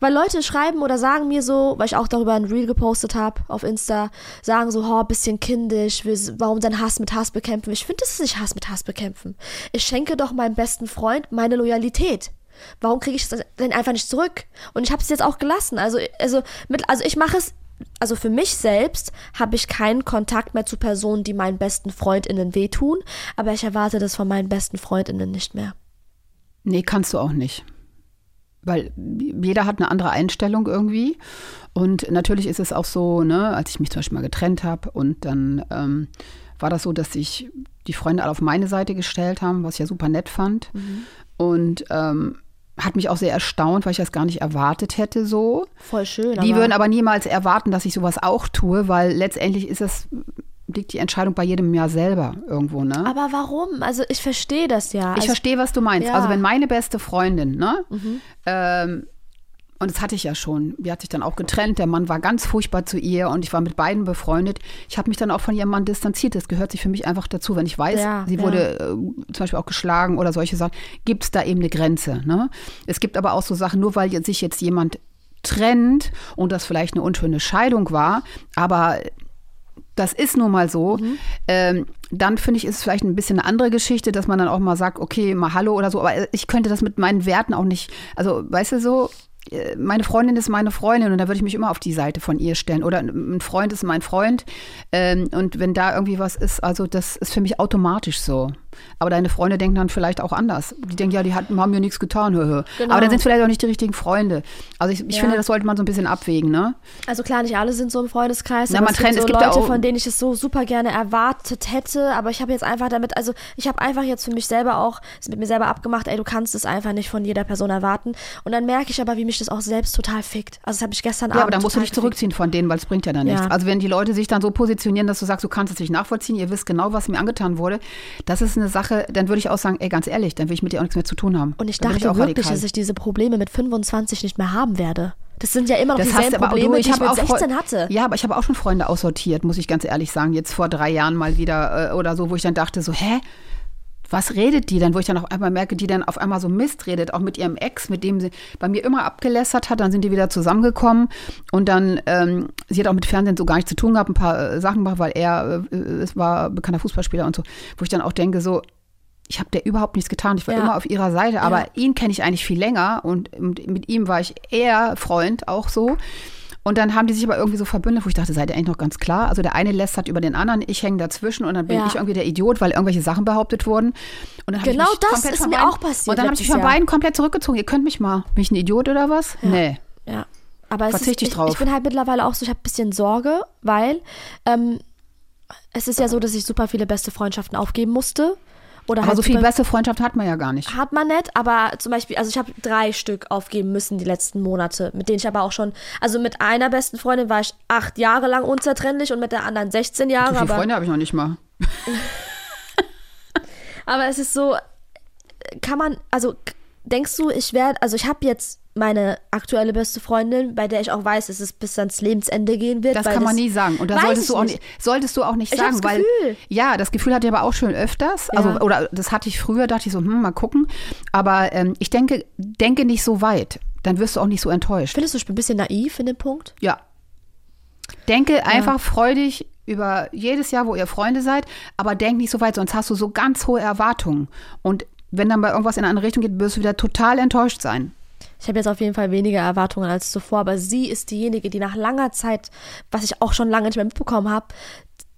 [SPEAKER 2] Weil Leute schreiben oder sagen mir so, weil ich auch darüber ein Reel gepostet habe auf Insta, sagen so, oh, bisschen kindisch, wir- warum denn Hass mit Hass bekämpfen? Ich finde, das ist nicht Hass mit Hass bekämpfen. Ich schenke doch meinem besten Freund meine Loyalität. Warum kriege ich das denn einfach nicht zurück? Und ich habe es jetzt auch gelassen. Also, also, mit, also ich mache es, also für mich selbst habe ich keinen Kontakt mehr zu Personen, die meinen besten FreundInnen wehtun, aber ich erwarte das von meinen besten FreundInnen nicht mehr.
[SPEAKER 3] Nee, kannst du auch nicht. Weil jeder hat eine andere Einstellung irgendwie. Und natürlich ist es auch so, ne, als ich mich zum Beispiel mal getrennt habe und dann ähm, war das so, dass sich die Freunde alle auf meine Seite gestellt haben, was ich ja super nett fand.
[SPEAKER 2] Mhm.
[SPEAKER 3] Und ähm, hat mich auch sehr erstaunt, weil ich das gar nicht erwartet hätte so.
[SPEAKER 2] Voll schön.
[SPEAKER 3] Die würden aber niemals erwarten, dass ich sowas auch tue, weil letztendlich ist das, liegt die Entscheidung bei jedem ja selber irgendwo, ne?
[SPEAKER 2] Aber warum? Also ich verstehe das ja.
[SPEAKER 3] Ich
[SPEAKER 2] also,
[SPEAKER 3] verstehe, was du meinst.
[SPEAKER 2] ja. Mhm.
[SPEAKER 3] Also wenn meine beste Freundin, ne? Ähm, und das hatte ich ja schon. Die hat sich dann auch getrennt. Der Mann war ganz furchtbar zu ihr und ich war mit beiden befreundet. Ich habe mich dann auch von ihrem Mann distanziert. Das gehört sich für mich einfach dazu. Wenn ich weiß,
[SPEAKER 2] Ja,
[SPEAKER 3] sie
[SPEAKER 2] ja.
[SPEAKER 3] wurde äh, zum Beispiel auch geschlagen oder solche Sachen, gibt es da eben eine Grenze. Ne? Es gibt aber auch so Sachen, nur weil jetzt sich jetzt jemand trennt und das vielleicht eine unschöne Scheidung war, aber das ist nun mal so,
[SPEAKER 2] Mhm.
[SPEAKER 3] ähm, dann finde ich, ist es vielleicht ein bisschen eine andere Geschichte, dass man dann auch mal sagt, okay, mal Hallo oder so, aber ich könnte das mit meinen Werten auch nicht, also weißt du so, äh, meine Freundin ist meine Freundin und da würde ich mich immer auf die Seite von ihr stellen. Oder ein Freund ist mein Freund. Ähm, und wenn da irgendwie was ist, also das ist für mich automatisch so. Aber deine Freunde denken dann vielleicht auch anders. Die denken, ja, die hatten, haben mir nichts getan. hö, hö.
[SPEAKER 2] Genau.
[SPEAKER 3] Aber dann sind es vielleicht auch nicht die richtigen Freunde. Also ich, ich
[SPEAKER 2] Ja.
[SPEAKER 3] finde, das sollte man so ein bisschen abwägen, ne?
[SPEAKER 2] Also klar, nicht alle sind so im Freundeskreis,
[SPEAKER 3] Na,
[SPEAKER 2] aber
[SPEAKER 3] man
[SPEAKER 2] es
[SPEAKER 3] trennt-
[SPEAKER 2] gibt so
[SPEAKER 3] es gibt ja
[SPEAKER 2] Leute,
[SPEAKER 3] auch-
[SPEAKER 2] von denen ich es so super gerne erwartet hätte, aber ich habe jetzt einfach damit, also ich habe einfach jetzt für mich selber auch, es mit mir selber abgemacht, ey, du kannst es einfach nicht von jeder Person erwarten und dann merke ich aber, wie mich das auch selbst total fickt. Also das habe ich gestern Abend
[SPEAKER 3] Ja, aber dann musst du
[SPEAKER 2] total
[SPEAKER 3] dich zurückziehen von denen, weil es bringt ja dann
[SPEAKER 2] Ja.
[SPEAKER 3] nichts. Also wenn die Leute sich dann so positionieren, dass du sagst, du kannst es nicht nachvollziehen, ihr wisst genau, was mir angetan wurde, das ist eine Sache, dann würde ich auch sagen, ey, ganz ehrlich, dann will ich mit dir auch nichts mehr zu tun haben.
[SPEAKER 2] gefickt. Und ich
[SPEAKER 3] Dann bin
[SPEAKER 2] dachte
[SPEAKER 3] auch
[SPEAKER 2] wirklich,
[SPEAKER 3] radikal.
[SPEAKER 2] dass ich diese Probleme mit 25 nicht mehr haben werde. Das sind ja immer noch dieselben
[SPEAKER 3] aber-
[SPEAKER 2] Probleme,
[SPEAKER 3] du,
[SPEAKER 2] die ich
[SPEAKER 3] hab
[SPEAKER 2] mit
[SPEAKER 3] auch Freu-
[SPEAKER 2] 16 hatte.
[SPEAKER 3] Ja, aber ich habe auch schon Freunde aussortiert, muss ich ganz ehrlich sagen. Jetzt vor drei Jahren mal wieder äh, oder so, wo ich dann dachte so, hä? Was redet die dann, wo ich dann auf einmal merke, die dann auf einmal so Mist redet, auch mit ihrem Ex, mit dem sie bei mir immer abgelästert hat, dann sind die wieder zusammengekommen und dann, ähm, sie hat auch mit Fernsehen so gar nichts zu tun gehabt, ein paar äh, Sachen gemacht, weil er, äh, es war bekannter Fußballspieler und so, wo ich dann auch denke so, ich habe der überhaupt nichts getan, ich war
[SPEAKER 2] Ja.
[SPEAKER 3] immer auf ihrer Seite, aber
[SPEAKER 2] Ja.
[SPEAKER 3] ihn kenne ich eigentlich viel länger und mit- mit ihm war ich eher Freund, auch so. Und dann haben die sich aber irgendwie so verbündet, wo ich dachte, seid ihr eigentlich noch ganz klar? Also der eine lästert über den anderen, ich hänge dazwischen und dann bin
[SPEAKER 2] Ja.
[SPEAKER 3] ich irgendwie der Idiot, weil irgendwelche Sachen behauptet wurden. Und dann hab
[SPEAKER 2] Genau
[SPEAKER 3] ich mich
[SPEAKER 2] das
[SPEAKER 3] komplett
[SPEAKER 2] ist
[SPEAKER 3] von
[SPEAKER 2] mir
[SPEAKER 3] beiden-
[SPEAKER 2] auch passiert
[SPEAKER 3] Und dann habe ich mich
[SPEAKER 2] letztes
[SPEAKER 3] von
[SPEAKER 2] Jahr.
[SPEAKER 3] beiden komplett zurückgezogen. Ihr könnt mich mal. Bin ich ein Idiot oder was? Nee.
[SPEAKER 2] Ja. Aber es
[SPEAKER 3] Verzicht
[SPEAKER 2] ist,
[SPEAKER 3] ich drauf.
[SPEAKER 2] Ich, ich bin halt mittlerweile auch so, ich habe ein bisschen Sorge, weil ähm, es ist ja so, dass ich super viele beste Freundschaften aufgeben musste. Oder
[SPEAKER 3] Aber
[SPEAKER 2] halt
[SPEAKER 3] so viel
[SPEAKER 2] super-
[SPEAKER 3] beste Freundschaft hat man ja gar nicht.
[SPEAKER 2] hat man nicht, aber zum Beispiel, also ich habe drei Stück aufgeben müssen die letzten Monate, mit denen ich aber auch schon, also mit einer besten Freundin war ich acht Jahre lang unzertrennlich und mit der anderen 16
[SPEAKER 3] So
[SPEAKER 2] Jahre,
[SPEAKER 3] viele
[SPEAKER 2] Ah, aber,
[SPEAKER 3] Freunde habe ich noch nicht mal.
[SPEAKER 2] aber es ist so, kann man, also k- denkst du, ich werde, also ich habe jetzt meine aktuelle beste Freundin, bei der ich auch weiß, dass es bis ans Lebensende gehen wird.
[SPEAKER 3] Das
[SPEAKER 2] weil
[SPEAKER 3] kann man nie sagen. Und da
[SPEAKER 2] Weiß
[SPEAKER 3] solltest
[SPEAKER 2] ich
[SPEAKER 3] du, auch
[SPEAKER 2] nicht.
[SPEAKER 3] nicht, solltest du auch nicht
[SPEAKER 2] Ich
[SPEAKER 3] sagen,
[SPEAKER 2] hab's
[SPEAKER 3] weil.
[SPEAKER 2] Gefühl.
[SPEAKER 3] Ja, das Gefühl hatte ich aber auch schon öfters. Also,
[SPEAKER 2] Ja.
[SPEAKER 3] oder das hatte ich früher, dachte ich so, hm, mal gucken. Aber ähm, ich denke, denke nicht so weit. Dann wirst du auch nicht so enttäuscht.
[SPEAKER 2] Findest du, ich bin ein bisschen naiv in dem Punkt?
[SPEAKER 3] Ja. Denke einfach freudig über jedes Jahr, wo ihr Freunde seid, aber denk nicht so weit, sonst hast du so ganz hohe Erwartungen. Und wenn dann bei irgendwas in eine andere Richtung geht, wirst du wieder total enttäuscht sein.
[SPEAKER 2] Ich habe jetzt auf jeden Fall weniger Erwartungen als zuvor, aber sie ist diejenige, die nach langer Zeit, was ich auch schon lange nicht mehr mitbekommen habe,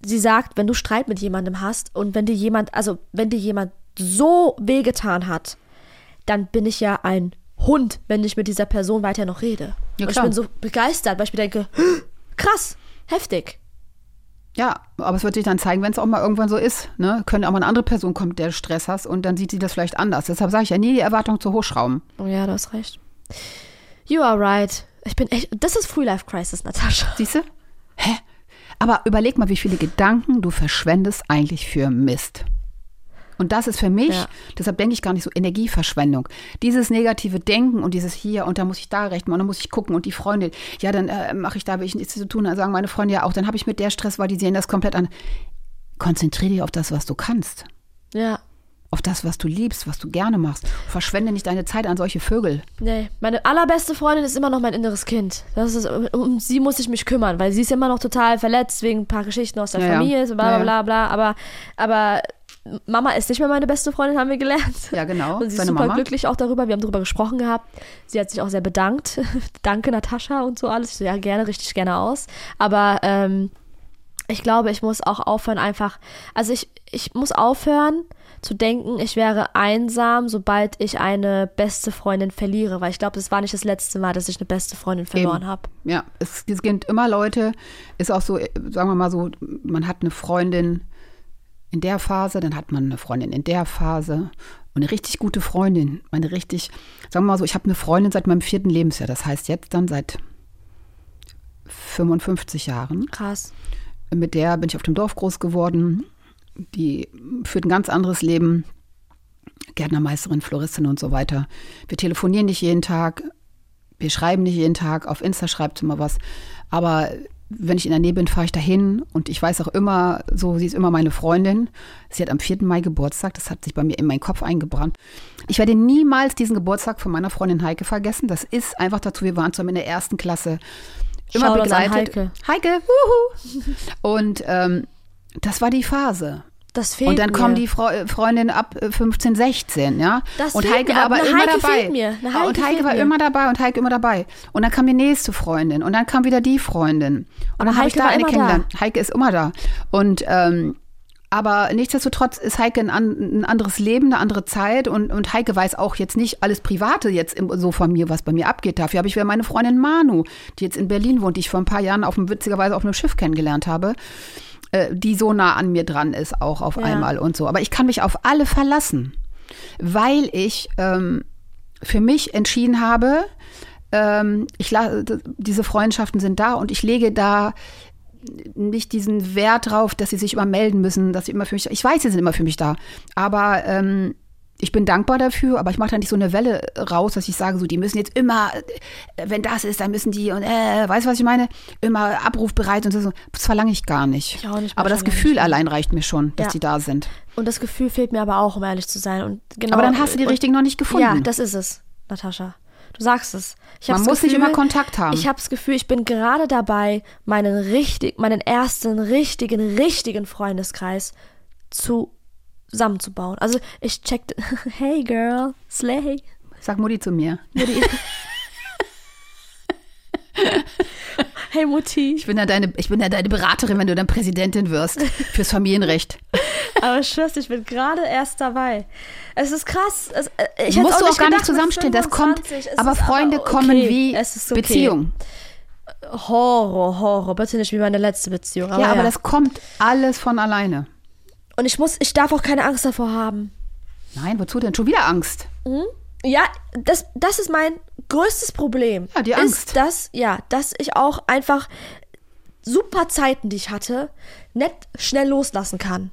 [SPEAKER 2] sie sagt, wenn du Streit mit jemandem hast und wenn dir jemand, also wenn dir jemand so wehgetan hat, dann bin ich ja ein Hund, wenn ich mit dieser Person weiter noch rede.
[SPEAKER 3] Ja,
[SPEAKER 2] und ich
[SPEAKER 3] klar.
[SPEAKER 2] bin so begeistert, weil ich mir denke, krass, heftig.
[SPEAKER 3] Ja, aber es wird sich dann zeigen, wenn es auch mal irgendwann so ist. Ne? Könnte auch mal eine andere Person kommen, mit der du Stress hast und dann sieht sie das vielleicht anders. Deshalb sage ich ja nie die Erwartung zu hochschrauben.
[SPEAKER 2] Oh Ja, du hast recht. You are right. Ich bin echt, das ist Free Life Crisis, Natascha.
[SPEAKER 3] Siehst du? Hä? Aber überleg mal, wie viele Gedanken du verschwendest eigentlich für Mist. Und das ist für mich,
[SPEAKER 2] Ja.
[SPEAKER 3] deshalb denke ich gar nicht so, Energieverschwendung. Dieses negative Denken und dieses hier und da muss ich da recht machen, und dann muss ich gucken und die Freundin, ja, dann äh, mache ich da, will ich nichts zu tun, dann sagen meine Freunde ja auch, dann habe ich mit der Stress, weil die sehen das komplett an. Konzentriere dich auf das, was du kannst.
[SPEAKER 2] Ja.
[SPEAKER 3] auf das, was du liebst, was du gerne machst. Verschwende nicht deine Zeit an solche Vögel.
[SPEAKER 2] Nee, meine allerbeste Freundin ist immer noch mein inneres Kind. Das ist, um, um sie muss ich mich kümmern, weil sie ist immer noch total verletzt wegen ein paar Geschichten aus der
[SPEAKER 3] Ja, ja.
[SPEAKER 2] Familie, so bla
[SPEAKER 3] Ja,
[SPEAKER 2] bla bla bla. Aber, aber Mama ist nicht mehr meine beste Freundin, haben wir gelernt.
[SPEAKER 3] Ja, genau.
[SPEAKER 2] Und sie ist
[SPEAKER 3] Seine
[SPEAKER 2] super
[SPEAKER 3] Mama.
[SPEAKER 2] glücklich auch darüber. Wir haben darüber gesprochen gehabt. Sie hat sich auch sehr bedankt. Danke, Natascha und so alles. Ich so, ja, gerne, richtig gerne aus. Aber ähm, ich glaube, ich muss auch aufhören, einfach. Also ich, ich muss aufhören zu denken, ich wäre einsam, sobald ich eine beste Freundin verliere. Weil ich glaube, das war nicht das letzte Mal, dass ich eine beste Freundin verloren
[SPEAKER 3] Eben.
[SPEAKER 2] habe.
[SPEAKER 3] Ja, es, es gibt immer Leute, ist auch so, äh, sagen wir mal so, man hat eine Freundin in der Phase, dann hat man eine Freundin in der Phase und eine richtig gute Freundin, eine richtig, sagen wir mal so, ich habe eine Freundin seit meinem vierten Lebensjahr, das heißt jetzt dann seit 55 Jahren.
[SPEAKER 2] Krass.
[SPEAKER 3] Mit der bin ich auf dem Dorf groß geworden. Die führt ein ganz anderes Leben. Gärtnermeisterin, Floristin und so weiter. Wir telefonieren nicht jeden Tag. Wir schreiben nicht jeden Tag. Auf Insta schreibt sie mal was. Aber wenn ich in der Nähe bin, fahre ich dahin. Und ich weiß auch immer, so, sie ist immer meine Freundin. Sie hat am 4. Mai Geburtstag. Das hat sich bei mir in meinen Kopf eingebrannt. Ich werde niemals diesen Geburtstag von meiner Freundin Heike vergessen. Das ist einfach dazu. Wir waren zusammen in der ersten Klasse. Immer
[SPEAKER 2] Shoutouts an
[SPEAKER 3] begleitet.
[SPEAKER 2] Heike.
[SPEAKER 3] Heike, wuhu. Und ähm, das war die Phase.
[SPEAKER 2] Das fehlt
[SPEAKER 3] Und dann
[SPEAKER 2] mir.
[SPEAKER 3] kommen die Fre äh, Freundinnen ab äh, 15, 16, ja?
[SPEAKER 2] Das
[SPEAKER 3] und
[SPEAKER 2] fehlt
[SPEAKER 3] Heike
[SPEAKER 2] mir,
[SPEAKER 3] war
[SPEAKER 2] aber
[SPEAKER 3] aber
[SPEAKER 2] eine
[SPEAKER 3] immer
[SPEAKER 2] Heike
[SPEAKER 3] dabei.
[SPEAKER 2] fehlt mir. Eine
[SPEAKER 3] Ja, und
[SPEAKER 2] Heike
[SPEAKER 3] Heike
[SPEAKER 2] fehlt
[SPEAKER 3] war
[SPEAKER 2] mir.
[SPEAKER 3] immer dabei und Heike immer dabei. Und dann kam die nächste Freundin und dann kam wieder die Freundin. Und dann habe ich
[SPEAKER 2] Heike
[SPEAKER 3] da
[SPEAKER 2] war
[SPEAKER 3] eine
[SPEAKER 2] immer
[SPEAKER 3] kennengelernt. Heike ist immer da. Und ähm, aber nichtsdestotrotz ist Heike ein, an, ein anderes Leben, eine andere Zeit und, und Heike weiß auch jetzt nicht alles Private jetzt im, so von mir, was bei mir abgeht. Dafür habe ich wieder meine Freundin Manu, die jetzt in Berlin wohnt, die ich vor ein paar Jahren auf einem, witzigerweise auf einem Schiff kennengelernt habe äh, die so nah an mir dran ist, auch auf einmal und so. Aber ich kann mich auf alle verlassen, weil ich ähm, für mich entschieden habe, ähm, ich la- d- diese Freundschaften sind da und ich lege da nicht diesen Wert drauf, dass sie sich immer melden müssen, dass sie immer für mich, ich weiß, sie sind immer für mich da, aber ähm, ich bin dankbar dafür, aber ich mache da nicht so eine Welle raus, dass ich sage, so, die müssen jetzt immer, äh, wenn das ist, dann müssen die und äh, weißt du, was ich meine? Immer abrufbereit und so. Das verlange ich gar nicht.
[SPEAKER 2] Ich auch nicht,
[SPEAKER 3] aber
[SPEAKER 2] manchmal
[SPEAKER 3] das Gefühl allein reicht mir schon, dass
[SPEAKER 2] Ja.
[SPEAKER 3] die da sind.
[SPEAKER 2] Und das Gefühl fehlt mir aber auch, um ehrlich zu sein. Und genau,
[SPEAKER 3] Aber dann hast du die
[SPEAKER 2] und-
[SPEAKER 3] richtigen noch nicht gefunden.
[SPEAKER 2] Ja, das ist es, Natascha. Du sagst es. Ich hab
[SPEAKER 3] Man
[SPEAKER 2] das
[SPEAKER 3] muss nicht immer Kontakt haben.
[SPEAKER 2] Ich habe das Gefühl, ich bin gerade dabei, meinen richtig, meinen ersten richtigen, richtigen Freundeskreis zu, zusammenzubauen. Also ich checkte, hey girl, slay.
[SPEAKER 3] Sag Mutti zu mir.
[SPEAKER 2] Hey Mutti.
[SPEAKER 3] Ich bin ja deine, ich bin ja deine Beraterin, wenn du dann Präsidentin wirst fürs Familienrecht.
[SPEAKER 2] Aber ich schwör's, dir, ich bin gerade erst dabei. Es ist krass. Es, äh, ich hätt's
[SPEAKER 3] Musst du auch gar
[SPEAKER 2] gedacht
[SPEAKER 3] nicht
[SPEAKER 2] mit
[SPEAKER 3] zusammenstehen. Das kommt.
[SPEAKER 2] 25. Es
[SPEAKER 3] Aber
[SPEAKER 2] ist
[SPEAKER 3] Freunde
[SPEAKER 2] okay.
[SPEAKER 3] kommen wie
[SPEAKER 2] Es ist okay.
[SPEAKER 3] Beziehung.
[SPEAKER 2] Horror, Horror. Bitte nicht wie meine letzte Beziehung.
[SPEAKER 3] Ja, aber das kommt alles von alleine.
[SPEAKER 2] Und ich muss, ich darf auch keine Angst davor haben.
[SPEAKER 3] Nein, wozu denn? Schon wieder Angst.
[SPEAKER 2] Ja, das, das ist mein größtes Problem.
[SPEAKER 3] Ja, die
[SPEAKER 2] Ist
[SPEAKER 3] Angst.
[SPEAKER 2] das, ja, dass ich auch einfach super Zeiten, die ich hatte, nett schnell loslassen kann.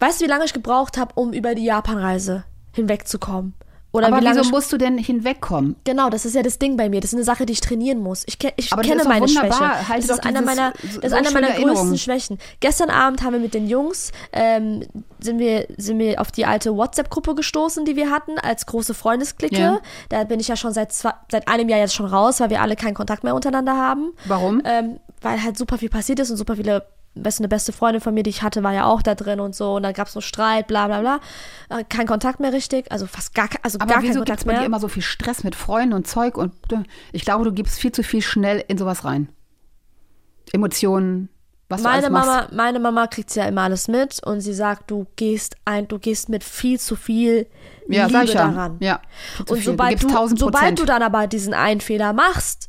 [SPEAKER 2] Weißt du, wie lange ich gebraucht habe, um über die Japanreise hinwegzukommen? Oder
[SPEAKER 3] Aber
[SPEAKER 2] wie lange
[SPEAKER 3] wieso
[SPEAKER 2] ich,
[SPEAKER 3] musst du denn hinwegkommen?
[SPEAKER 2] Genau, das ist ja das Ding bei mir. Das ist eine Sache, die ich trainieren muss. Ich, ke ich
[SPEAKER 3] Aber das
[SPEAKER 2] kenne
[SPEAKER 3] ist doch
[SPEAKER 2] meine
[SPEAKER 3] wunderbar.
[SPEAKER 2] Schwäche.
[SPEAKER 3] Halte
[SPEAKER 2] das
[SPEAKER 3] doch
[SPEAKER 2] ist einer
[SPEAKER 3] dieses-
[SPEAKER 2] meiner,
[SPEAKER 3] so-
[SPEAKER 2] das ist
[SPEAKER 3] so
[SPEAKER 2] einer meiner
[SPEAKER 3] schöne Erinnerungen.
[SPEAKER 2] größten Schwächen. Gestern Abend haben wir mit den Jungs ähm, sind wir sind wir auf die alte WhatsApp-Gruppe gestoßen, die wir hatten als große Freundesklicke.
[SPEAKER 3] Ja.
[SPEAKER 2] Da bin ich ja schon seit zwei, seit einem Jahr jetzt schon raus, weil wir alle keinen Kontakt mehr untereinander haben.
[SPEAKER 3] Warum?
[SPEAKER 2] Ähm, weil halt super viel passiert ist und super viele, weißt du, eine beste Freundin von mir, die ich hatte, war ja auch da drin und so. Und dann gab es nur Streit, bla bla bla. Äh, Kein Kontakt mehr richtig, also fast gar, ke- also
[SPEAKER 3] Aber
[SPEAKER 2] gar kein
[SPEAKER 3] wieso
[SPEAKER 2] Kontakt
[SPEAKER 3] gibt es bei
[SPEAKER 2] mehr.
[SPEAKER 3] dir immer so viel Stress mit Freunden und Zeug? Und äh, ich glaube, du gibst viel zu viel schnell in sowas rein. Emotionen, was
[SPEAKER 2] Meine
[SPEAKER 3] du alles machst.
[SPEAKER 2] Mama, meine Mama kriegt ja immer alles mit und sie sagt, du gehst ein, du gehst mit viel zu viel
[SPEAKER 3] ja,
[SPEAKER 2] Liebe
[SPEAKER 3] sag ich ja.
[SPEAKER 2] daran.
[SPEAKER 3] Ja, viel zu
[SPEAKER 2] Und
[SPEAKER 3] viel.
[SPEAKER 2] sobald
[SPEAKER 3] du,
[SPEAKER 2] du,
[SPEAKER 3] gibst 1000
[SPEAKER 2] sobald du
[SPEAKER 3] Prozent.
[SPEAKER 2] dann aber diesen einen Fehler machst,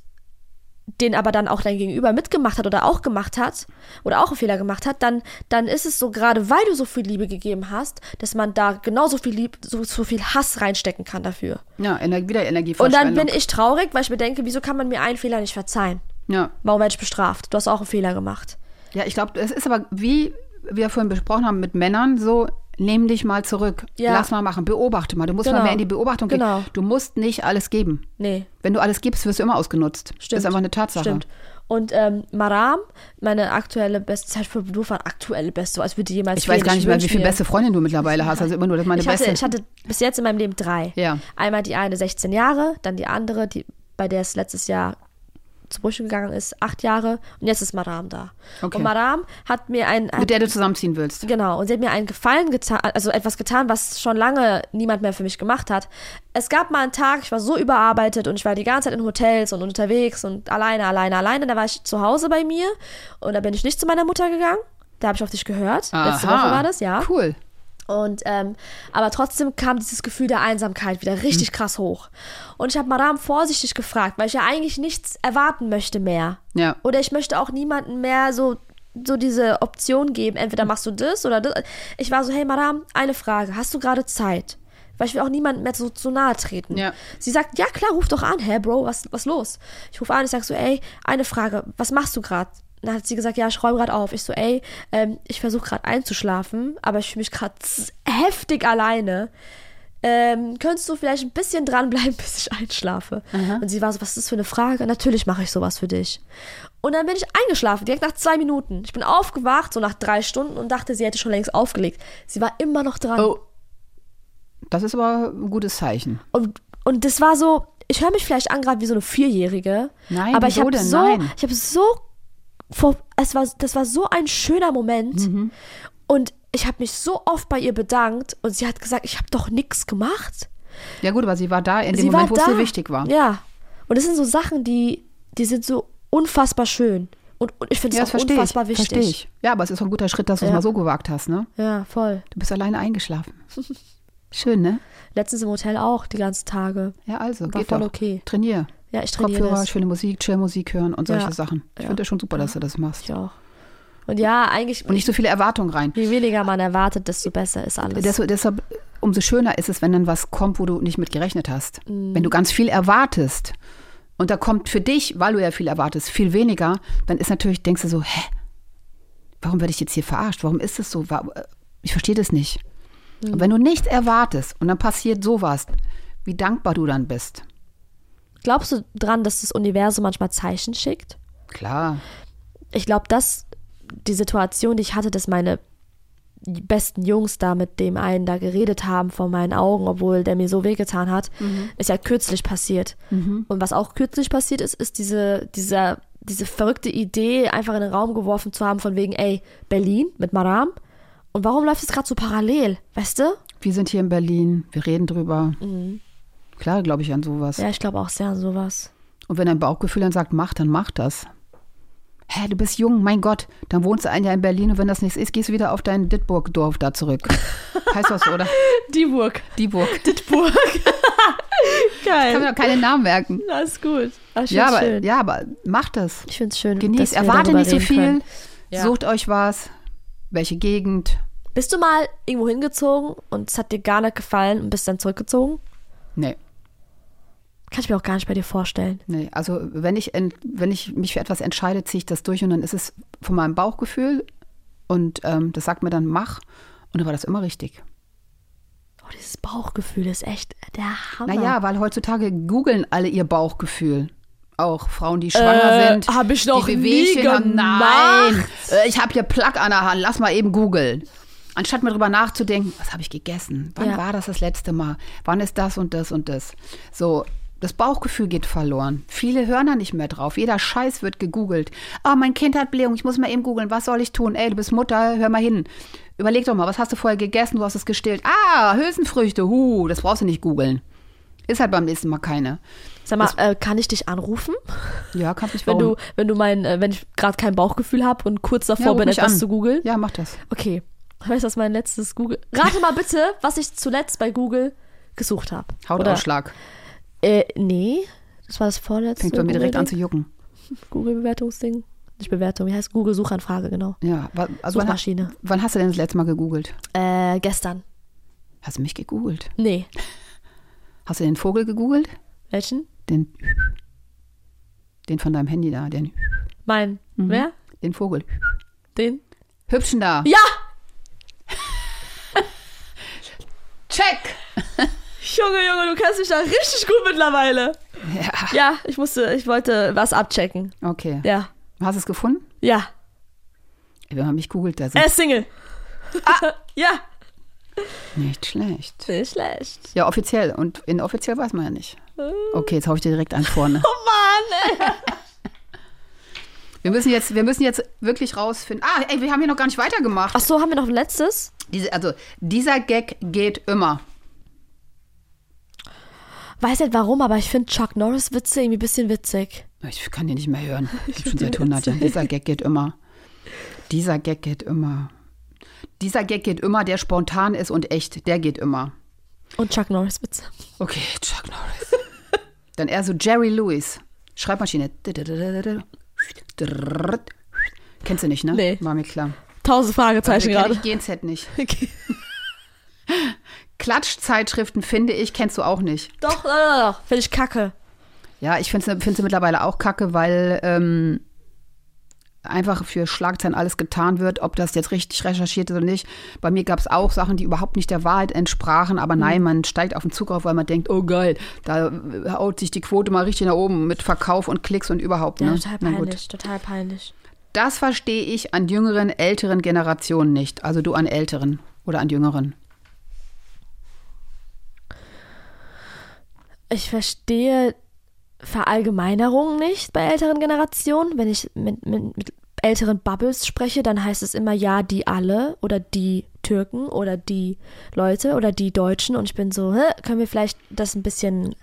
[SPEAKER 2] den aber dann auch dein Gegenüber mitgemacht hat oder auch gemacht hat oder auch einen Fehler gemacht hat, dann, dann ist es so gerade, weil du so viel Liebe gegeben hast, dass man da genauso viel Lieb, so, so viel Hass reinstecken kann dafür.
[SPEAKER 3] ja, Ener wieder
[SPEAKER 2] Und dann
[SPEAKER 3] Energieverschwendung.
[SPEAKER 2] bin ich traurig, weil ich mir denke, wieso kann man mir einen Fehler nicht verzeihen?
[SPEAKER 3] ja.
[SPEAKER 2] Warum werde ich bestraft? Du hast auch einen Fehler gemacht.
[SPEAKER 3] ja, ich glaube, es ist aber, wie wir vorhin besprochen haben, mit Männern so, nimm dich mal zurück.
[SPEAKER 2] Ja.
[SPEAKER 3] Lass mal machen, beobachte mal. Du musst
[SPEAKER 2] Genau.
[SPEAKER 3] mal mehr in die Beobachtung
[SPEAKER 2] Genau.
[SPEAKER 3] gehen. Du musst nicht alles geben.
[SPEAKER 2] Nee.
[SPEAKER 3] Wenn du alles gibst, wirst du immer ausgenutzt.
[SPEAKER 2] Stimmt.
[SPEAKER 3] Das ist einfach eine Tatsache.
[SPEAKER 2] Stimmt. Und ähm, Maram, meine aktuelle beste Zeit für Beruf war aktuelle beste, so als würde die jemals
[SPEAKER 3] Ich weiß
[SPEAKER 2] gehen.
[SPEAKER 3] gar nicht mehr, wie
[SPEAKER 2] wünsch
[SPEAKER 3] viele
[SPEAKER 2] mir-
[SPEAKER 3] beste Freundinnen du mittlerweile hast. Also immer nur, dass meine
[SPEAKER 2] ich hatte,
[SPEAKER 3] beste.
[SPEAKER 2] ich hatte bis jetzt in meinem Leben drei.
[SPEAKER 3] Ja.
[SPEAKER 2] Einmal die eine 16 Jahre, dann die andere, die, bei der es letztes Jahr zu Brüche gegangen ist, acht Jahre. Und jetzt ist Maram da.
[SPEAKER 3] Okay.
[SPEAKER 2] Und Maram hat mir ein.
[SPEAKER 3] mit der du zusammenziehen willst.
[SPEAKER 2] Genau, und sie hat mir einen Gefallen getan, also etwas getan, was schon lange niemand mehr für mich gemacht hat. Es gab mal einen Tag, ich war so überarbeitet und ich war die ganze Zeit in Hotels und unterwegs und alleine, alleine, alleine. Da war ich zu Hause bei mir und da bin ich nicht zu meiner Mutter gegangen. Da habe ich auf dich gehört. Letzte
[SPEAKER 3] Aha.
[SPEAKER 2] Woche war das, ja.
[SPEAKER 3] Cool.
[SPEAKER 2] Und ähm, aber trotzdem kam dieses Gefühl der Einsamkeit wieder richtig krass hoch. Und ich habe Madame vorsichtig gefragt, weil ich ja eigentlich nichts erwarten möchte mehr.
[SPEAKER 3] Ja.
[SPEAKER 2] Oder ich möchte auch niemandem mehr so so diese Option geben, entweder machst du das oder das. Ich war so, hey Madame, eine Frage, hast du gerade Zeit? Weil ich will auch niemandem mehr so zu nahe treten.
[SPEAKER 3] Ja.
[SPEAKER 2] Sie sagt, ja klar, ruf doch an, hä, Bro, was, was los? Ich rufe an, ich sag so, ey, eine Frage, was machst du gerade? Dann hat sie gesagt, ja, ich räume gerade auf. Ich so, ey, ähm, ich versuche gerade einzuschlafen, aber ich fühle mich gerade z- heftig alleine. Ähm, könntest du vielleicht ein bisschen dranbleiben, bis ich einschlafe? Und sie war so, was ist das für eine Frage? Natürlich mache ich sowas für dich. Und dann bin ich eingeschlafen, direkt nach zwei Minuten. Ich bin aufgewacht, so nach drei Stunden, und dachte, sie hätte schon längst aufgelegt. Sie war immer noch dran.
[SPEAKER 3] Oh. Das ist aber ein gutes Zeichen.
[SPEAKER 2] Und, und das war so, ich höre mich vielleicht an gerade wie so eine Vierjährige.
[SPEAKER 3] Nein,
[SPEAKER 2] aber ich
[SPEAKER 3] wieso
[SPEAKER 2] habe
[SPEAKER 3] denn?
[SPEAKER 2] so,
[SPEAKER 3] Nein. Mhm.
[SPEAKER 2] ich habe so, vor, es war, das war so ein schöner Moment. Und ich habe mich so oft bei ihr bedankt und sie hat gesagt, ich habe doch nichts gemacht.
[SPEAKER 3] Ja gut, aber sie war da in dem Moment, wo es dir wichtig war.
[SPEAKER 2] Ja. Und das sind so Sachen, die, die sind so unfassbar schön. Und, und ich finde
[SPEAKER 3] Ja,
[SPEAKER 2] es auch
[SPEAKER 3] das verstehe ich.
[SPEAKER 2] unfassbar wichtig.
[SPEAKER 3] Verstehe ich. Ja, aber es ist auch ein guter Schritt, dass du es
[SPEAKER 2] Ja.
[SPEAKER 3] mal so gewagt hast, ne?
[SPEAKER 2] Ja, voll.
[SPEAKER 3] Du bist alleine eingeschlafen. Schön, ne?
[SPEAKER 2] Letztens im Hotel auch die ganzen Tage.
[SPEAKER 3] Ja, also,
[SPEAKER 2] War
[SPEAKER 3] geht
[SPEAKER 2] voll
[SPEAKER 3] doch.
[SPEAKER 2] okay.
[SPEAKER 3] Trainier.
[SPEAKER 2] Ja, ich trainiere
[SPEAKER 3] Kopfhörer,
[SPEAKER 2] das.
[SPEAKER 3] schöne Musik, Chill-Musik hören und solche
[SPEAKER 2] Ja.
[SPEAKER 3] Sachen. Ich
[SPEAKER 2] Ja.
[SPEAKER 3] finde das schon super, dass du das machst.
[SPEAKER 2] Ich auch. Und ja, eigentlich,
[SPEAKER 3] Und nicht so viele Erwartungen rein.
[SPEAKER 2] je weniger man erwartet, desto besser ist alles.
[SPEAKER 3] Des, deshalb, umso schöner ist es, wenn dann was kommt, wo du nicht mit gerechnet hast.
[SPEAKER 2] Mm.
[SPEAKER 3] Wenn du ganz viel erwartest und da kommt für dich, weil du ja viel erwartest, viel weniger, dann ist natürlich, denkst du so, hä? Warum werde ich jetzt hier verarscht? Warum ist es so? Wa- Ich verstehe das nicht.
[SPEAKER 2] Mm.
[SPEAKER 3] Und wenn du nichts erwartest und dann passiert sowas, wie dankbar du dann bist.
[SPEAKER 2] Glaubst du dran, dass das Universum manchmal Zeichen schickt?
[SPEAKER 3] Klar.
[SPEAKER 2] Ich glaube, dass die Situation, die ich hatte, dass meine besten Jungs da mit dem einen da geredet haben vor meinen Augen, obwohl der mir so wehgetan hat, ist ja kürzlich passiert. Und was auch kürzlich passiert ist, ist diese, dieser, diese verrückte Idee, einfach in den Raum geworfen zu haben, von wegen, ey, Berlin mit Maram. Und warum läuft es gerade so parallel, weißt du?
[SPEAKER 3] Wir sind hier in Berlin, wir reden drüber. Klar glaube ich an sowas.
[SPEAKER 2] Mhm. Ja, ich glaube auch sehr an sowas.
[SPEAKER 3] Und wenn dein Bauchgefühl dann sagt, mach, dann mach das. Hä, du bist jung, mein Gott, dann wohnst du ein Jahr in Berlin und wenn das nichts ist, gehst du wieder auf dein Ditburg-Dorf da zurück. heißt das so, oder?
[SPEAKER 2] Die Burg.
[SPEAKER 3] Dieburg.
[SPEAKER 2] Burg.
[SPEAKER 3] Kann
[SPEAKER 2] Geil.
[SPEAKER 3] mir doch keine Namen merken.
[SPEAKER 2] Alles gut. Ach,
[SPEAKER 3] Ja aber,
[SPEAKER 2] schön.
[SPEAKER 3] ja, aber mach das.
[SPEAKER 2] Ich finde es schön. dass
[SPEAKER 3] Genießt,
[SPEAKER 2] wir
[SPEAKER 3] erwarte
[SPEAKER 2] darüber
[SPEAKER 3] nicht so
[SPEAKER 2] reden
[SPEAKER 3] viel.
[SPEAKER 2] können. Ja.
[SPEAKER 3] Sucht euch was. Welche Gegend?
[SPEAKER 2] Bist du mal irgendwo hingezogen und es hat dir gar nicht gefallen und bist dann zurückgezogen?
[SPEAKER 3] Nee,
[SPEAKER 2] Kann ich mir auch gar nicht bei dir vorstellen.
[SPEAKER 3] nee. Also wenn ich, ent- wenn ich mich für etwas entscheide, ziehe ich das durch und dann ist es von meinem Bauchgefühl und ähm, das sagt mir dann, mach. Und dann war das immer richtig.
[SPEAKER 2] Oh, dieses Bauchgefühl ist echt der Hammer.
[SPEAKER 3] Naja, weil heutzutage googeln alle ihr Bauchgefühl. Auch Frauen, die schwanger
[SPEAKER 2] Äh,
[SPEAKER 3] sind.
[SPEAKER 2] hab ich noch
[SPEAKER 3] die
[SPEAKER 2] nie
[SPEAKER 3] Wehwehchen haben. Nein,
[SPEAKER 2] gemacht.
[SPEAKER 3] äh, ich habe hier Plack an der Hand. Lass mal eben googeln. Anstatt mal drüber nachzudenken, was habe ich gegessen? Wann
[SPEAKER 2] Ja.
[SPEAKER 3] war das das letzte Mal? Wann ist das und das und das? So, das Bauchgefühl geht verloren. Viele hören da nicht mehr drauf. Jeder Scheiß wird gegoogelt. Ah, mein Kind hat Blähung. Ich muss mal eben googeln. Was soll ich tun? Ey, du bist Mutter. Hör mal hin. Überleg doch mal, was hast du vorher gegessen? Du hast es gestillt. Ah, Hülsenfrüchte. Huh, das brauchst du nicht googeln. Ist halt beim nächsten Mal keine.
[SPEAKER 2] Sag mal, äh, kann ich dich anrufen?
[SPEAKER 3] Ja, kannst mich
[SPEAKER 2] Wenn
[SPEAKER 3] warum?
[SPEAKER 2] du, wenn du mein, äh, wenn ich gerade kein Bauchgefühl habe und kurz davor
[SPEAKER 3] ja, ruf
[SPEAKER 2] bin,
[SPEAKER 3] mich
[SPEAKER 2] etwas
[SPEAKER 3] an.
[SPEAKER 2] zu googeln?
[SPEAKER 3] Ja, mach das.
[SPEAKER 2] Okay. Weißt du, was mein letztes Google. Rate mal bitte, was ich zuletzt bei Google gesucht habe.
[SPEAKER 3] Hautausschlag.
[SPEAKER 2] Äh, nee. Das war das vorletzte.
[SPEAKER 3] Fängt bei mir direkt an
[SPEAKER 2] Google-Ding.
[SPEAKER 3] zu jucken.
[SPEAKER 2] Google-Bewertungsding. Nicht Bewertung, wie heißt Google-Suchanfrage, genau.
[SPEAKER 3] Ja, wa- also wann,
[SPEAKER 2] Suchmaschine.
[SPEAKER 3] wann hast du denn das letzte Mal gegoogelt?
[SPEAKER 2] Äh, gestern.
[SPEAKER 3] Hast du mich gegoogelt?
[SPEAKER 2] Nee.
[SPEAKER 3] Hast du den Vogel gegoogelt?
[SPEAKER 2] Welchen?
[SPEAKER 3] Den, den von deinem Handy da, den,
[SPEAKER 2] Mein. Wer?
[SPEAKER 3] den Vogel.
[SPEAKER 2] Den?
[SPEAKER 3] Hübschen da.
[SPEAKER 2] Ja!
[SPEAKER 3] Check!
[SPEAKER 2] Junge, Junge, du kannst mich da richtig gut mittlerweile.
[SPEAKER 3] Ja.
[SPEAKER 2] Ja, ich musste, ich wollte was abchecken.
[SPEAKER 3] Okay.
[SPEAKER 2] Ja.
[SPEAKER 3] Hast du es gefunden?
[SPEAKER 2] Ja.
[SPEAKER 3] Ey, Wenn man mich googelt, da sind
[SPEAKER 2] Er ist Single. ja. Äh.
[SPEAKER 3] nicht schlecht.
[SPEAKER 2] Nicht schlecht.
[SPEAKER 3] Ja, offiziell. Und inoffiziell weiß man ja nicht.
[SPEAKER 2] Äh.
[SPEAKER 3] Okay, jetzt hau ich dir direkt an vorne.
[SPEAKER 2] Oh Mann, ey.
[SPEAKER 3] Wir müssen jetzt, wir müssen jetzt wirklich rausfinden. Ah, ey, wir haben hier noch gar nicht weitergemacht.
[SPEAKER 2] Ach so, haben wir noch ein letztes?
[SPEAKER 3] Diese, also, dieser Gag geht immer.
[SPEAKER 2] Weiß nicht warum, aber ich finde Chuck Norris Witze irgendwie ein bisschen witzig.
[SPEAKER 3] Ich kann den nicht mehr hören. Ich bin
[SPEAKER 2] find
[SPEAKER 3] schon seit
[SPEAKER 2] den
[SPEAKER 3] 100 Jahren. Dieser Gag geht immer. Dieser Gag geht immer. Dieser Gag geht immer, der spontan ist und echt, der geht immer.
[SPEAKER 2] Und Chuck Norris Witze.
[SPEAKER 3] Okay, Chuck Norris. Dann eher so Jerry Lewis. Schreibmaschine. Kennst du nicht, ne?
[SPEAKER 2] Nee.
[SPEAKER 3] War mir klar. Also
[SPEAKER 2] Tausend Fragezeichen
[SPEAKER 3] Kenn
[SPEAKER 2] gerade.
[SPEAKER 3] ich GNZ nicht.
[SPEAKER 2] Okay.
[SPEAKER 3] Klatschzeitschriften finde ich, kennst du auch nicht.
[SPEAKER 2] Doch, doch, doch, doch. Finde ich kacke.
[SPEAKER 3] Ja, ich finde sie mittlerweile auch kacke, weil ähm, einfach für Schlagzeilen alles getan wird, ob das jetzt richtig recherchiert ist oder nicht. Bei mir gab es auch Sachen, die überhaupt nicht der Wahrheit entsprachen,
[SPEAKER 2] Mhm.
[SPEAKER 3] aber nein, man steigt auf den Zug auf, weil man denkt, oh geil, da äh, haut sich die Quote mal richtig nach oben mit Verkauf und Klicks und überhaupt.
[SPEAKER 2] Ja,
[SPEAKER 3] Ne?
[SPEAKER 2] total
[SPEAKER 3] Na gut.
[SPEAKER 2] peinlich, total peinlich.
[SPEAKER 3] Das verstehe ich an jüngeren, älteren Generationen nicht. Also du an älteren oder an jüngeren.
[SPEAKER 2] Ich verstehe Verallgemeinerungen nicht bei älteren Generationen. Wenn ich mit, mit, mit älteren Bubbles spreche, dann heißt es immer ja, die alle oder die Türken oder die Leute oder die Deutschen. Und ich bin so, hä, können wir vielleicht das ein bisschen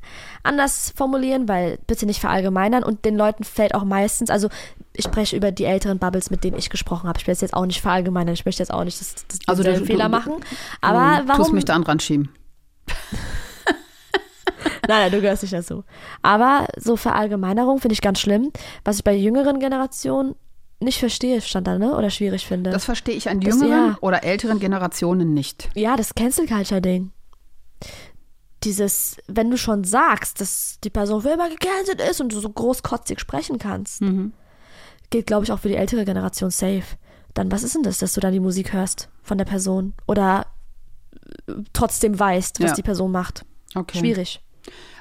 [SPEAKER 2] anders formulieren, weil bitte nicht verallgemeinern. Und den Leuten fällt auch meistens, also ich spreche über die älteren Bubbles, mit denen ich gesprochen habe. Ich will es jetzt auch nicht verallgemeinern, ich möchte jetzt auch nicht das, das,
[SPEAKER 3] Also
[SPEAKER 2] denselben
[SPEAKER 3] du-
[SPEAKER 2] Fehler
[SPEAKER 3] du-
[SPEAKER 2] machen. Aber
[SPEAKER 3] Du musst
[SPEAKER 2] warum
[SPEAKER 3] mich da an den Rand schieben.
[SPEAKER 2] Nein, nein, du gehörst nicht dazu. Aber so Verallgemeinerung finde ich ganz schlimm. Was ich bei jüngeren Generationen nicht verstehe, stand da, ne? Oder schwierig finde.
[SPEAKER 3] Das verstehe ich an
[SPEAKER 2] Das-
[SPEAKER 3] jüngeren
[SPEAKER 2] ja.
[SPEAKER 3] oder älteren Generationen nicht.
[SPEAKER 2] ja, das Cancel Culture-Ding. Dieses, wenn du schon sagst, dass die Person für immer gecancelt ist und du so großkotzig sprechen kannst,
[SPEAKER 3] Mhm.
[SPEAKER 2] geht, glaube ich, auch für die ältere Generation safe. Dann, was ist denn das, dass du dann die Musik hörst von der Person? Oder äh, trotzdem weißt, was
[SPEAKER 3] Ja.
[SPEAKER 2] die Person macht.
[SPEAKER 3] Okay.
[SPEAKER 2] Schwierig.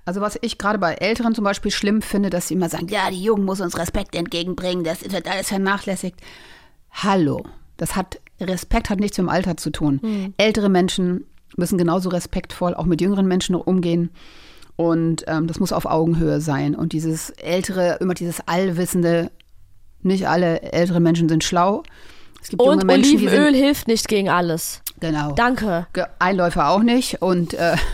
[SPEAKER 3] Also was ich gerade bei Älteren zum Beispiel schlimm finde, dass sie immer sagen, ja, die Jugend muss uns Respekt entgegenbringen, das wird alles vernachlässigt. Hallo, das hat Respekt hat nichts mit dem Alter zu tun.
[SPEAKER 2] Hm.
[SPEAKER 3] Ältere Menschen müssen genauso respektvoll auch mit jüngeren Menschen umgehen. Und ähm, das muss auf Augenhöhe sein. Und dieses ältere, immer dieses allwissende, nicht alle älteren Menschen sind schlau. Es gibt junge
[SPEAKER 2] Und
[SPEAKER 3] Menschen, die
[SPEAKER 2] Olivenöl
[SPEAKER 3] sind,
[SPEAKER 2] hilft nicht gegen alles.
[SPEAKER 3] genau.
[SPEAKER 2] Danke.
[SPEAKER 3] Ge- Einläufer auch nicht und äh,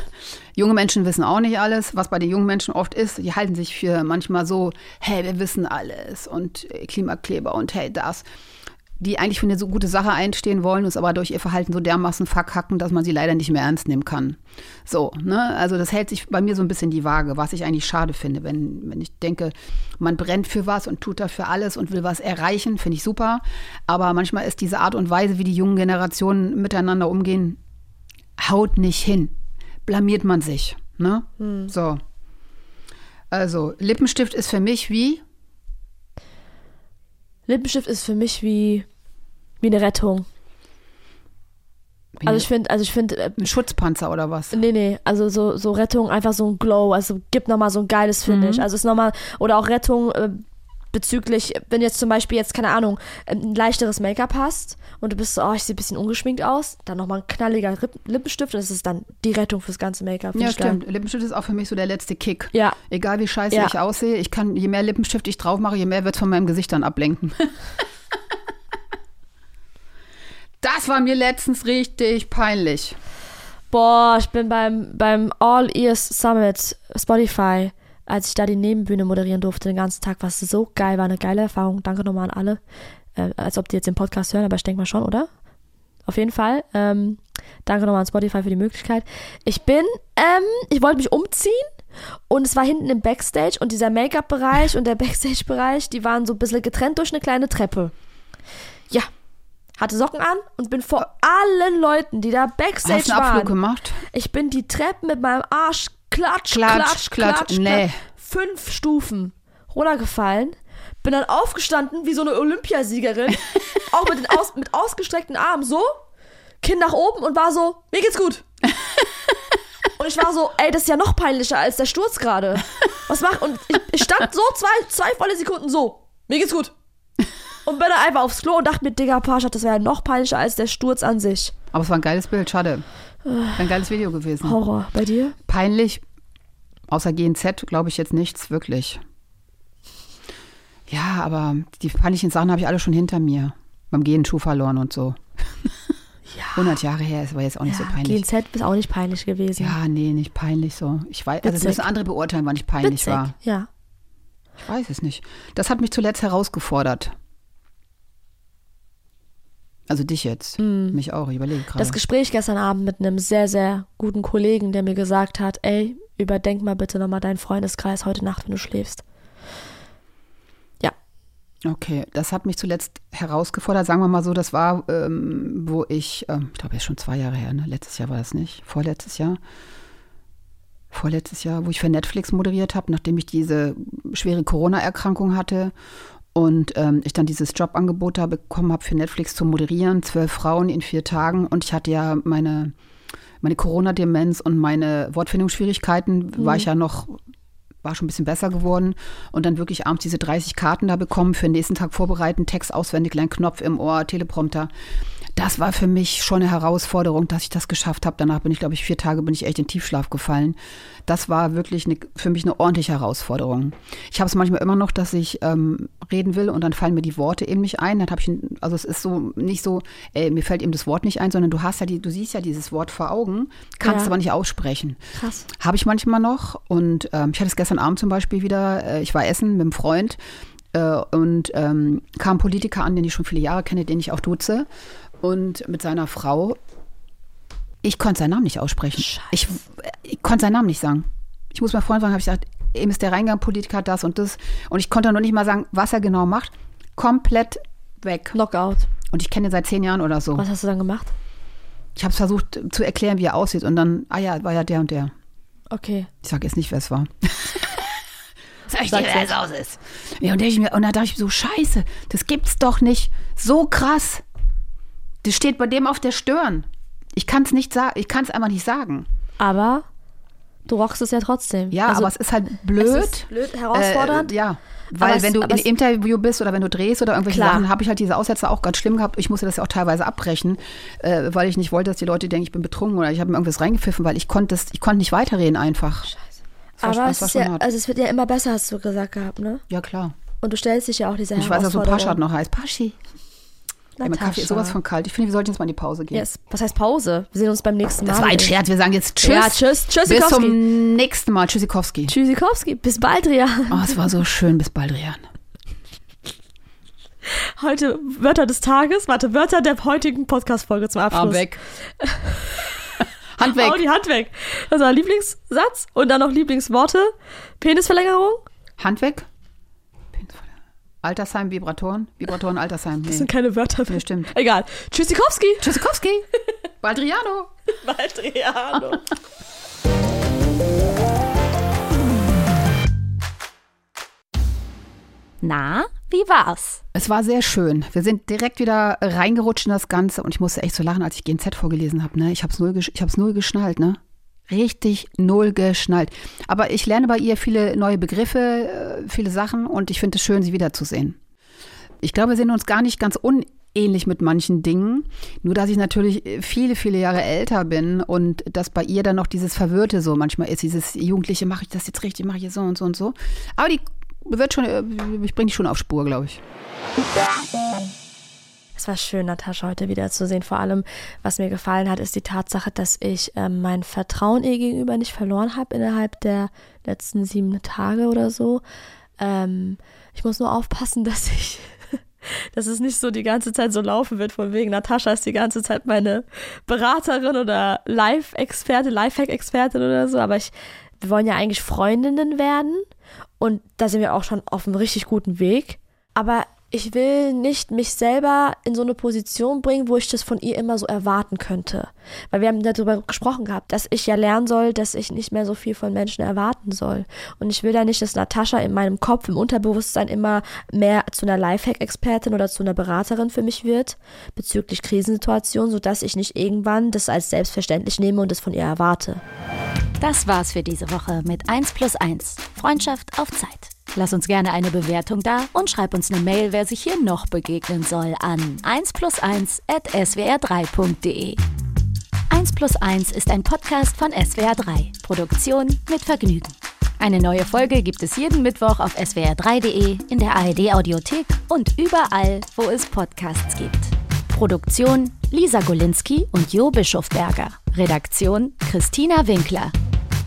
[SPEAKER 3] junge Menschen wissen auch nicht alles. Was bei den jungen Menschen oft ist, die halten sich für manchmal so, hey, wir wissen alles und äh, Klimakleber und hey, das. Die eigentlich für eine so gute Sache einstehen wollen, es aber durch ihr Verhalten so dermaßen verkacken, dass man sie leider nicht mehr ernst nehmen kann. So, ne? Also das hält sich bei mir so ein bisschen die Waage, was ich eigentlich schade finde, wenn, wenn ich denke, man brennt für was und tut dafür alles und will was erreichen, finde ich super. Aber manchmal ist diese Art und Weise, wie die jungen Generationen miteinander umgehen, haut nicht hin. Blamiert man sich. Ne?
[SPEAKER 2] Hm.
[SPEAKER 3] So. Also, Lippenstift ist für mich wie,
[SPEAKER 2] Lippenstift ist für mich wie, wie eine Rettung.
[SPEAKER 3] wie
[SPEAKER 2] Also ich finde, also ich finde, äh,
[SPEAKER 3] ein Schutzpanzer oder was.
[SPEAKER 2] nee, nee, also so, so Rettung einfach so ein Glow, also gibt nochmal so ein geiles
[SPEAKER 3] Mhm.
[SPEAKER 2] Finish. Also ist nochmal, oder auch Rettung äh, bezüglich, wenn jetzt zum Beispiel jetzt, keine Ahnung, ein leichteres Make-up hast und du bist so, oh, ich sehe ein bisschen ungeschminkt aus, dann nochmal ein knalliger Ripp Lippenstift und das ist dann die Rettung fürs ganze Make-up. Find
[SPEAKER 3] Ja,
[SPEAKER 2] ich geil.
[SPEAKER 3] stimmt. Lippenstift ist auch für mich so der letzte Kick.
[SPEAKER 2] Ja.
[SPEAKER 3] Egal wie scheiße
[SPEAKER 2] Ja.
[SPEAKER 3] ich aussehe, ich kann, je mehr Lippenstift ich drauf mache, je mehr wird es von meinem Gesicht dann ablenken. das war mir letztens richtig peinlich.
[SPEAKER 2] Boah, ich bin beim, beim All Ears Summit Spotify, als ich da die Nebenbühne moderieren durfte den ganzen Tag, was so geil war, eine geile Erfahrung. Danke nochmal an alle. Äh, als ob die jetzt den Podcast hören, aber ich denke mal schon, oder? Auf jeden Fall. Ähm, danke nochmal an Spotify für die Möglichkeit. Ich bin, ähm, ich wollte mich umziehen und es war hinten im Backstage und dieser Make-up-Bereich und der Backstage-Bereich, die waren so ein bisschen getrennt durch eine kleine Treppe. Ja. Hatte Socken an und bin vor allen Leuten, die da Backstage
[SPEAKER 3] Äh. Hast du einen
[SPEAKER 2] waren.
[SPEAKER 3] Abflug gemacht?
[SPEAKER 2] Ich bin die Treppen mit meinem Arsch klatsch,
[SPEAKER 3] Klatsch,
[SPEAKER 2] klatsch, klatsch,
[SPEAKER 3] klatsch,
[SPEAKER 2] klatsch,
[SPEAKER 3] nee.
[SPEAKER 2] fünf Stufen runtergefallen. Bin dann aufgestanden wie so eine Olympiasiegerin, auch mit, den aus, mit ausgestreckten Armen so, Kinn nach oben und war so, mir geht's gut. Und ich war so, ey, das ist ja noch peinlicher als der Sturz gerade. Was mach und ich, ich stand so zwei, zwei volle Sekunden so, mir geht's gut. Und bin dann einfach aufs Klo und dachte mir, Digga, Parschat, das wäre ja noch peinlicher als der Sturz an sich.
[SPEAKER 3] Aber es war ein geiles Bild, schade.
[SPEAKER 2] Ah.
[SPEAKER 3] Ein geiles Video gewesen.
[SPEAKER 2] Horror. Bei dir?
[SPEAKER 3] Peinlich, außer GNZ, glaube ich jetzt nichts wirklich. Ja, aber die peinlichen Sachen habe ich alle schon hinter mir. Beim Gehen Schuh verloren und so. 100 Jahre her, es war jetzt auch nicht so peinlich.
[SPEAKER 2] GNZ ist auch nicht peinlich gewesen.
[SPEAKER 3] Ja, nee, nicht peinlich so. Ich weiß, also das
[SPEAKER 2] Witzig.
[SPEAKER 3] müssen andere beurteilen, wann ich peinlich
[SPEAKER 2] Witzig.
[SPEAKER 3] war.
[SPEAKER 2] Ja.
[SPEAKER 3] Ich weiß es nicht. Das hat mich zuletzt herausgefordert. Also dich jetzt. Mich auch, ich überlege gerade.
[SPEAKER 2] Hm. Das Gespräch gestern Abend mit einem sehr, sehr guten Kollegen, der mir gesagt hat, ey, überdenk mal bitte nochmal deinen Freundeskreis heute Nacht, wenn du schläfst. Ja.
[SPEAKER 3] Okay, das hat mich zuletzt herausgefordert, sagen wir mal so, das war, ähm, wo ich, ähm, ich glaube, jetzt schon zwei Jahre her, ne? letztes Jahr war das nicht, vorletztes Jahr, vorletztes Jahr, wo ich für Netflix moderiert habe, nachdem ich diese schwere Corona-Erkrankung hatte und ähm, ich dann dieses Jobangebot da bekommen habe für Netflix zu moderieren, zwölf Frauen in vier Tagen und ich hatte ja meine, meine Corona-Demenz und meine Wortfindungsschwierigkeiten, war ich ja noch war schon ein bisschen besser geworden und dann wirklich abends diese 30 Karten da bekommen für den nächsten Tag vorbereiten, Text auswendig, kleinen Knopf im Ohr, Teleprompter. das war für mich schon eine Herausforderung, dass ich das geschafft habe. Danach bin ich, glaube ich, vier Tage bin ich echt in Tiefschlaf gefallen. Das war wirklich eine, für mich eine ordentliche Herausforderung. Ich habe es manchmal immer noch, dass ich ähm, reden will und dann fallen mir die Worte eben nicht ein. Dann habe ich, ein- also es ist so nicht so, ey, mir fällt eben das Wort nicht ein, sondern du hast ja die, du siehst ja dieses Wort vor Augen, kannst
[SPEAKER 2] Ja.
[SPEAKER 3] aber nicht aussprechen.
[SPEAKER 2] Krass.
[SPEAKER 3] Habe ich manchmal noch. Und ähm, ich hatte es gestern Abend zum Beispiel wieder. Äh, ich war essen mit einem Freund äh, und ähm, kam ein Politiker an, den ich schon viele Jahre kenne, den ich auch duze. Und mit seiner Frau. Ich konnte seinen Namen nicht aussprechen. Ich, ich konnte seinen Namen nicht sagen. Ich muss meinem Freund sagen, habe ich gesagt, eben ist der Reingang Politiker das und das. Und ich konnte noch nicht mal sagen, was er genau macht. Komplett weg.
[SPEAKER 2] Knockout.
[SPEAKER 3] Und ich kenne ihn seit zehn Jahren oder so.
[SPEAKER 2] Was hast du dann gemacht?
[SPEAKER 3] Ich habe es versucht zu erklären, wie er aussieht. Und dann, ah ja, war ja der und der.
[SPEAKER 2] Okay.
[SPEAKER 3] Ich sage jetzt nicht, wer es war. Sag ich
[SPEAKER 2] Sag's
[SPEAKER 3] dir, wer es aus ist. Ja, und, da ich mir, und da dachte ich mir so, scheiße, das gibt's doch nicht. So krass. Das steht bei dem auf der Stirn. Ich kann's nicht sagen, ich kann's einfach nicht sagen.
[SPEAKER 2] Aber du rockst es ja trotzdem.
[SPEAKER 3] Ja,
[SPEAKER 2] Also,
[SPEAKER 3] aber es ist halt blöd.
[SPEAKER 2] es ist blöd, herausfordernd.
[SPEAKER 3] Äh, ja. Weil
[SPEAKER 2] es-
[SPEAKER 3] wenn du
[SPEAKER 2] aber
[SPEAKER 3] in
[SPEAKER 2] es-
[SPEAKER 3] Interview bist oder wenn du drehst oder irgendwelche
[SPEAKER 2] Klar.
[SPEAKER 3] Sachen, habe ich halt diese Aussätze auch ganz schlimm gehabt. Ich musste das ja auch teilweise abbrechen, äh, weil ich nicht wollte, dass die Leute denken, ich bin betrunken oder ich habe mir irgendwas reingepfiffen, weil ich konnte das- ich konnte nicht weiterreden einfach. Scheiße.
[SPEAKER 2] aber es, ist ja, also es wird ja immer besser, hast du gesagt gehabt, ne?
[SPEAKER 3] ja, klar.
[SPEAKER 2] Und du stellst dich ja auch dieser
[SPEAKER 3] Ich weiß, dass so
[SPEAKER 2] Herausforderung.
[SPEAKER 3] Paschat noch heißt. Paschi. Ja, mein
[SPEAKER 2] Natascha.
[SPEAKER 3] Kaffee ist sowas von kalt. Ich finde, wir sollten jetzt mal in die Pause gehen.
[SPEAKER 2] Yes. Was heißt Pause? Wir sehen uns beim nächsten Mal.
[SPEAKER 3] Das war ein Scherz. Wir sagen jetzt Tschüss.
[SPEAKER 2] Ja, tschüss.
[SPEAKER 3] Bis
[SPEAKER 2] Tschüssikowski.
[SPEAKER 3] zum nächsten Mal. Tschüssikowski.
[SPEAKER 2] Tschüssikowski. Bis bald, Ria.
[SPEAKER 3] Oh, es war so schön. Bis bald, Rian.
[SPEAKER 2] Heute Wörter des Tages. Warte, Wörter der heutigen Podcast-Folge zum Abschluss.
[SPEAKER 3] Hand
[SPEAKER 2] Hau
[SPEAKER 3] Ah, weg.
[SPEAKER 2] die Hand weg. Das war Lieblingssatz und dann noch Lieblingsworte. Penisverlängerung.
[SPEAKER 3] Hand weg. Altersheim, Vibratoren. Vibratoren, Altersheim.
[SPEAKER 2] Das
[SPEAKER 3] Nee.
[SPEAKER 2] sind keine Wörter.
[SPEAKER 3] Ja, stimmt.
[SPEAKER 2] Egal. Tschüssikowski.
[SPEAKER 3] Tschüssikowski. Baldriano.
[SPEAKER 2] Baldriano.
[SPEAKER 4] Na, wie war's?
[SPEAKER 3] Es war sehr schön. Wir sind direkt wieder reingerutscht in das Ganze und ich musste echt so lachen, als ich GNZ vorgelesen habe. Ne? Ich habe es null, gesch ich hab's null geschnallt, ne? Richtig null geschnallt. Aber ich lerne bei ihr viele neue Begriffe, äh, viele Sachen und ich finde es schön, sie wiederzusehen. Ich glaube, wir sind uns gar nicht ganz unähnlich mit manchen Dingen. Nur, dass ich natürlich äh, viele, viele Jahre älter bin und dass bei ihr dann noch dieses Verwirrte so manchmal ist, dieses Jugendliche, mache ich das jetzt richtig, mache ich jetzt so und so und so. Aber die wird schon, äh, ich bringe die schon auf Spur, glaube ich.
[SPEAKER 2] Es war schön, Natascha heute wieder zu sehen. Vor allem, was mir gefallen hat, ist die Tatsache, dass ich ähm, mein Vertrauen ihr gegenüber nicht verloren habe innerhalb der letzten sieben Tage oder so. Ähm, ich muss nur aufpassen, dass ich, dass es nicht so die ganze Zeit so laufen wird, von wegen Natascha ist die ganze Zeit meine Beraterin oder Live-Experte, Lifehack-Expertin oder so. Aber ich, wir wollen ja eigentlich Freundinnen werden und da sind wir auch schon auf einem richtig guten Weg. Aber ich will nicht mich selber in so eine Position bringen, wo ich das von ihr immer so erwarten könnte. Weil wir haben darüber gesprochen gehabt, dass ich ja lernen soll, dass ich nicht mehr so viel von Menschen erwarten soll. Und ich will da nicht, dass Natascha in meinem Kopf, im Unterbewusstsein immer mehr zu einer Lifehack-Expertin oder zu einer Beraterin für mich wird bezüglich Krisensituationen, sodass ich nicht irgendwann das als selbstverständlich nehme und das von ihr erwarte.
[SPEAKER 4] Das war's für diese Woche mit 1 plus 1. Freundschaft auf Zeit. Lass uns gerne eine Bewertung da und schreib uns eine Mail, wer sich hier noch begegnen soll, an 1 plus 1 at swr3.de. 1 E. plus 1 ist ein Podcast von SWR3. Produktion mit Vergnügen. Eine neue Folge gibt es jeden Mittwoch auf swr3.de, E, in der ARD-Audiothek und überall, wo es Podcasts gibt. Produktion Lisa Golinski und Jo Bischofberger. Redaktion Christina Winkler.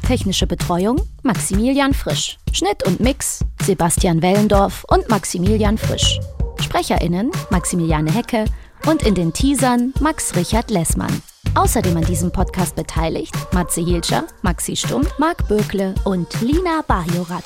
[SPEAKER 4] Technische Betreuung Maximilian Frisch. Schnitt und Mix Sebastian Wellendorf und Maximilian Frisch. SprecherInnen Maximiliane Hecke und in den Teasern Max Richard Lessmann. Außerdem an diesem Podcast beteiligt Matze Hilscher, Maxi Stumm, Marc Bökle und Lina Bajorat.